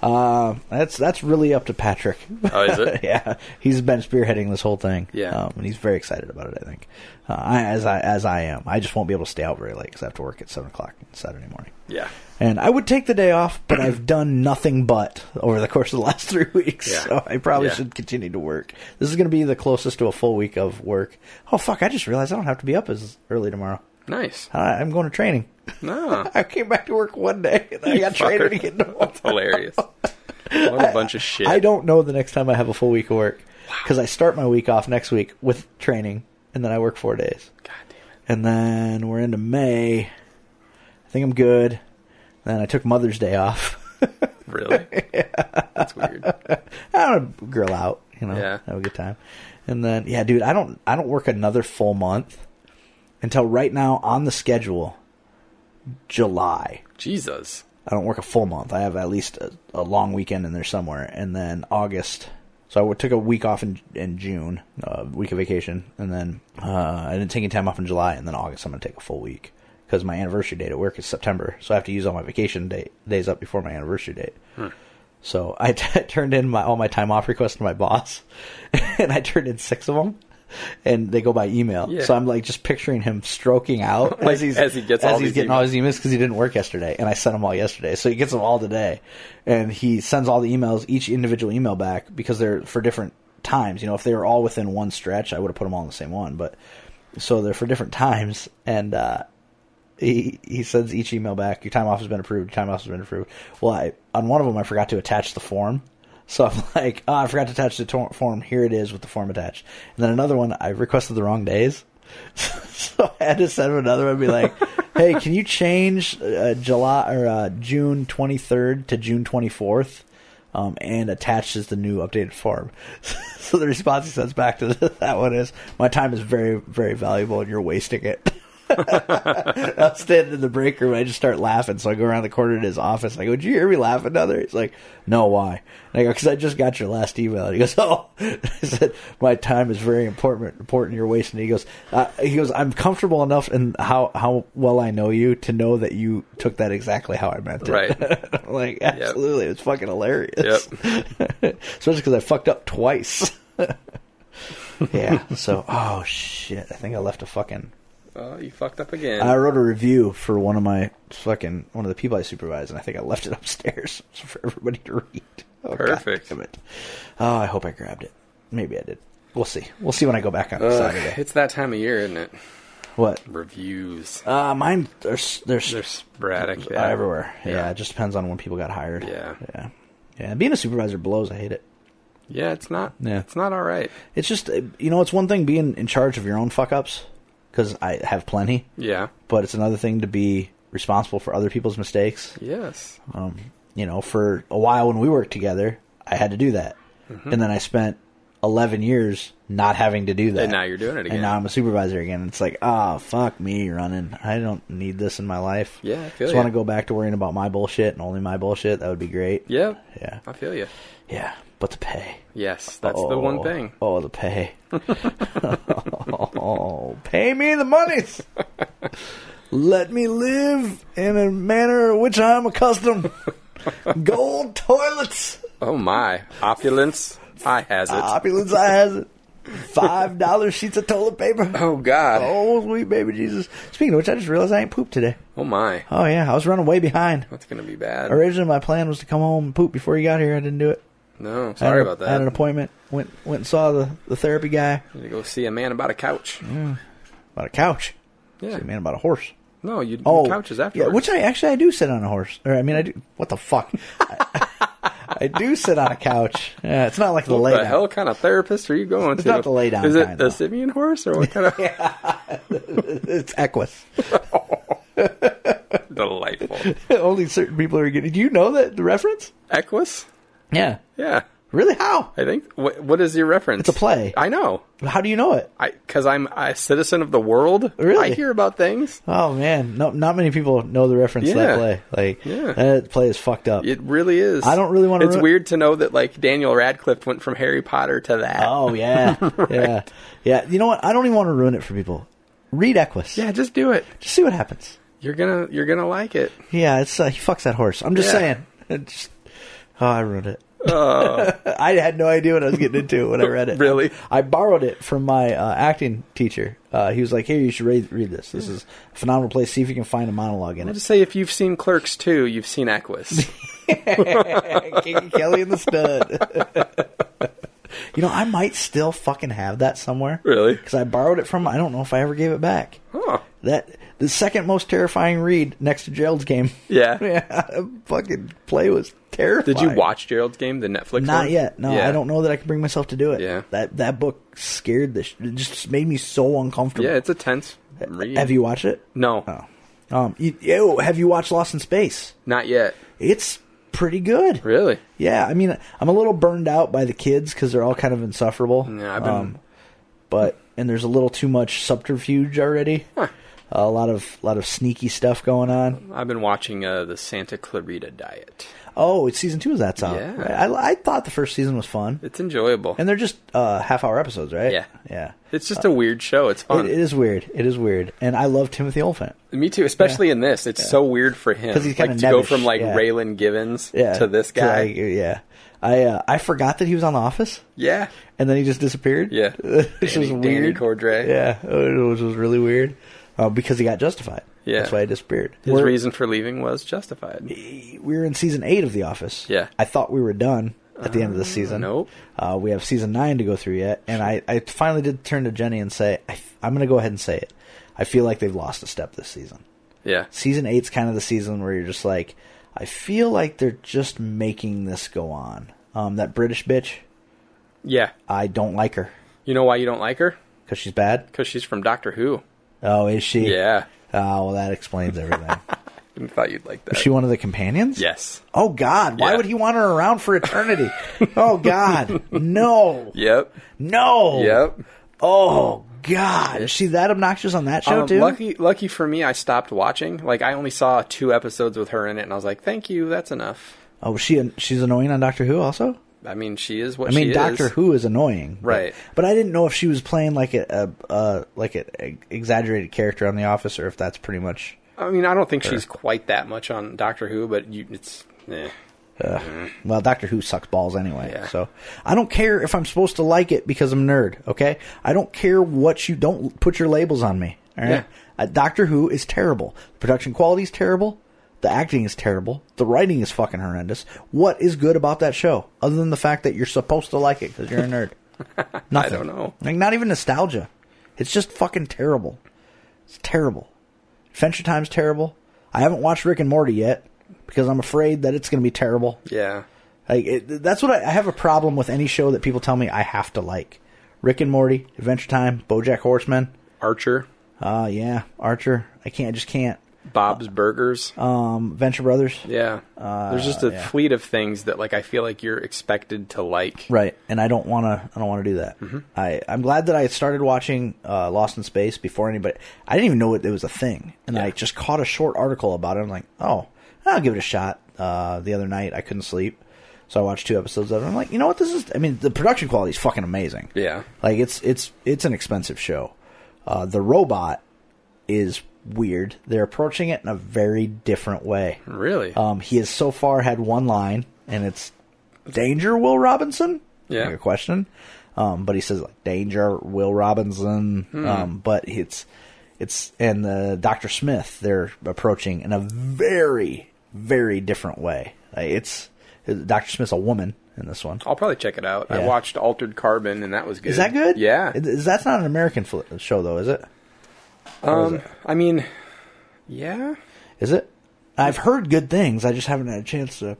S4: Uh, that's that's really up to Patrick.
S5: Oh, is it?
S4: yeah, he's been spearheading this whole thing.
S5: Yeah.
S4: um, and he's very excited about it. I think, uh, I, as I as I am, I just won't be able to stay out very late because I have to work at seven o'clock on Saturday morning.
S5: Yeah.
S4: And I would take the day off, but I've done nothing but over the course of the last three weeks.
S5: Yeah.
S4: So I probably
S5: Yeah.
S4: should continue to work. This is going to be the closest to a full week of work. Oh fuck! I just realized I don't have to be up as early tomorrow.
S5: Nice.
S4: I, I'm going to training.
S5: No.
S4: I came back to work one day and I got
S5: Fucker.
S4: training again tomorrow.
S5: That's hilarious. What a bunch of shit.
S4: I don't know the next time I have a full week of work because I start my week off next week with training, and then I work four days,
S5: God damn
S4: and then we're into May. I think I'm good. Then I took Mother's Day off.
S5: it. Really? That's weird.
S4: I don't know, girl out, you know,
S5: Yeah.
S4: have a good time, and then yeah, dude, I don't I don't work another full month until right now on the schedule, July.
S5: Jesus.
S4: I don't work a full month. I have at least a, a long weekend in there somewhere, and then August. So I w- took a week off in in June, a week of vacation, and then uh, I didn't take any time off in July, and then August I'm going to take a full week because my anniversary date at work is September, so I have to use all my vacation day, days up before my anniversary date. So I t- turned in my all my time off requests to my boss, and I turned in six of them, and they go by email.
S5: Yeah.
S4: So I'm like just picturing him stroking out
S5: Like,
S4: as he's
S5: as he gets
S4: as
S5: all
S4: he's
S5: these
S4: getting all his emails because he didn't work yesterday, and I sent them all yesterday. So he gets them all today, and he sends all the emails, each individual email back because they're for different times. You know, if they were all within one stretch, I would have put them all in the same one. But so they're for different times, and uh, he he sends each email back. Your time off has been approved. Your time off has been approved. Well, I, on one of them, I forgot to attach the form. So I'm like, oh, I forgot to attach the tor- form. Here it is with the form attached. And then another one, I requested the wrong days. so I had to send him another one and be like, hey, can you change uh, July or uh, June 23rd to June 24th? Um, and attaches the new updated form. so the response he sends back to that one is, my time is very, very valuable and you're wasting it. I'm standing in the break room. I just start laughing. So I go around the corner in his office. I go, "Did you hear me laugh another?" He's like, "No, why?" And I go, "Because I just got your last email." And he goes, "Oh," I said, "My time is very important. Important, you're wasting." it." He goes, uh, "He goes, I'm comfortable enough in how how well I know you to know that you took that exactly how I meant it."
S5: Right.
S4: I'm like, absolutely, it's fucking hilarious. Yep. Especially because I fucked up twice. yeah. So, oh shit, I think I left a fucking.
S5: Oh, you fucked up again.
S4: I wrote a review for one of my fucking one of the people I supervise, and I think I left it upstairs for everybody to read. Oh, God
S5: Perfect.
S4: damn it. Oh, I hope I grabbed it. Maybe I did. We'll see. We'll see when I go back on
S5: Ugh,
S4: Saturday.
S5: it's that time of year, isn't it?
S4: What?
S5: Reviews.
S4: Uh, mine. There's there's
S5: They're sporadic.
S4: uh,
S5: yeah.
S4: everywhere. Yeah.
S5: Yeah.
S4: it just depends on when people got hired.
S5: Yeah.
S4: yeah, yeah. Being a supervisor blows. I hate it.
S5: Yeah, it's not.
S4: Yeah.
S5: It's not all right.
S4: It's just uh, you know, it's one thing being in charge of your own fuck ups because I have plenty,
S5: Yeah.
S4: but it's another thing to be responsible for other people's mistakes.
S5: Yes.
S4: um, you know, for a while when we worked together, I had to do that,
S5: Mm-hmm.
S4: and then I spent eleven years not having to do that.
S5: And now you're doing it again.
S4: And now I'm a supervisor again. It's like, ah, fuck me, running. I don't need this in my life.
S5: Yeah, I feel
S4: just
S5: ya.
S4: want to go back to worrying about my bullshit and only my bullshit. That would be great.
S5: Yeah.
S4: yeah,
S5: I feel you.
S4: yeah. But the pay.
S5: Yes, that's the one
S4: Oh,
S5: thing.
S4: Oh, the pay. oh, pay me the monies. Let me live in a manner which I'm accustomed. Gold toilets.
S5: Oh my, opulence! I has it.
S4: Opulence I has it. Five dollar sheets of toilet paper.
S5: oh God! Oh.
S4: Oh, sweet baby Jesus. Speaking of which, I just realized I ain't pooped today.
S5: my,
S4: Oh yeah, I was running way behind.
S5: that's gonna be bad.
S4: Originally, my plan was to come home and poop before you got here. I didn't do it.
S5: No,
S4: I had
S5: sorry
S4: a-
S5: about that.
S4: I had an appointment. Went went and saw the, the therapy guy
S5: Need to go see a man about a couch.
S4: about a couch.
S5: Yeah.
S4: Man about a horse.
S5: No, you do
S4: Oh,
S5: couches
S4: Yeah,
S5: afterwards.
S4: which I actually I do sit on a horse. Or I mean, I do. What the fuck? I, I do sit on a couch. Yeah, it's not like the
S5: what
S4: lay
S5: the hell kind of therapist are you going
S4: It's
S5: to?
S4: not the lay down
S5: Is it
S4: kind,
S5: the
S4: though.
S5: simian horse or what kind of
S4: It's Equus.
S5: delightful? delightful.
S4: Only certain people are getting. Do you know that the reference?
S5: Equus?
S4: Yeah.
S5: Yeah.
S4: Really? How?
S5: I think. What, what is your reference?
S4: It's a play.
S5: I know.
S4: How do you know it?
S5: I because I'm a citizen of the world.
S4: Really?
S5: I hear about things.
S4: Oh man, no, not many people know the reference to
S5: Yeah.
S4: that play. Like
S5: Yeah.
S4: that play is fucked up.
S5: It really is.
S4: I don't really wanna
S5: It's
S4: ru-
S5: weird to know that like Daniel Radcliffe went from Harry Potter to that.
S4: Oh yeah, yeah, yeah. You know what? I don't even want to ruin it for people. Read Equus.
S5: Yeah, just do it.
S4: Just see what happens.
S5: You're gonna you're gonna like it.
S4: Yeah, it's uh, he fucks that horse. I'm just
S5: Yeah.
S4: saying. It just, oh, I ruined it. I had no idea what I was getting into when I read it.
S5: Oh. Really?
S4: I, borrowed it from my uh, acting teacher. Uh, he was like, "Here, you should read, read this. This is a phenomenal place. See if you can find a monologue in
S5: I'll
S4: it."
S5: just say if you've seen Clerks 2, you've seen Equus.
S4: King Kelly and the Stud. you know, I might still fucking have that somewhere.
S5: Really?
S4: Because I borrowed it from. I don't know if I ever gave it back.
S5: Huh.
S4: That the second most terrifying read next to Gerald's game.
S5: Yeah.
S4: yeah, fucking play was terrifying.
S5: Did you watch Gerald's game, the Netflix?
S4: Not
S5: one?
S4: yet. No,
S5: Yeah.
S4: I don't know that I can bring myself to do it.
S5: Yeah.
S4: That that book scared the. Sh- it just made me so uncomfortable.
S5: Yeah, it's a tense read.
S4: have you watched it?
S5: No,
S4: Oh. Um. You, ew, have you watched Lost in Space?
S5: not yet.
S4: It's pretty good.
S5: Really?
S4: Yeah, I mean, I'm a little burned out by the kids because they're all kind of insufferable. Um,
S5: Yeah, I've been-
S4: but and there's a little too much subterfuge already. A lot of lot of sneaky stuff going on.
S5: I've been watching uh, the Santa Clarita Diet.
S4: Oh, it's season two. Is that's out?
S5: Yeah.
S4: I, I, I thought the first season was fun,
S5: It's enjoyable.
S4: and they're just uh, half hour episodes, right?
S5: Yeah.
S4: yeah.
S5: it's just a weird show. It's
S4: It,
S5: fun.
S4: it is weird. It is weird, and I love Timothy Oliphant.
S5: Me too, especially in this. It's so weird for him.
S4: 'Cause he's
S5: like
S4: kinda
S5: to go
S4: nebbish,
S5: from like
S4: yeah.
S5: Raylan Givens
S4: Yeah,
S5: to this guy.
S4: like, yeah, I uh, I forgot that he was on The Office,
S5: yeah.
S4: and then he just disappeared.
S5: Yeah.
S4: which was
S5: Danny-
S4: weird.
S5: Danny Cordray.
S4: Yeah, uh, which was really weird uh, because he got justified.
S5: Yeah.
S4: that's why he disappeared.
S5: His
S4: We're,
S5: reason for leaving was justified.
S4: we were in season eight of The Office.
S5: Yeah.
S4: I thought we were done at the end of the season.
S5: nope.
S4: Uh, we have season nine to go through yet, and I, I finally did turn to Jenny and say, I, th- I'm going to go ahead and say it. I feel like they've lost a step this season.
S5: Yeah.
S4: Season eight's kind of the season where you're just like, I feel like they're just making this go on. Um, that British bitch,
S5: Yeah.
S4: I don't like her
S5: You know why you don't like her?
S4: because she's bad.
S5: Because she's from Doctor Who.
S4: Oh, is she?
S5: Yeah.
S4: Oh, well, that explains everything.
S5: I thought you'd like that.
S4: Is she one of the companions?
S5: yes.
S4: Oh God, why
S5: Yeah.
S4: would he want her around for eternity? oh God, no,
S5: Yep.
S4: no.
S5: Yep.
S4: Oh God, is she that obnoxious on that show
S5: Um,
S4: too?
S5: lucky, lucky for me, I stopped watching. Like I only saw two episodes with her in it, and I was like, "Thank you, that's enough."
S4: Oh, she she's annoying on Doctor Who also.
S5: I mean, she is what
S4: I mean,
S5: she
S4: Doctor
S5: is.
S4: Who is annoying, but-
S5: Right.
S4: But, I didn't know if she was playing like a, a uh, like an exaggerated character on The Office, or if that's pretty much.
S5: I mean, I don't think she's quite that much on Doctor Who, but you, it's eh.
S4: Well, Doctor Who sucks balls anyway.
S5: Yeah.
S4: So I don't care if I'm supposed to like it because I'm a nerd. Okay, I don't care what you don't put your labels on me. All right,
S5: Yeah.
S4: uh, Doctor Who is terrible. The production quality is terrible. The acting is terrible. The writing is fucking horrendous. What is good about that show other than the fact that you're supposed to like it because you're a nerd? Nothing.
S5: don't know.
S4: Like not even nostalgia. It's just fucking terrible. It's terrible. Adventure Time's terrible. I haven't watched Rick and Morty yet because I'm afraid that it's going to be terrible.
S5: yeah.
S4: Like it, that's what I, I have a problem with any show that people tell me I have to like. Rick and Morty, Adventure Time, BoJack Horseman.
S5: Archer,
S4: Uh yeah, Archer. I can't. I just can't.
S5: Bob's
S4: Uh,
S5: Burgers,
S4: Um, Venture Brothers.
S5: yeah.
S4: uh,
S5: There's just a fleet of things that like I feel like you're expected to like.
S4: Right, and I don't want to. I don't want to do that. I I'm glad that I started watching uh, Lost in Space before anybody. I didn't even know it, it was a thing, and I just caught a short article about it. I'm like, oh, I'll give it a shot. Uh, the other night I couldn't sleep, so I watched two episodes of it. I'm like, you know what? This is. I mean, the production quality is fucking amazing.
S5: Yeah.
S4: like it's it's it's an expensive show. Uh, the robot is weird. They're approaching it in a very different way.
S5: Really?
S4: Um, he has so far had one line, and it's "Danger, Will Robinson."
S5: Yeah.
S4: Like a question. Um, but he says like "Danger, Will Robinson." Um, but it's it's and the Doctor Smith they're approaching in a very very different way. Like, it's Doctor Smith's a woman in this one.
S5: I'll probably check it out. I
S4: Yeah.
S5: watched Altered Carbon, and that was good.
S4: Is that good?
S5: Yeah.
S4: Is, that's not an American fl- show though, is it?
S5: Um, I mean, yeah.
S4: Is it? I've heard good things. I just haven't had a chance to.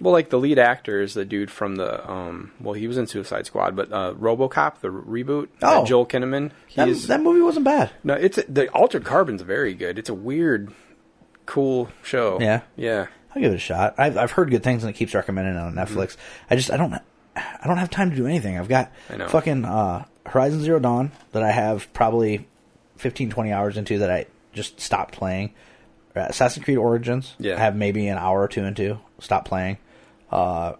S5: Well, like the lead actor is the dude from the um. Well, he was in Suicide Squad, but uh, RoboCop, the re- reboot. uh,
S4: Oh.
S5: Joel Kinnaman.
S4: That,
S5: He's
S4: that movie wasn't bad.
S5: no. It's the Altered Carbon's very good. It's a weird cool show.
S4: Yeah?
S5: yeah.
S4: I'll give it a shot. I've I've heard good things and it keeps recommending it on
S5: Mm-hmm.
S4: Netflix. I just I don't I don't have time to do anything. I've got
S5: I know.
S4: fucking uh, Horizon Zero Dawn that I have probably 15, 20 hours into that I just stopped playing. Uh, Assassin's Creed Origins
S5: Yeah.
S4: I have maybe an hour or two into. Stop playing. Uh,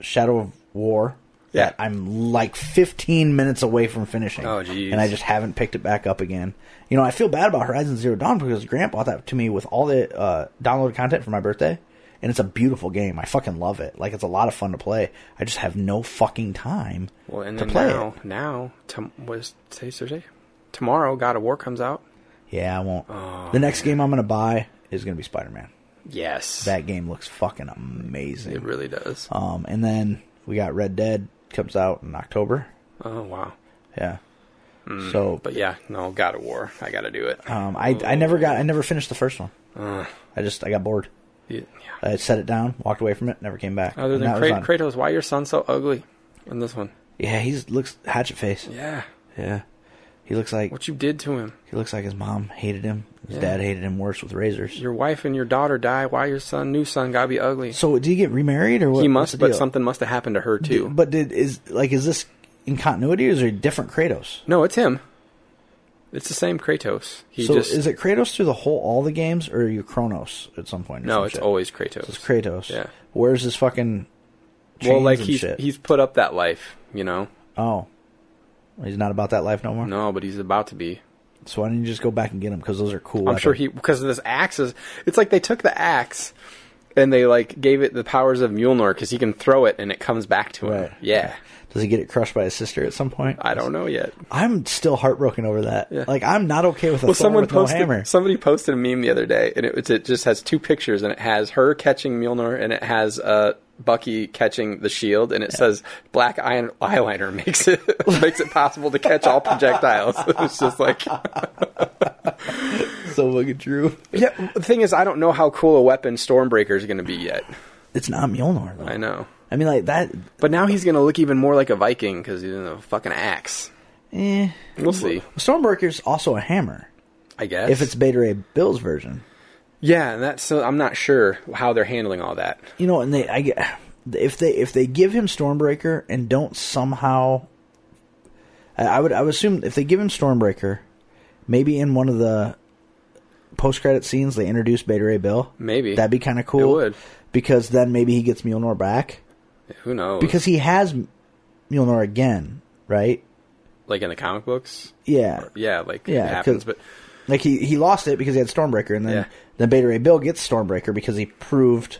S4: Shadow of War.
S5: Yeah.
S4: that I'm like 15 minutes away from finishing.
S5: Oh, jeez.
S4: And I just haven't picked it back up again. You know, I feel bad about Horizon Zero Dawn because Grant bought that to me with all the uh, downloaded content for my birthday, and it's a beautiful game. I fucking love it. Like it's a lot of fun to play. I just have no fucking time
S5: Well, and
S4: to
S5: then
S4: play
S5: now,
S4: it.
S5: now tom- was today's Thursday. Tomorrow, God of War comes out.
S4: Yeah, I won't.
S5: Oh,
S4: the next game I'm gonna buy is gonna be Spider Man.
S5: Yes,
S4: That game looks fucking amazing.
S5: it really does.
S4: um, and then we got Red Dead comes out in October.
S5: oh wow.
S4: Yeah. so
S5: Hmm. But yeah, no, God of War. I got to do it.
S4: Um, I I never got I never finished the first one.
S5: Uh.
S4: I just I got bored.
S5: yeah.
S4: I set it down, walked away from it, never came back.
S5: Other
S4: And
S5: than
S4: that was
S5: Kra-
S4: on-
S5: Kratos, why your son so ugly in this one?
S4: yeah, he's looks hatchet face.
S5: Yeah,
S4: Yeah, he looks like
S5: what you did to him.
S4: he looks like his mom hated him. His
S5: Yeah.
S4: dad hated him worse with razors.
S5: Your wife and your daughter die. Why your son, new son, gotta be ugly?
S4: So did he get remarried or what?
S5: he
S4: what's
S5: must,
S4: the
S5: but
S4: deal?
S5: something must have happened to her too.
S4: But did is like is this in continuity or is there a different Kratos?
S5: no, it's him. It's the same Kratos. He
S4: so
S5: just
S4: is it Kratos through the whole all the games or are you Kronos at some point? Or
S5: no,
S4: some
S5: it's
S4: shit?
S5: always Kratos.
S4: it's Kratos.
S5: Yeah.
S4: Where's his fucking?
S5: well,
S4: chains
S5: like
S4: and
S5: he's
S4: shit?
S5: he's put up that life, you know.
S4: Oh, he's not about that life no more.
S5: No, but he's about to be.
S4: So why didn't you just go back and get him? Because those are cool.
S5: I'm sure he because of this axe is. It's like they took the axe and they like gave it the powers of Mjolnir because he can throw it and it comes back to him.
S4: Right.
S5: Yeah,
S4: does. He get it crushed by his sister at some point.
S5: I don't know yet.
S4: I'm still heartbroken over that.
S5: Yeah.
S4: Like I'm not okay with a
S5: Well,
S4: Thor
S5: someone
S4: with no
S5: posted
S4: hammer.
S5: somebody posted a meme the other day, and it, was- it just has two pictures, and it has her catching Mjolnir, and it has uh, Bucky catching the shield, and it says black iron eyeliner makes it makes it possible to catch all projectiles. it's just like,
S4: so fucking true.
S5: yeah. The thing is, I don't know how cool a weapon Stormbreaker is going to be yet.
S4: It's not Mjolnir though.
S5: I know,
S4: I mean, like that.
S5: but now he's going to look even more like a Viking because he's in a fucking axe.
S4: Eh.
S5: We'll see.
S4: Stormbreaker's also a hammer.
S5: I guess
S4: If it's Beta Ray Bill's version,
S5: yeah, and that's so I'm not sure how they're handling all that.
S4: you know, and they, I get if they if they give him Stormbreaker and don't somehow, I, I would I would assume if they give him Stormbreaker, maybe in one of the post credit scenes they introduce Beta Ray Bill.
S5: Maybe.
S4: that'd be kind of cool.
S5: It would.
S4: because then maybe he gets Mjolnir back
S5: Who knows?
S4: because he has Mjolnir again, right?
S5: like in the comic books,
S4: Yeah,
S5: yeah, like
S4: Yeah,
S5: it happens,
S4: 'cause-
S5: but.
S4: Like he, he lost it because he had Stormbreaker, and then
S5: Yeah.
S4: then Beta Ray Bill gets Stormbreaker because he proved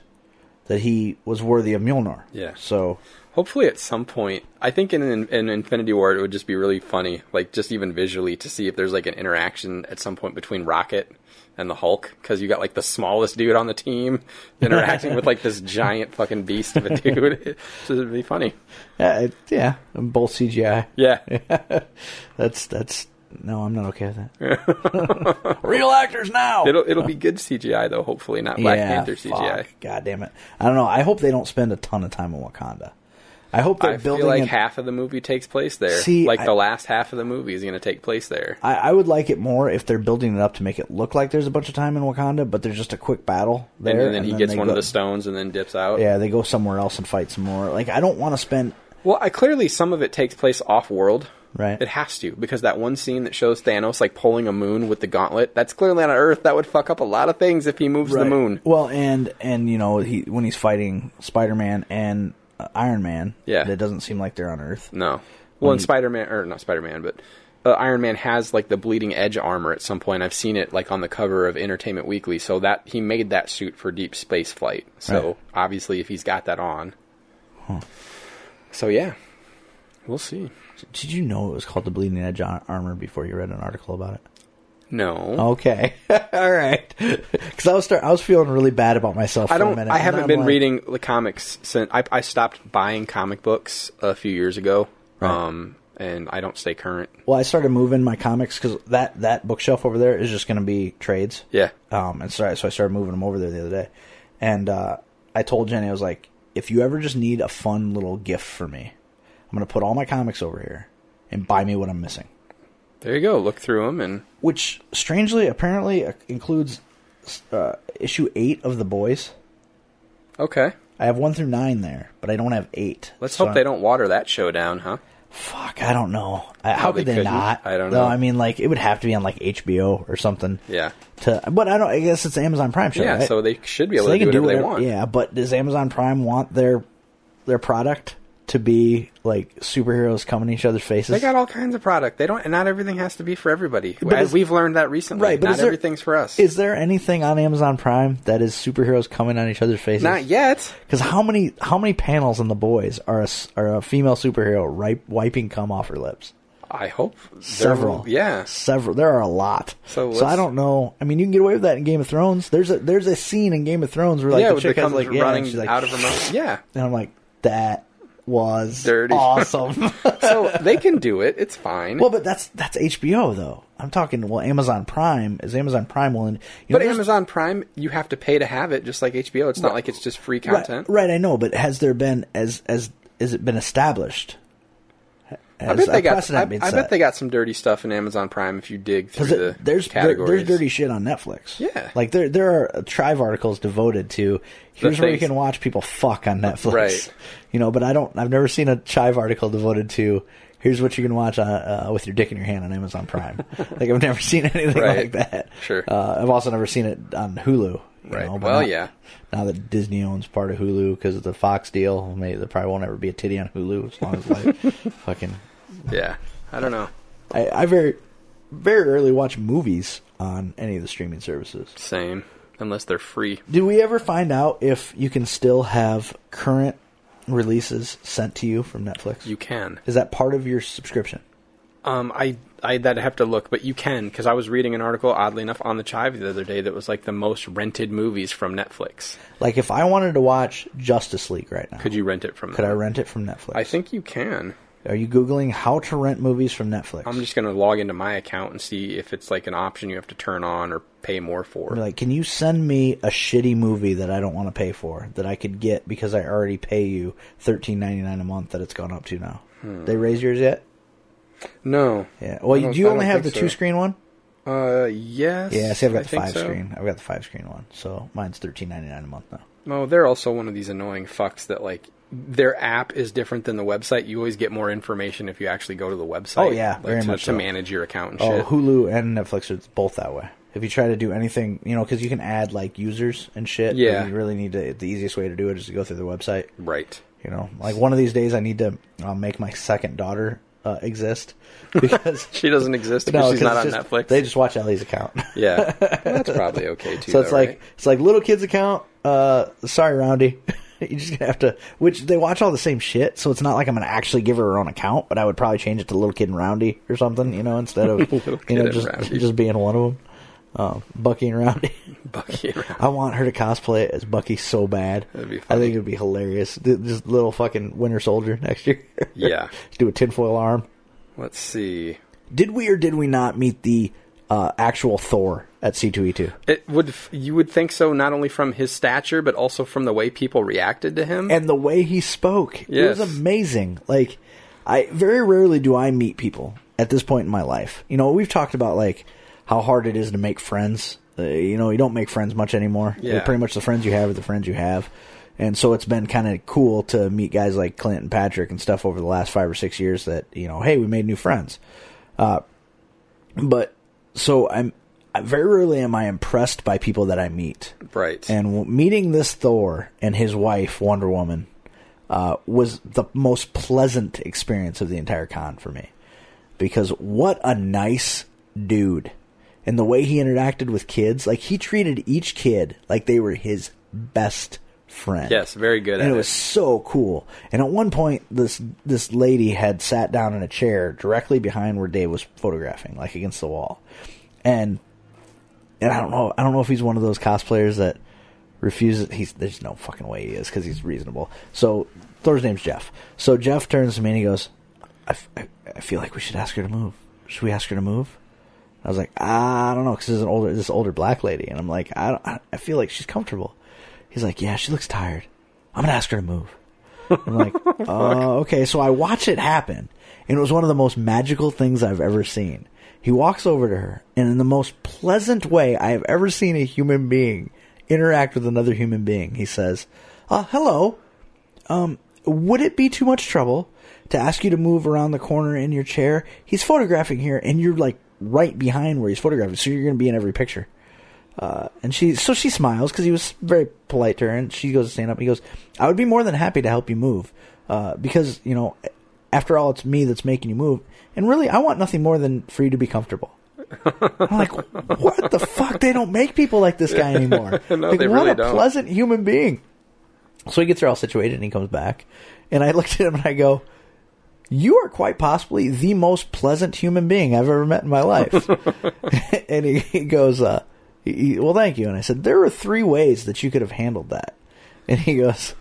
S4: that he was worthy of Mjolnir.
S5: Yeah.
S4: So
S5: Hopefully, at some point, I think in, in in Infinity War, it would just be really funny, like just even visually, to see if there's like an interaction at some point between Rocket and the Hulk, because you got like the smallest dude on the team interacting with like this giant fucking beast of a dude. so it'd be funny.
S4: yeah, it- yeah, and both CGI.
S5: Yeah,
S4: That's that's no, I'm not okay with that. Real actors now.
S5: it'll it'll be good CGI though. Hopefully, not Black
S4: yeah,
S5: Panther CGI.
S4: fuck, God damn it! I don't know. I hope they don't spend a ton of time in Wakanda. I hope they're
S5: I feel
S4: building.
S5: like
S4: an-
S5: half of the movie takes place there.
S4: See,
S5: like
S4: I-
S5: the last half of the movie is going to take place there.
S4: I, I would like it more if they're building it up to make it look like there's a bunch of time in Wakanda, but there's just a quick battle there,
S5: and, then he gets
S4: they
S5: one of
S4: go-
S5: the stones and then dips out.
S4: Yeah, they go somewhere else and fight some more. Like I don't want to spend
S5: Well, I clearly some of it takes place off world.
S4: Right.
S5: It has to because that one scene that shows Thanos like pulling a moon with the gauntlet, that's clearly on Earth. That would fuck up a lot of things if he moves the
S4: Right.
S5: moon.
S4: Well, and and you know he when he's fighting Spider Man and uh, Iron Man,
S5: Yeah.
S4: it doesn't seem like they're on Earth.
S5: No. Well,
S4: Mm.
S5: in Spider-Man or not Spider-Man, but uh, Iron Man has like the bleeding edge armor at some point. I've seen it like on the cover of Entertainment Weekly, so that he made that suit for deep space flight. So,
S4: Right.
S5: obviously if he's got that on. So, yeah. We'll see.
S4: Did you know it was called the Bleeding Edge Ar- Armor before you read an article about it?
S5: No.
S4: Oh, Okay, all right. Because I was start, I was feeling really bad about myself.
S5: I
S4: for a
S5: don't.
S4: minute,
S5: I
S4: and
S5: haven't
S4: I'm
S5: been
S4: like-
S5: reading the comics since I, I stopped buying comic books a few years ago. Um, and I don't stay current.
S4: Well, I started moving my comics because that that bookshelf over there is just going to be trades.
S5: Yeah.
S4: Um, and so I, so I started moving them over there the other day, and uh, I told Jenny I was like, if you ever just need a fun little gift for me, I'm going to put all my comics over here and buy me what I'm missing,
S5: There you go. Look through them, and
S4: which strangely apparently uh, includes uh, issue eight of the boys.
S5: Okay.
S4: I have one through nine there, but I don't have eight.
S5: Let's
S4: So
S5: hope they don't water that show down, huh?
S4: Fuck, I don't know. I, how
S5: they
S4: could they,
S5: couldn't.
S4: not?
S5: I don't
S4: No,
S5: know.
S4: I mean, like it would have to be on like HBO or something.
S5: Yeah.
S4: To, but I don't. I guess it's an Amazon Prime show.
S5: Yeah,
S4: right?
S5: so they should be able
S4: So
S5: to do
S4: can
S5: whatever, they want.
S4: Yeah, but does Amazon Prime want their their product to be like superheroes coming in each other's faces?
S5: They got all kinds of product. They don't. and Not everything has to be for everybody.
S4: is-
S5: As we've learned that recently.
S4: Right, but
S5: not
S4: is there-
S5: everything's for us.
S4: Is there anything on Amazon Prime that is superheroes coming on each other's faces?
S5: not yet.
S4: Because how many how many panels in the boys are a, s- are a female superhero ripe, wiping cum off her lips?
S5: I hope there-
S4: Several,
S5: Yeah.
S4: several. There are a lot.
S5: So
S4: I
S5: let's-
S4: don't know. I mean, you can get away with that in Game of Thrones. There's a there's a scene in Game of Thrones where like
S5: yeah,
S4: the
S5: with the
S4: chick has
S5: comes
S4: like yeah, and
S5: running
S4: she's like,
S5: out of her mouth. Yeah.
S4: and I'm like that was
S5: Dirty.
S4: awesome.
S5: So they can do it. It's fine.
S4: Well, but that's that's HBO though. I'm talking. Well, Amazon Prime is Amazon Prime will. and- You know,
S5: but
S4: there's-
S5: Amazon Prime, you have to pay to have it, just like HBO. It's not like it's just free
S4: right,
S5: content.
S4: right? I know, but has there been as as has it been established?
S5: I bet they got. I,
S4: precedent
S5: I bet they got some dirty stuff in Amazon Prime if you dig through
S4: Because
S5: the
S4: there's there,
S5: categories.
S4: there's dirty shit on Netflix.
S5: Yeah.
S4: like there there are uh, Trive articles devoted to here's where you
S5: things-
S4: can watch people fuck on Netflix.
S5: Right.
S4: You know, but I don't. I've never seen a Trive article devoted to here's what you can watch uh, uh, with your dick in your hand on Amazon Prime. like I've never seen anything
S5: Right.
S4: like that.
S5: Sure.
S4: Uh, I've also never seen it on Hulu. you
S5: Right.
S4: know, but
S5: Well,
S4: now-
S5: yeah.
S4: Now that Disney owns part of Hulu because of the Fox deal, maybe there probably won't ever be a titty on Hulu as long as like fucking
S5: Yeah, I don't know.
S4: I, I very very rarely watch movies on any of the streaming services.
S5: Same, unless they're free.
S4: Do we ever find out if you can still have current releases sent to you from Netflix?
S5: You can.
S4: Is that part of your subscription?
S5: Um, I I that have to look, but you can because I was reading an article, oddly enough, on the Chive the other day that was like the most rented movies from Netflix.
S4: Like if I wanted to watch Justice League right now,
S5: Could you rent it from?
S4: could I
S5: them?
S4: rent it from Netflix?
S5: I think you can.
S4: Are you googling how to rent movies from Netflix?
S5: I'm just gonna log into my account and see if it's like an option you have to turn on or pay more for.
S4: Be like, can you send me a shitty movie that I don't want to pay for that I could get because I already pay you thirteen ninety nine a month that it's gone up to now?
S5: Hmm.
S4: They raise yours yet?
S5: no.
S4: Yeah. Well,
S5: I
S4: you,
S5: don't-
S4: do you
S5: I
S4: only
S5: don't
S4: have the
S5: think so.
S4: two screen one?
S5: Uh, yes.
S4: Yeah, see, I've got
S5: I
S4: the
S5: think
S4: five
S5: so.
S4: screen. I've got the five screen one, so mine's thirteen ninety nine a month now.
S5: No, Oh, they're also one of these annoying fucks that like their app is different than the website. You always get more information if you actually go to the website.
S4: Oh, yeah,
S5: like,
S4: very
S5: to,
S4: much
S5: to
S4: so.
S5: manage your account and
S4: Oh,
S5: shit.
S4: Hulu and Netflix are both that way. If you try to do anything, you know, because you can add like users and shit. but
S5: Yeah.
S4: you really need to. The easiest way to do it is to go through the website.
S5: Right.
S4: You know, like one of these days, I need to uh, make my second daughter uh, exist because
S5: She doesn't exist because she's
S4: 'cause
S5: not on
S4: it's just-
S5: Netflix.
S4: They just watch Ellie's account.
S5: yeah, that's probably okay too.
S4: so it's
S5: though,
S4: like
S5: right?
S4: it's like little kids account. Uh, sorry, Roundy. you just gonna have to. Which they watch all the same shit, so it's not like I'm gonna actually give her her own account. But I would probably change it to little kid and Roundy or something, you know, instead of you
S5: Kid
S4: know
S5: and
S4: just
S5: Roundy.
S4: just being one of them. Um, Bucky and Roundy.
S5: Bucky around.
S4: I want her to cosplay as Bucky so bad.
S5: That'd be
S4: I
S5: funny.
S4: think it'd be hilarious. Th- Just little fucking Winter Soldier next year.
S5: Yeah.
S4: Do a tinfoil arm.
S5: Let's see.
S4: Did we or did we not meet the uh, actual Thor at E C2E2?
S5: It would f- you would think so not only from his stature but also from the way people reacted to him.
S4: and the way he spoke it
S5: Mm-hmm. Yes.
S4: was amazing like i very rarely do i meet people at this point in my life you know we've talked about like how hard it is to make friends uh, you know you don't make friends much anymore
S5: Yeah.
S4: They're pretty much the friends you have are the friends you have and so it's been kind of cool to meet guys like clint and patrick and stuff over the last five or six years that you know hey we made new friends uh, but so i'm I- very rarely am i impressed by people that i meet
S5: right.
S4: and w- meeting this Thor and his wife Wonder Woman uh, was the most pleasant experience of the entire con for me because what a nice dude and the way he interacted with kids like he treated each kid like they were his best friend
S5: yes, very good
S4: and
S5: at
S4: it
S5: it.
S4: was so cool. And at one point, this this lady had sat down in a chair directly behind where Dave was photographing, like against the wall. And and I don't know, I don't know if he's one of those cosplayers that refuses. He's there's no fucking way he is because he's reasonable. So Thor's name's Jeff. So Jeff turns to me and he goes, I, f- I- I feel like we should ask her to move. Should we ask her to move? I was like, ah, I don't know, because there's an older, this older black lady, and I'm like, I, don't, I, I feel like she's comfortable. He's like, yeah, she looks tired. I'm gonna ask her to move. I'm like, uh, okay. So I watch it happen, and it was one of the most magical things I've ever seen. He walks over to her, and in the most pleasant way I have ever seen a human being interact with another human being, he says, uh, "Hello. Um, would it be too much trouble to ask you to move around the corner in your chair? He's photographing here, and you're like right behind where he's photographing, so you're going to be in every picture." and she so she smiles because he was very polite to her and she goes to stand up and he goes i would be more than happy to help you move uh, because you know after all it's me that's making you move and really i want nothing more than for you to be comfortable I'm like, what the fuck? They don't make people like this guy anymore.
S5: No,
S4: Like,
S5: they
S4: what
S5: really
S4: a
S5: don't.
S4: pleasant human being. So he gets her all situated and he comes back. And I looked at him and I go, You are quite possibly the most pleasant human being I've ever met in my life. and he, he goes, uh, he- he- Well, thank you. And I said, There are three ways that you could have handled that. And he goes,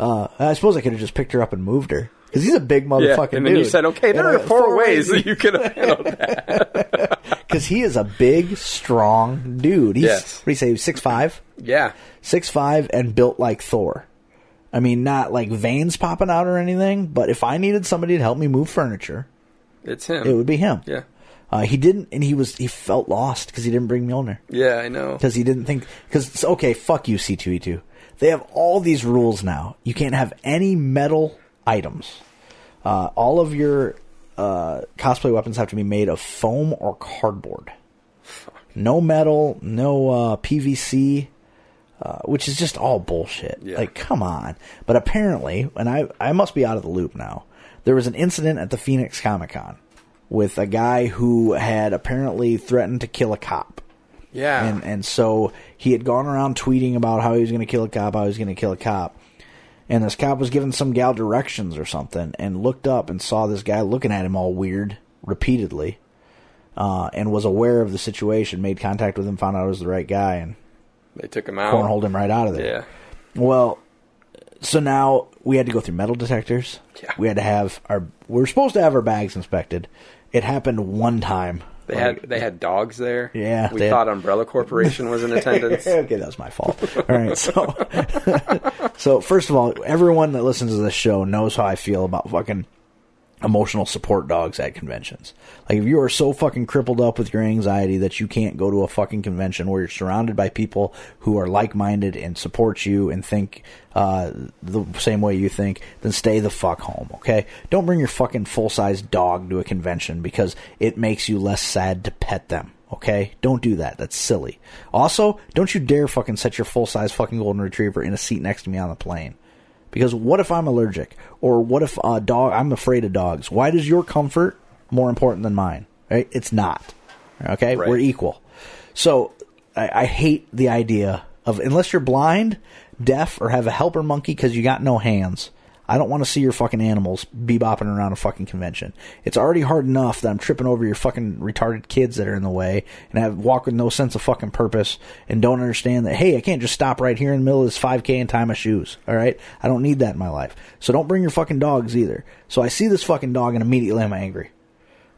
S4: uh, I suppose I could have just picked her up and moved her. Because he's a big motherfucking
S5: Yeah, and then you
S4: dude.
S5: said, okay, there
S4: And I-
S5: are four, ways that you could have handled that.
S4: because he is a big, strong dude. He's
S5: Yes.
S4: what do you say? Six five,
S5: Yeah.
S4: six five, and built like Thor. I mean, not like veins popping out or anything. But if I needed somebody to help me move furniture,
S5: It's him.
S4: it would be him.
S5: Yeah.
S4: Uh, he didn't, and he was he felt lost because he didn't bring Mjolnir
S5: Yeah, I know.
S4: because he didn't think because okay, fuck you, C two E two. They have all these rules now. You can't have any metal items. Uh, all of your uh, cosplay weapons have to be made of foam or cardboard. No metal, no uh, PVC, uh, which is just all bullshit.
S5: Yeah.
S4: Like, come on. But apparently, and I I must be out of the loop now. There was an incident at the Phoenix Comic Con with a guy who had apparently threatened to kill a cop.
S5: Yeah.
S4: And and so he had gone around tweeting about how he was going to kill a cop, how he was going to kill a cop. And this cop was giving some gal directions or something and looked up and saw this guy looking at him all weird repeatedly. Uh, and was aware of the situation, made contact with him, found out it was the right guy, and
S5: they took him out.
S4: cornholed him right out of there.
S5: Yeah.
S4: Well, so now we had to go through metal detectors.
S5: Yeah.
S4: We had to have our. We were supposed to have our bags inspected. It happened one time.
S5: They
S4: Like,
S5: had they had dogs there.
S4: Yeah,
S5: We
S4: they had-
S5: thought Umbrella Corporation was in attendance.
S4: okay, that was my fault. All right, so so first of all, everyone that listens to this show knows how I feel about fucking emotional support dogs at conventions. Like if you are so fucking crippled up with your anxiety that you can't go to a fucking convention where you're surrounded by people who are like-minded and support you and think uh, the same way you think, then stay the fuck home, okay? Don't bring your fucking full-size dog to a convention because it makes you less sad to pet them. Okay, don't do that. That's silly. Also, don't you dare fucking set your full size fucking golden retriever in a seat next to me on the plane. Because what if I'm allergic? Or what if a dog? I'm afraid of dogs. Why does your comfort more important than mine? Right? It's not. Okay,
S5: Right.
S4: we're equal. So I, I hate the idea of unless you're blind, deaf, or have a helper monkey because you got no hands. I don't want to see your fucking animals bebopping around a fucking convention. It's already hard enough that I'm tripping over your fucking retarded kids that are in the way and have walk with no sense of fucking purpose and don't understand that, hey, I can't just stop right here in the middle of this 5K and tie my shoes. All right? I don't need that in my life. So don't bring your fucking dogs either. So I see this fucking dog and immediately I'm angry.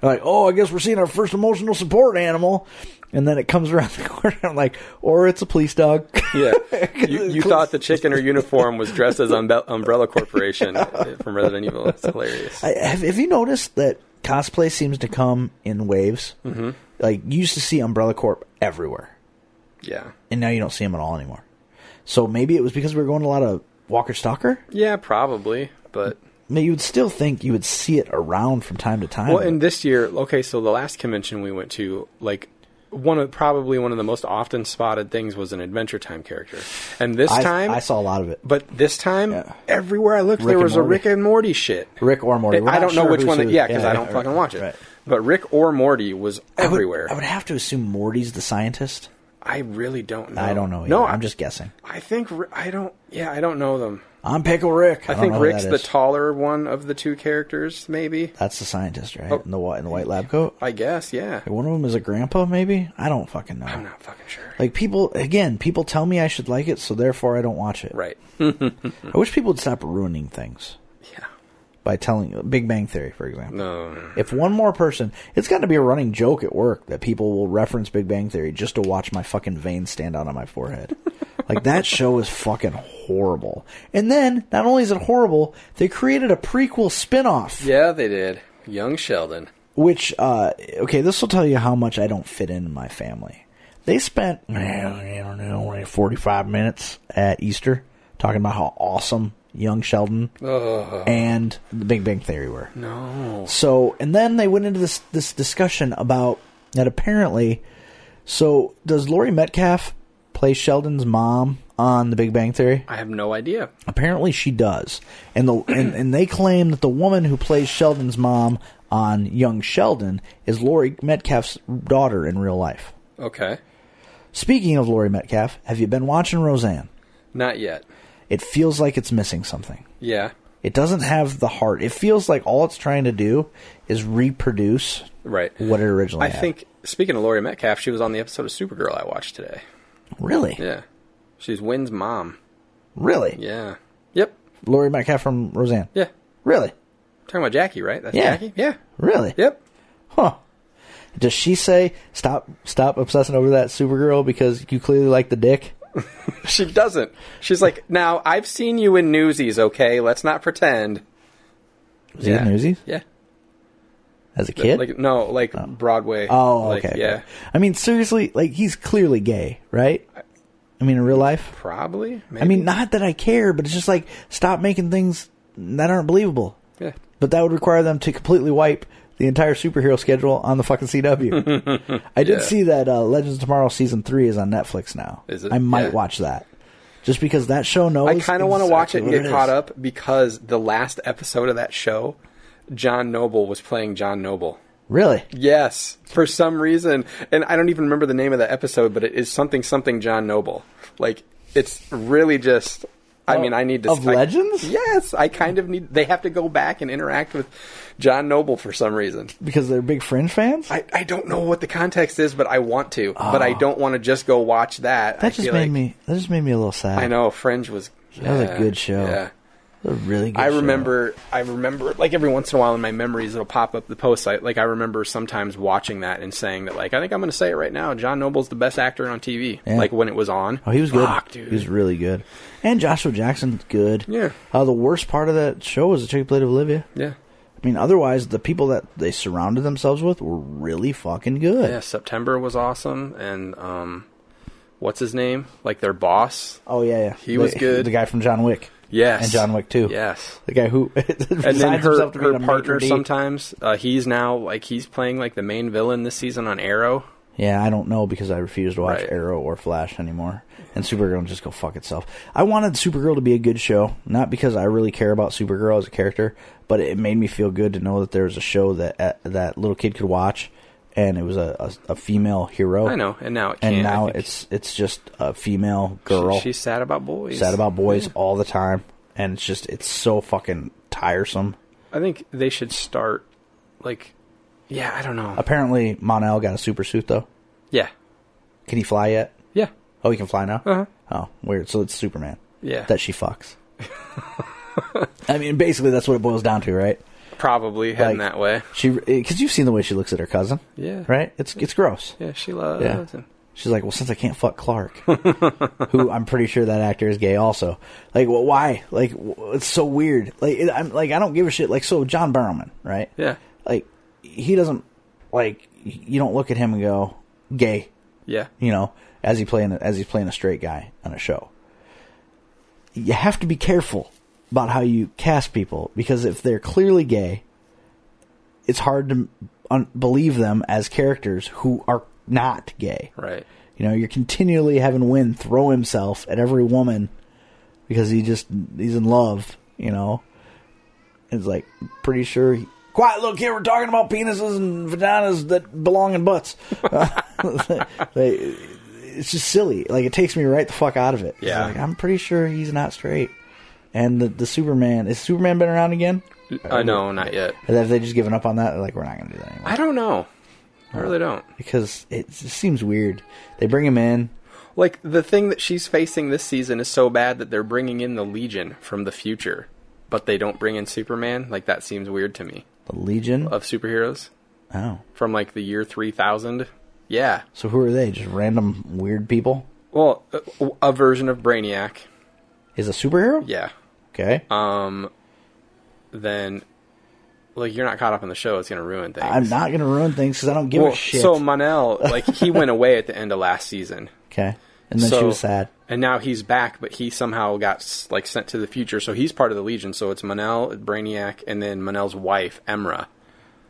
S4: I'm like, oh, I guess we're seeing our first emotional support animal. And then it comes around the corner. I'm like, or it's a police dog.
S5: Yeah. You, you thought the chick in her uniform was dressed as Umbe- Umbrella Corporation from Resident Evil. It's hilarious.
S4: I, have, have you noticed that cosplay seems to come in waves? Mm-hmm. Like, you used to see Umbrella Corp everywhere,
S5: yeah.
S4: and now you don't see them at all anymore. So maybe it was because we were going to a lot of Walker Stalker?
S5: Yeah, probably. But
S4: Maybe you would still think you would see it around from time to time.
S5: well, and this year, okay, so the last convention we went to, like one of probably one of the most often spotted things was an Adventure Time character, and this
S4: I,
S5: time
S4: I saw a lot of it.
S5: But this time, everywhere I looked,
S4: and
S5: there was a
S4: Morty.
S5: Rick and Morty shit.
S4: Rick or Morty. We're
S5: I
S4: not
S5: don't know
S4: sure
S5: which
S4: who's
S5: one. that-
S4: who.
S5: yeah, because
S4: Yeah,
S5: I don't
S4: right,
S5: fucking
S4: right,
S5: watch it.
S4: right.
S5: But Rick or Morty was
S4: I would-
S5: everywhere.
S4: I would have to assume Morty's the scientist.
S5: I really don't know.
S4: I don't know. Either.
S5: No,
S4: I'm just guessing.
S5: I think Ri- I don't. Yeah, I don't know them.
S4: I'm Pickle Rick.
S5: I,
S4: don't
S5: think
S4: know who
S5: Rick's
S4: that
S5: the
S4: is.
S5: taller one of the two characters, maybe.
S4: That's the scientist, right? In the whi- in the white lab coat.
S5: I guess. Yeah.
S4: One of them is a grandpa, maybe. I don't fucking know.
S5: I'm not fucking sure.
S4: Like people again, people tell me I should like it, so therefore I don't watch it.
S5: Right.
S4: I wish people would stop ruining things
S5: Yeah.
S4: by telling Big Bang Theory, for example.
S5: No.
S4: If one more person, it's got to be a running joke at work that people will reference Big Bang Theory just to watch my fucking veins stand out on my forehead. Like that show is fucking horrible. And then not only is it horrible, they created a prequel spin-off
S5: Yeah, they did. Young Sheldon.
S4: which uh okay, this will tell you how much I don't fit in my family. They spent I don't know, 45 minutes at Easter talking about how awesome young Sheldon and the Big Bang Theory were.
S5: No.
S4: So, and then they went into this this discussion about that apparently. So, does Laurie Metcalf play Sheldon's mom on The Big Bang Theory?
S5: I have no idea.
S4: Apparently, she does, and the and, and they claim that the woman who plays Sheldon's mom on Young Sheldon is Laurie Metcalf's daughter in real life.
S5: Okay.
S4: Speaking of Laurie Metcalf, have you been watching Roseanne?
S5: Not yet.
S4: It feels like it's missing something.
S5: Yeah.
S4: It doesn't have the heart. It feels like all it's trying to do is reproduce
S5: Right.
S4: what it originally.
S5: I
S4: had.
S5: think, speaking of Laurie Metcalf, she was on the episode of Supergirl I watched today.
S4: really,
S5: Yeah. She's Wynn's mom.
S4: really,
S5: Yeah. Yep.
S4: Laurie Metcalf from Roseanne.
S5: Yeah.
S4: Really,
S5: Talking about Jackie, right? That's
S4: Yeah.
S5: Jackie? Yeah.
S4: really,
S5: Yep.
S4: Huh. Does she say stop stop obsessing over that Supergirl because you clearly like the dick?
S5: She doesn't. She's like, now I've seen you in Newsies, okay? Let's not pretend.
S4: Was he in Newsies
S5: Yeah.
S4: as a kid?
S5: Like no, like Broadway.
S4: oh,
S5: Like,
S4: okay. okay.
S5: Yeah.
S4: I mean, seriously, like he's clearly gay, right? I mean, in real life.
S5: Probably.
S4: I mean, not that I care, but it's just like stop making things that aren't believable.
S5: Yeah.
S4: But that would require them to completely wipe the entire superhero schedule on the fucking CW. I did
S5: Yeah.
S4: see that uh, Legends of Tomorrow season three is on Netflix now.
S5: Is it?
S4: I might
S5: Yeah.
S4: watch that. Just because that show knows.
S5: I kind of want to watch it and
S4: exactly
S5: get
S4: what
S5: caught
S4: is.
S5: up because the last episode of that show, John Noble was playing John Noble.
S4: Really?
S5: Yes, for some reason, and I don't even remember the name of the episode, but it is something something John Noble. Like it's really just. I mean, I need to
S4: of
S5: I-
S4: Legends?
S5: Yes, I kind of need. They have to go back and interact with John Noble for some reason.
S4: Because they're big Fringe fans?
S5: I, I don't know what the context is, but I want to. But I don't want to just go watch that. I
S4: Ah. that just
S5: feel
S4: made
S5: like-
S4: me that just made me a little sad.
S5: I know Fringe was.
S4: That was
S5: yeah,
S4: a good show.
S5: Yeah.
S4: That was a really good
S5: I
S4: show.
S5: remember. I remember. Like every once in a while in my memories, it'll pop up the post. I, like I remember sometimes watching that and saying that. Like I think I'm going to say it right now. John Noble's the best actor on TV.
S4: Yeah.
S5: Like when it was on.
S4: Oh, he was good.
S5: Fuck, dude.
S4: He was really good. And Joshua Jackson's good.
S5: Yeah.
S4: Uh, the worst part of that show was the chick who played Olivia.
S5: yeah.
S4: I mean, otherwise the people that they surrounded themselves with were really fucking good.
S5: Yeah. September was awesome, and um, what's his name? Like their boss.
S4: Oh yeah, yeah.
S5: He
S4: The-
S5: was good.
S4: The guy from John Wick.
S5: Yes.
S4: And John Wick too.
S5: Yes.
S4: The guy who
S5: and then her, her partner
S4: sometimes.
S5: sometimes uh, he's now like he's playing like the main villain this season on arrow
S4: Yeah, I don't know because I refuse to watch
S5: Right.
S4: Arrow or Flash anymore. And Supergirl will just go fuck itself. I wanted Supergirl to be a good show, not because I really care about Supergirl as a character, but it made me feel good to know that there was a show that uh, that little kid could watch, and it was a, a, a female hero.
S5: i know and now it
S4: Oh. And
S5: can't. I
S4: now
S5: think
S4: it's it's just a female
S5: she-
S4: girl
S5: she's sad about boys
S4: sad about boys all the time, and it's just it's so fucking tiresome.
S5: i think they should start like yeah i don't know
S4: Apparently, Monel got a super suit though.
S5: yeah
S4: Can he fly yet?
S5: yeah
S4: Oh, he can fly now.
S5: Uh-huh.
S4: Oh, weird. So it's Superman.
S5: yeah
S4: that she fucks. I mean, basically, that's what it boils down to, right?
S5: probably heading
S4: like-
S5: that way
S4: She, because you've seen the way she looks at her cousin,
S5: yeah
S4: right? It's it's gross.
S5: yeah she loves
S4: Yeah.
S5: him
S4: She's like, well, since I can't fuck Clark, who I'm pretty sure that actor is gay, also. Like, well, why? Like, w- it's so weird. Like, it, I'm like, I don't give a shit. Like, so John Barrowman, right?
S5: yeah
S4: Like, he doesn't like. You don't look at him and go gay.
S5: yeah
S4: you know, as he playing as he's playing a straight guy on a show. You have to be careful about how you cast people because if they're clearly gay, it's hard to un- believe them as characters who are not gay.
S5: right
S4: You know, you're continually having Wynn throw himself at every woman because he just he's in love. You know, it's like pretty sure. He, Quiet, look here. We're talking about penises and vaginas that belong in butts. They- it's just silly. Like it takes me right the fuck out of it. It's
S5: Yeah.
S4: like, I'm pretty sure he's not straight. And the the Superman is Superman been around again?
S5: i know Uh, not yet
S4: And Have they just given up on that? They're like we're not going to do that anymore
S5: Um, i don't know Uh, i really don't
S4: because it just seems weird. They bring him in.
S5: like the thing that she's facing this season is so bad that they're bringing in the legion from the future but they don't bring in superman like that seems weird to me
S4: The Legion.
S5: of superheroes
S4: Oh.
S5: from like the year 3000 yeah
S4: So who are they? Just random weird people?
S5: Well, a, a version of Brainiac.
S4: Is a superhero?
S5: Yeah. Uh,
S4: Okay.
S5: Then, like, you're not caught up in the show. It's going to ruin things.
S4: I'm not gonna ruin things because I don't give
S5: Well,
S4: a shit.
S5: so Monel, like, he went away at the end of last season.
S4: okay. And then she
S5: So-
S4: was sad.
S5: And now he's back, but he somehow got s- like sent to the future, so he's part of the Legion. So it's Manel, Brainiac, and then Manel's wife, Emra,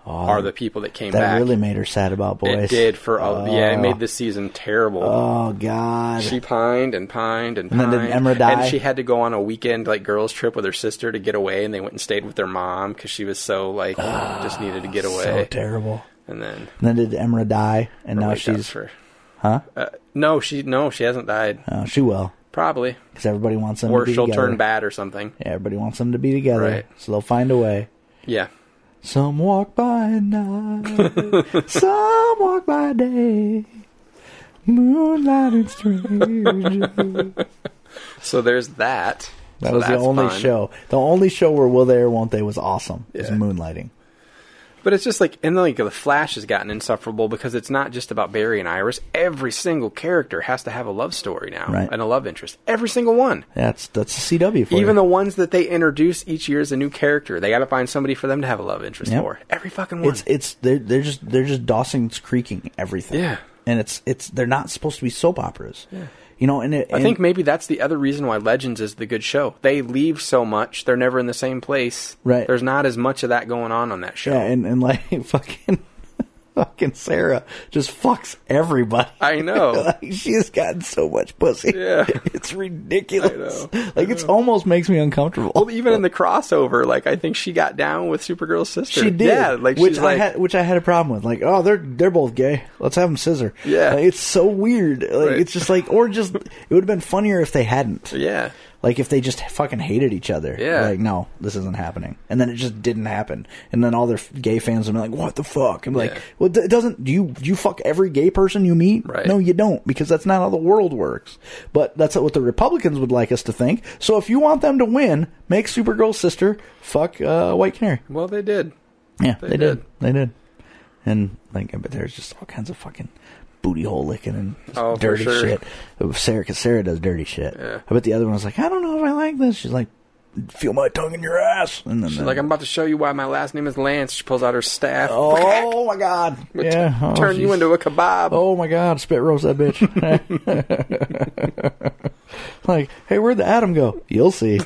S5: are the people that came
S4: Oh, That
S5: back.
S4: really made Oh. her sad about boys.
S5: it did for all. yeah, it made this season terrible.
S4: Oh God.
S5: she pined and pined and pined.
S4: then did Emra die?
S5: And she had to go on a weekend like girls trip with her sister to get away, and they went and stayed with their mom because she was so like just needed to get
S4: Ah, so
S5: away.
S4: terrible.
S5: and then
S4: And then did Emra die? And now
S5: waked up
S4: she's
S5: for, huh? Uh, no, she no, she hasn't died.
S4: oh, she will
S5: Probably,
S4: because everybody wants them
S5: or
S4: to be
S5: she'll
S4: together.
S5: turn bad or something.
S4: Yeah, everybody wants them to be together,
S5: Right.
S4: so they'll find a way.
S5: Yeah.
S4: Some walk by night, some walk by day. Moonlight and strangers.
S5: So there's that.
S4: That
S5: So
S4: was the
S5: that's
S4: only
S5: fun.
S4: show. The only show where Will They or Won't They was awesome. Is
S5: Yeah.
S4: Moonlighting.
S5: But it's just like, and like the Flash has gotten insufferable because it's not just about Barry and Iris. Every single character has to have a love story now
S4: Right.
S5: and a love interest. Every single one.
S4: That's that's the CW for
S5: Even
S4: you.
S5: the ones that they introduce each year as a new character, they got to find somebody for them to have a love interest
S4: Yep.
S5: for. Every fucking one.
S4: it's it's they're they're just they're just Dawson's creaking everything.
S5: Yeah.
S4: and it's it's they're not supposed to be soap operas. Yeah, you know, and, it,
S5: I
S4: and-
S5: think maybe that's the other reason why Legends is the good show. They leave so much; they're never in the same place.
S4: Right.
S5: There's not as much of that going on on that show.
S4: yeah, and and like fucking fucking Sarah just fucks everybody.
S5: I know.
S4: like she has gotten so much pussy.
S5: Yeah.
S4: it's ridiculous.
S5: I know.
S4: Like it's almost makes me uncomfortable.
S5: Well, even in the crossover, like I think she got down with Supergirl's sister.
S4: She did.
S5: Yeah, like
S4: which
S5: she's
S4: I
S5: like,
S4: had, which I had a problem with. Like, oh, they're they're both gay. Let's have them scissor.
S5: Yeah.
S4: Like, it's so weird. Like,
S5: Right.
S4: it's just like, or just it would have been funnier if they hadn't.
S5: yeah,
S4: Like if they just fucking hated each other.
S5: Yeah.
S4: Like no, this isn't happening. And then it just didn't happen. And then all their f- gay fans would be like, "What the fuck?" I'm like,
S5: Yeah.
S4: "Well, th- it doesn't. Do you do you fuck every gay person you meet?
S5: Right.
S4: No, you don't, because that's not how the world works. But that's what the Republicans would like us to think. So if you want them to win, make Supergirl's sister fuck uh, White Canary.
S5: well they did.
S4: Yeah, they,
S5: They
S4: did.
S5: did.
S4: They did. And like, but there's just all kinds of fucking booty hole licking and
S5: Oh, for
S4: dirty
S5: sure.
S4: shit. Oh, Sarah, cause Sarah does dirty shit. I bet the other one was like, I don't know if I like this. She's like, feel my tongue in your ass. And then
S5: She's like, I'm about to show you why my last name is Lance. She pulls out her staff,
S4: oh my god, yeah, oh,
S5: turn you
S4: jeez.
S5: into a kebab.
S4: Oh my god, spit roast that bitch. like, hey, where'd the atom go? You'll see.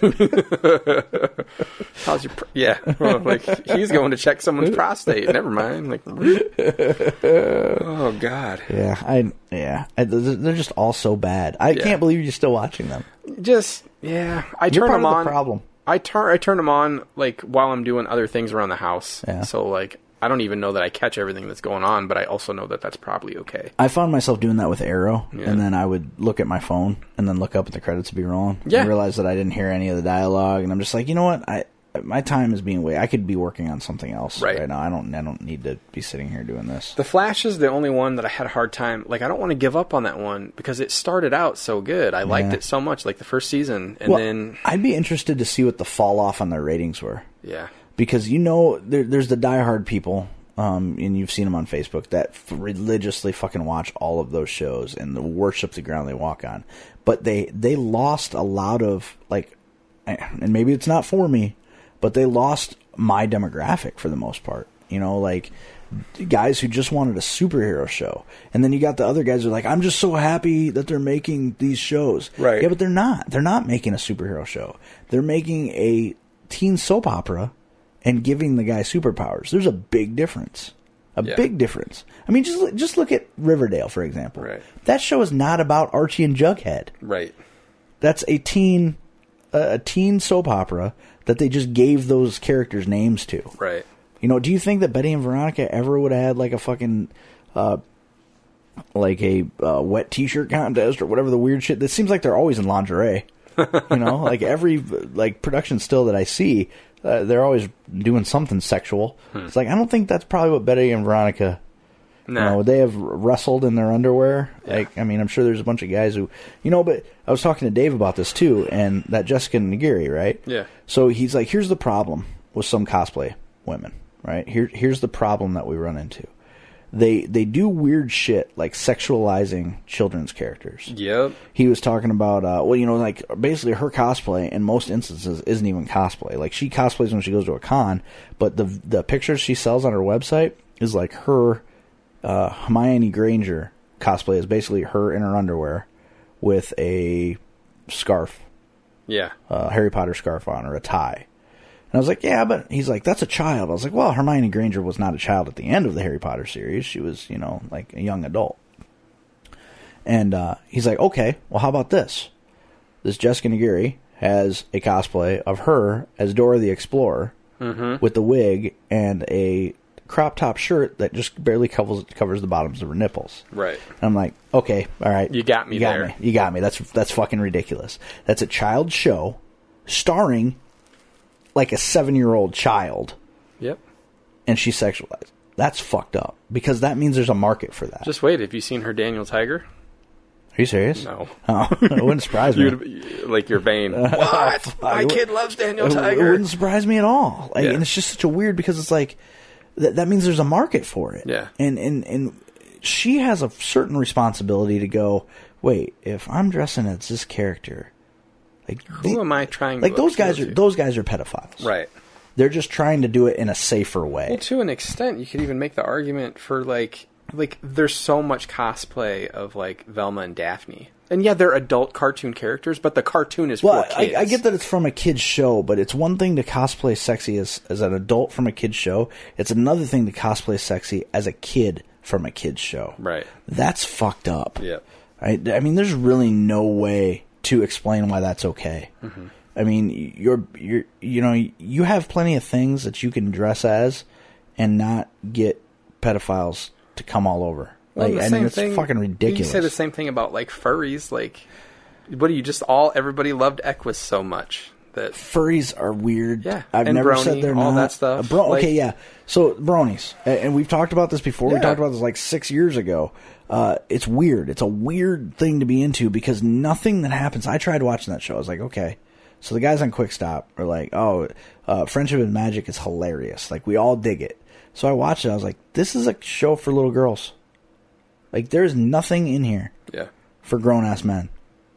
S5: How's your? Pr- yeah, Well, like he's going to check someone's prostate. Never mind. Like, oh god,
S4: yeah, I yeah, I, they're they're just all so bad. I can't believe you're still watching them.
S5: just yeah. I
S4: You're part
S5: turn them
S4: of the
S5: on.
S4: problem.
S5: I turn I turn them on like while I'm doing other things around the house.
S4: Yeah.
S5: So like I don't even know that I catch everything that's going on, but I also know that that's probably okay.
S4: I found myself doing that with Arrow,
S5: Yeah.
S4: and then I would look at my phone and then look up at the credits would be rolling.
S5: Yeah.
S4: And realize that I didn't hear any of the dialogue, and I'm just like, you know what? I my time is being wasted. I could be working on something else right.
S5: Right.
S4: now. I don't. I don't need to be sitting here doing this.
S5: The Flash is the only one that I had a hard time. Like I don't want to give up on that one because it started out so good. I liked it so much, like the first season, and
S4: well,
S5: then
S4: I'd be interested to see what the fall off on their ratings were.
S5: yeah,
S4: because you know there, there's the diehard people, um, and you've seen them on Facebook that f- religiously fucking watch all of those shows and the worship the ground they walk on. But they they lost a lot of like, eh, and maybe it's not for me, but they lost my demographic for the most part. You know, like guys who just wanted a superhero show, and then you got the other guys who are like, "I'm just so happy that they're making these shows."
S5: Right.
S4: Yeah, but they're not. They're not making a superhero show. They're making a teen soap opera and giving the guy superpowers. There's a big difference. A
S5: Yeah.
S4: big difference. I mean, just just look at Riverdale for example.
S5: Right.
S4: That show is not about Archie and Jughead.
S5: right,
S4: That's a teen a a teen soap opera that they just gave those characters names to.
S5: right.
S4: You know, do you think that Betty and Veronica ever would have had like a fucking, uh, like a uh, wet T-shirt contest or whatever the weird shit? That seems like they're always in lingerie. you know, like every like production still that I see, uh, they're always doing something sexual. It's like I don't think that's probably what Betty and Veronica.
S5: No,
S4: You know, they have wrestled in their underwear. Like, I mean, I'm sure there's a bunch of guys who, you know. But I was talking to Dave about this too, and that Jessica Nagiri, right?
S5: Yeah.
S4: So he's like, here's the problem with some cosplay women, right? Here, here's the problem that we run into. they they do weird shit like sexualizing children's characters.
S5: Yep.
S4: He was talking about uh, well, you know, like basically her cosplay in most instances isn't even cosplay. Like she cosplays when she goes to a con, but the the pictures she sells on her website is like her uh, Hermione Granger cosplay is basically her in her underwear with a scarf
S5: Yeah.
S4: a Harry Potter scarf on or a tie. And I was like, yeah, but he's like, that's a child. I was like, well, Hermione Granger was not a child at the end of the Harry Potter series. She was, you know, like a young adult. And uh, he's like, okay, well, how about this? This Jessica Nagiri has a cosplay of her as Dora the Explorer with the wig and a crop top shirt that just barely covers covers the bottoms of her nipples.
S5: Right.
S4: And I'm like, okay, all right,
S5: You got me
S4: you got
S5: there.
S4: me, you got me. That's that's fucking ridiculous. That's a child show, starring like a seven year old child,
S5: Yep.
S4: and she's sexualized. That's fucked up because that means there's a market for that.
S5: Just wait. Have you seen her Daniel Tiger?
S4: Are you serious?
S5: No.
S4: Oh, it wouldn't surprise me.
S5: You'd like your vein. what? My kid loves Daniel
S4: It- It
S5: Tiger.
S4: wouldn't surprise me at all. Like,
S5: Yeah.
S4: And it's just such a weird because it's like that, that means there's a market for it.
S5: Yeah.
S4: And and and she has a certain responsibility to go. Wait, if I'm dressing as this character, like
S5: Who am I trying?
S4: Like
S5: to
S4: those guys are
S5: appeal to?
S4: those guys are pedophiles.
S5: right.
S4: They're just trying to do it in a safer way.
S5: Well, to an extent, you could even make the argument for like like there's so much cosplay of like Velma and Daphne, and yeah, they're adult cartoon characters, but the cartoon is
S4: Well,
S5: for
S4: I,
S5: kids.
S4: I get that it's from a kid's show, but it's one thing to cosplay sexy as, as an adult from a kid's show. It's another thing to cosplay sexy as a kid from a kid's show.
S5: Right.
S4: That's fucked up.
S5: Yep.
S4: I, I mean, there's really no way to explain why that's okay. I mean, you're you're you know you have plenty of things that you can dress as and not get pedophiles to come all over.
S5: Well,
S4: like,
S5: the
S4: I
S5: same
S4: mean, it's
S5: thing-
S4: fucking
S5: You
S4: ridiculous.
S5: can say the same thing about like furries. Like, what do you just all everybody loved Equus so much that
S4: furries are weird.
S5: Yeah,
S4: I've
S5: and
S4: never
S5: brony,
S4: said they're
S5: all
S4: not.
S5: that stuff,
S4: A Bro-
S5: like-
S4: okay, yeah. So bronies, A- and we've talked about this before. We
S5: Yeah.
S4: talked about this like six years ago. Uh, it's weird. It's a weird thing to be into because nothing that happens. I tried watching that show. I was like, okay. So the guys on Quick Stop are like, oh, uh, Friendship and Magic is hilarious. Like we all dig it. So I watched it. I was like, this is a show for little girls. Like there's nothing in here
S5: yeah
S4: for grown ass men.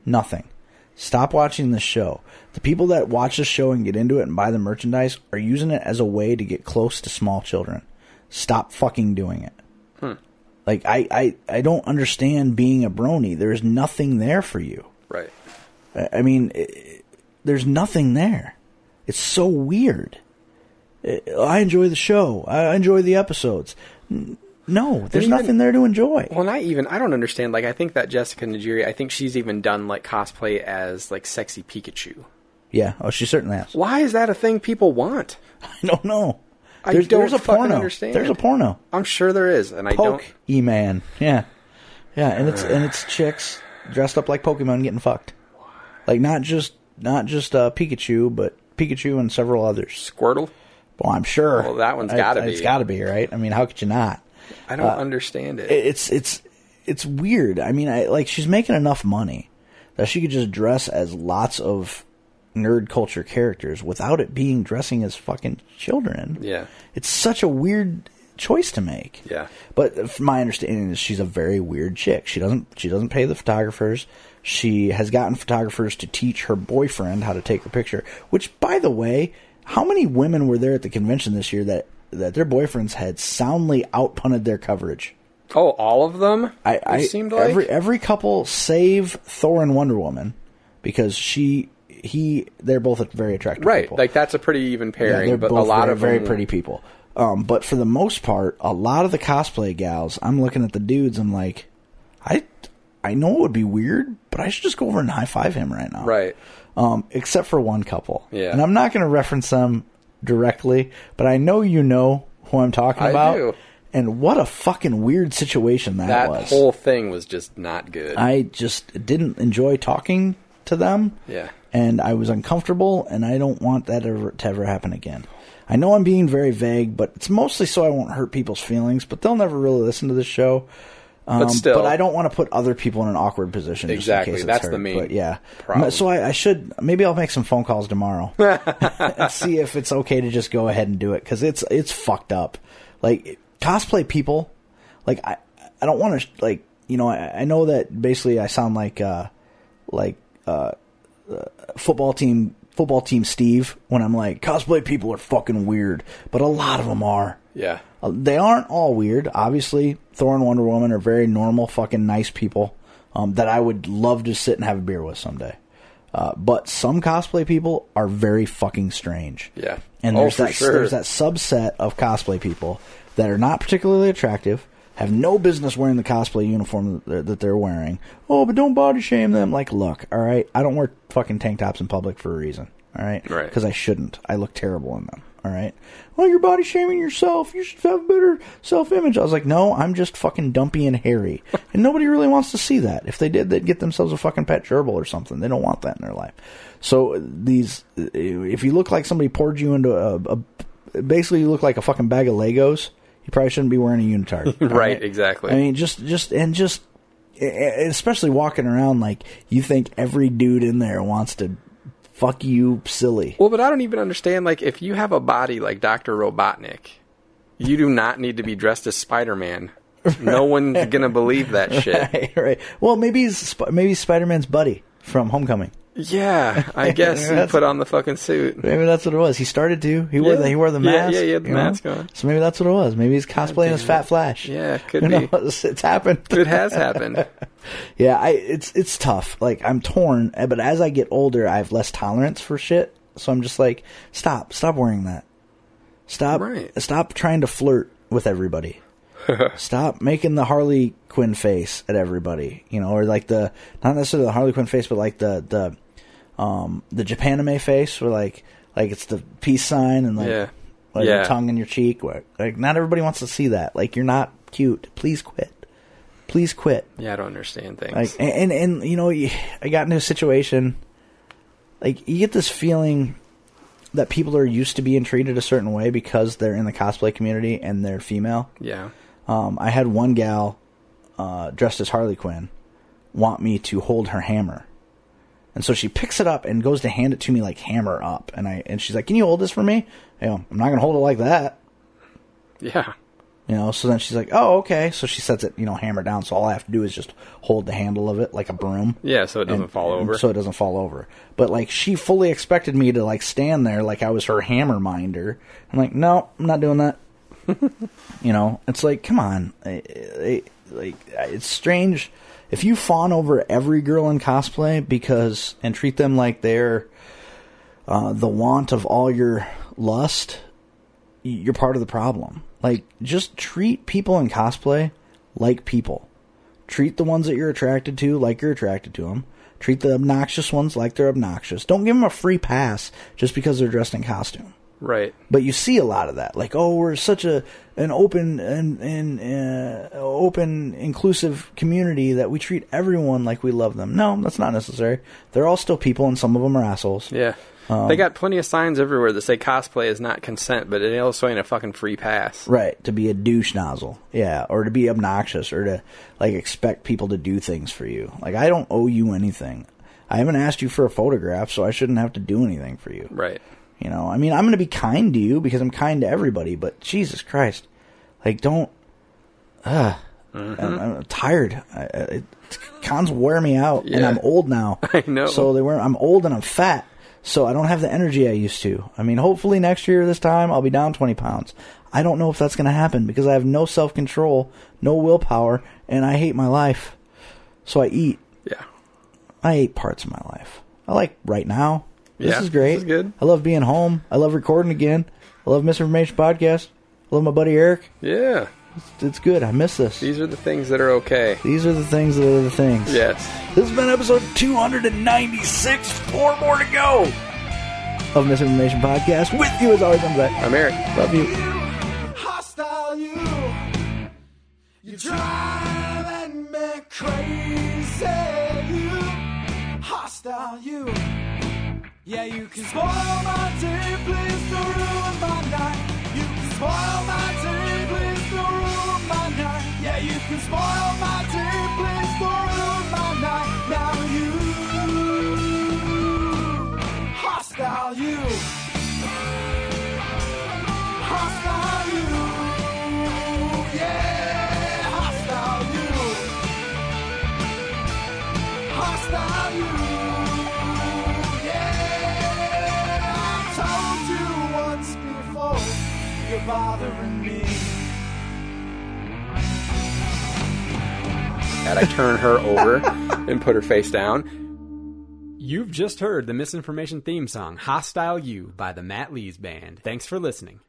S4: Nothing. Stop watching this show. The people that watch this show and get into it and buy the merchandise are using it as a way to get close to small children. Stop fucking doing it. Like I, I, I don't understand being a brony. There's nothing there for you.
S5: right
S4: I I mean, i i- there's nothing there. It's so weird. I- I enjoy the show. I enjoy the episodes. N- No, there's
S5: even-
S4: nothing there to enjoy.
S5: Well, not even. I don't understand. Like, I think that Jessica Najiri. I think she's even done like cosplay as like sexy Pikachu.
S4: Yeah. Oh, she certainly has.
S5: Why is that a thing people want?
S4: I don't know.
S5: I
S4: There's,
S5: don't
S4: there's a
S5: fucking
S4: porno.
S5: understand.
S4: There's a porno.
S5: I'm sure there is, and I
S4: Poke
S5: don't.
S4: E Man. Yeah. Yeah, and it's and it's chicks dressed up like Pokemon getting fucked. Like not just not just uh, Pikachu, but Pikachu and several others.
S5: Squirtle.
S4: Well, I'm sure.
S5: Well, that one's
S4: I-
S5: gotta
S4: It's
S5: be.
S4: got to be right. I mean, how could you not?
S5: I don't understand it.
S4: Uh, It- It's it's it's weird. I mean, I like she's making enough money that she could just dress as lots of nerd culture characters without it being dressing as fucking children.
S5: Yeah.
S4: It's such a weird choice to make.
S5: Yeah.
S4: But from my understanding is she's a very weird chick. She doesn't she doesn't pay the photographers. She has gotten photographers to teach her boyfriend how to take her picture. Which by the way, how many women were there at the convention this year that that their boyfriends had soundly outpunted their coverage?
S5: Oh, all of them.
S4: I,
S5: It
S4: I
S5: seemed like
S4: every every couple save Thor and Wonder Woman because she he they're both very attractive
S5: right.
S4: people.
S5: Like that's a pretty even
S4: Yeah,
S5: pairing,
S4: they're
S5: but a
S4: both
S5: lot
S4: very,
S5: of
S4: very
S5: them-
S4: pretty people. Um, but for the most part, a lot of the cosplay gals, I'm looking at the dudes. I'm like, I, I know it would be weird, but I should just go over and high five him right now.
S5: Right.
S4: Um, except for one couple.
S5: Yeah.
S4: And I'm not going to reference them directly, but I know you know who I'm talking
S5: I
S4: about.
S5: do.
S4: And what a fucking weird situation that,
S5: That
S4: was.
S5: whole thing was just not good.
S4: I just didn't enjoy talking to them.
S5: Yeah.
S4: And I was uncomfortable, and I don't want that ever, to ever happen again. I know I'm being very vague, but it's mostly so I won't hurt people's feelings, but they'll never really listen to this show. Um,
S5: But still.
S4: I don't want to put other people in an awkward position. just in
S5: Exactly,
S4: case it's
S5: that's the
S4: heard,
S5: main
S4: But yeah.
S5: problem.
S4: So I, I should, maybe I'll make some phone calls tomorrow and see if it's okay to just go ahead and do it because it's, it's fucked up. Like, cosplay people like I I don't want to like you know I, I know that basically I sound like uh like uh, uh football team football team Steve when I'm like cosplay people are fucking weird, but a lot of them are.
S5: Yeah.
S4: Uh, They aren't all weird. Obviously, Thor and Wonder Woman are very normal, fucking nice people um, that I would love to sit and have a beer with someday. Uh, but some cosplay people are very fucking strange.
S5: Yeah.
S4: And
S5: Oh,
S4: there's
S5: for
S4: that
S5: sure.
S4: there's that subset of cosplay people that are not particularly attractive, have no business wearing the cosplay uniform that they're, that they're wearing. Oh, but don't body shame them. Like, look, all right, I don't wear fucking tank tops in public for a reason. All right,
S5: Right.
S4: Because I shouldn't. I look terrible in them. All right. Well, you're body shaming yourself. You should have better self image. I was like, no, I'm just fucking dumpy and hairy, and nobody really wants to see that. If they did, they'd get themselves a fucking pet gerbil or something. They don't want that in their life. So uh, these, if you look like somebody poured you into a, a basically you look like a fucking bag of Legos, you probably shouldn't be wearing a unitard. all
S5: Right, exactly.
S4: I mean, just just and just e- e- especially walking around like you think every dude in there wants to fuck you silly.
S5: Well, but I don't even understand. Like, if you have a body like Doctor Robotnik, you do not need to be dressed as Spider Man. No one's gonna believe that shit.
S4: right, right. Well, maybe he's Sp- maybe he's Spider-Man's buddy from Homecoming.
S5: Yeah, I guess you
S4: That's-
S5: put on the fucking suit.
S4: Maybe that's what it was. He started to. He wore
S5: Yeah.
S4: the he wore the
S5: Yeah,
S4: mask.
S5: yeah, he had the
S4: you know?
S5: mask on.
S4: So maybe that's what it was. Maybe he's cosplaying as Fat Flash.
S5: Yeah, it could
S4: Who
S5: be.
S4: knows? It's happened.
S5: It has happened.
S4: yeah, I it's it's tough. Like I'm torn, eh, but as I get older, I have less tolerance for shit. So I'm just like, stop, stop wearing that. Stop,
S5: Right.
S4: stop trying to flirt with everybody. stop making the Harley Quinn face at everybody. You know, or like the not necessarily the Harley Quinn face, but like the the um the Japanime face, where like like it's the peace sign and like
S5: Yeah.
S4: like
S5: Yeah.
S4: your tongue in your cheek. where- Like not everybody wants to see that. Like you're not cute. Please quit. Please quit.
S5: Yeah, I don't understand things.
S4: Like and, and and you know, you- I got into a situation. Like you get this feeling that people are used to being treated a certain way because they're in the cosplay community and they're female.
S5: yeah.
S4: Um, I had one gal uh, dressed as Harley Quinn want me to hold her hammer, and so she picks it up and goes to hand it to me like hammer up, and I and she's like, "Can you hold this for me?" I go, I'm not gonna hold it like that.
S5: Yeah.
S4: You know, so then she's like, "Oh, okay." So she sets it, you know, hammer down. So all I have to do is just hold the handle of it like a broom.
S5: Yeah, so it doesn't
S4: And-
S5: fall
S4: and
S5: over.
S4: So it doesn't fall over. But like she fully expected me to like stand there like I was her hammer minder. I'm like, no, I'm not doing that. you know, it's like, come on, I- I- like it's strange if you fawn over every girl in cosplay because and treat them like they're uh, the want of all your lust. You're part of the problem. Like, just treat people in cosplay like people treat the ones that you're attracted to like you're attracted to them. Treat the obnoxious ones like they're obnoxious. Don't give them a free pass just because they're dressed in costume.
S5: right.
S4: But you see a lot of that, like oh, we're such a an open and and uh, open inclusive community that we treat everyone like we love them. No, that's not necessary. They're all still people, and some of them are assholes.
S5: Yeah.
S4: Um,
S5: they got plenty of signs everywhere that say cosplay is not consent, but it also ain't a fucking free pass.
S4: Right, to be a douche nozzle. Yeah, or to be obnoxious or to like expect people to do things for you. Like I don't owe you anything. I haven't asked you for a photograph, so I shouldn't have to do anything for you.
S5: Right.
S4: You know, I mean, I'm going to be kind to you because I'm kind to everybody, but Jesus Christ. Like don't ugh.
S5: Mm-hmm.
S4: I'm, I'm tired. I, I, it, cons wear me out and
S5: Yeah.
S4: I'm old now.
S5: I know.
S4: So they were I'm old and I'm fat. So I don't have the energy I used to. I mean, hopefully next year this time I'll be down 20 pounds. I don't know if that's going to happen because I have no self-control, no willpower, and I hate my life. So I eat.
S5: Yeah.
S4: I hate parts of my life. I like right now. This
S5: Yeah,
S4: is great.
S5: this is good.
S4: I love being home. I love recording again. I love Misinformation Podcast. I love my buddy Eric.
S5: Yeah.
S4: It's good. I miss this.
S5: These are the things that are okay.
S4: These are the things that are the things.
S5: Yes.
S4: This has been episode 296. Four more to go of Misinformation Podcast. With you as always, I'm Zach.
S5: I'm Eric.
S4: Love you.
S3: hostile you. You driving me crazy, you hostile you. Yeah, you can spoil my day, please don't ruin my night. You can spoil my day, please don't ruin my night. Yeah, you can spoil my day, please don't ruin my night. Now you hostile you hostile you. Yeah, hostile you. Yeah, I told you once before, you're bothering me.
S5: And I turn her over and put her face down. You've just heard the misinformation theme song, Hostile You, by the Matt Lees Band. Thanks for listening.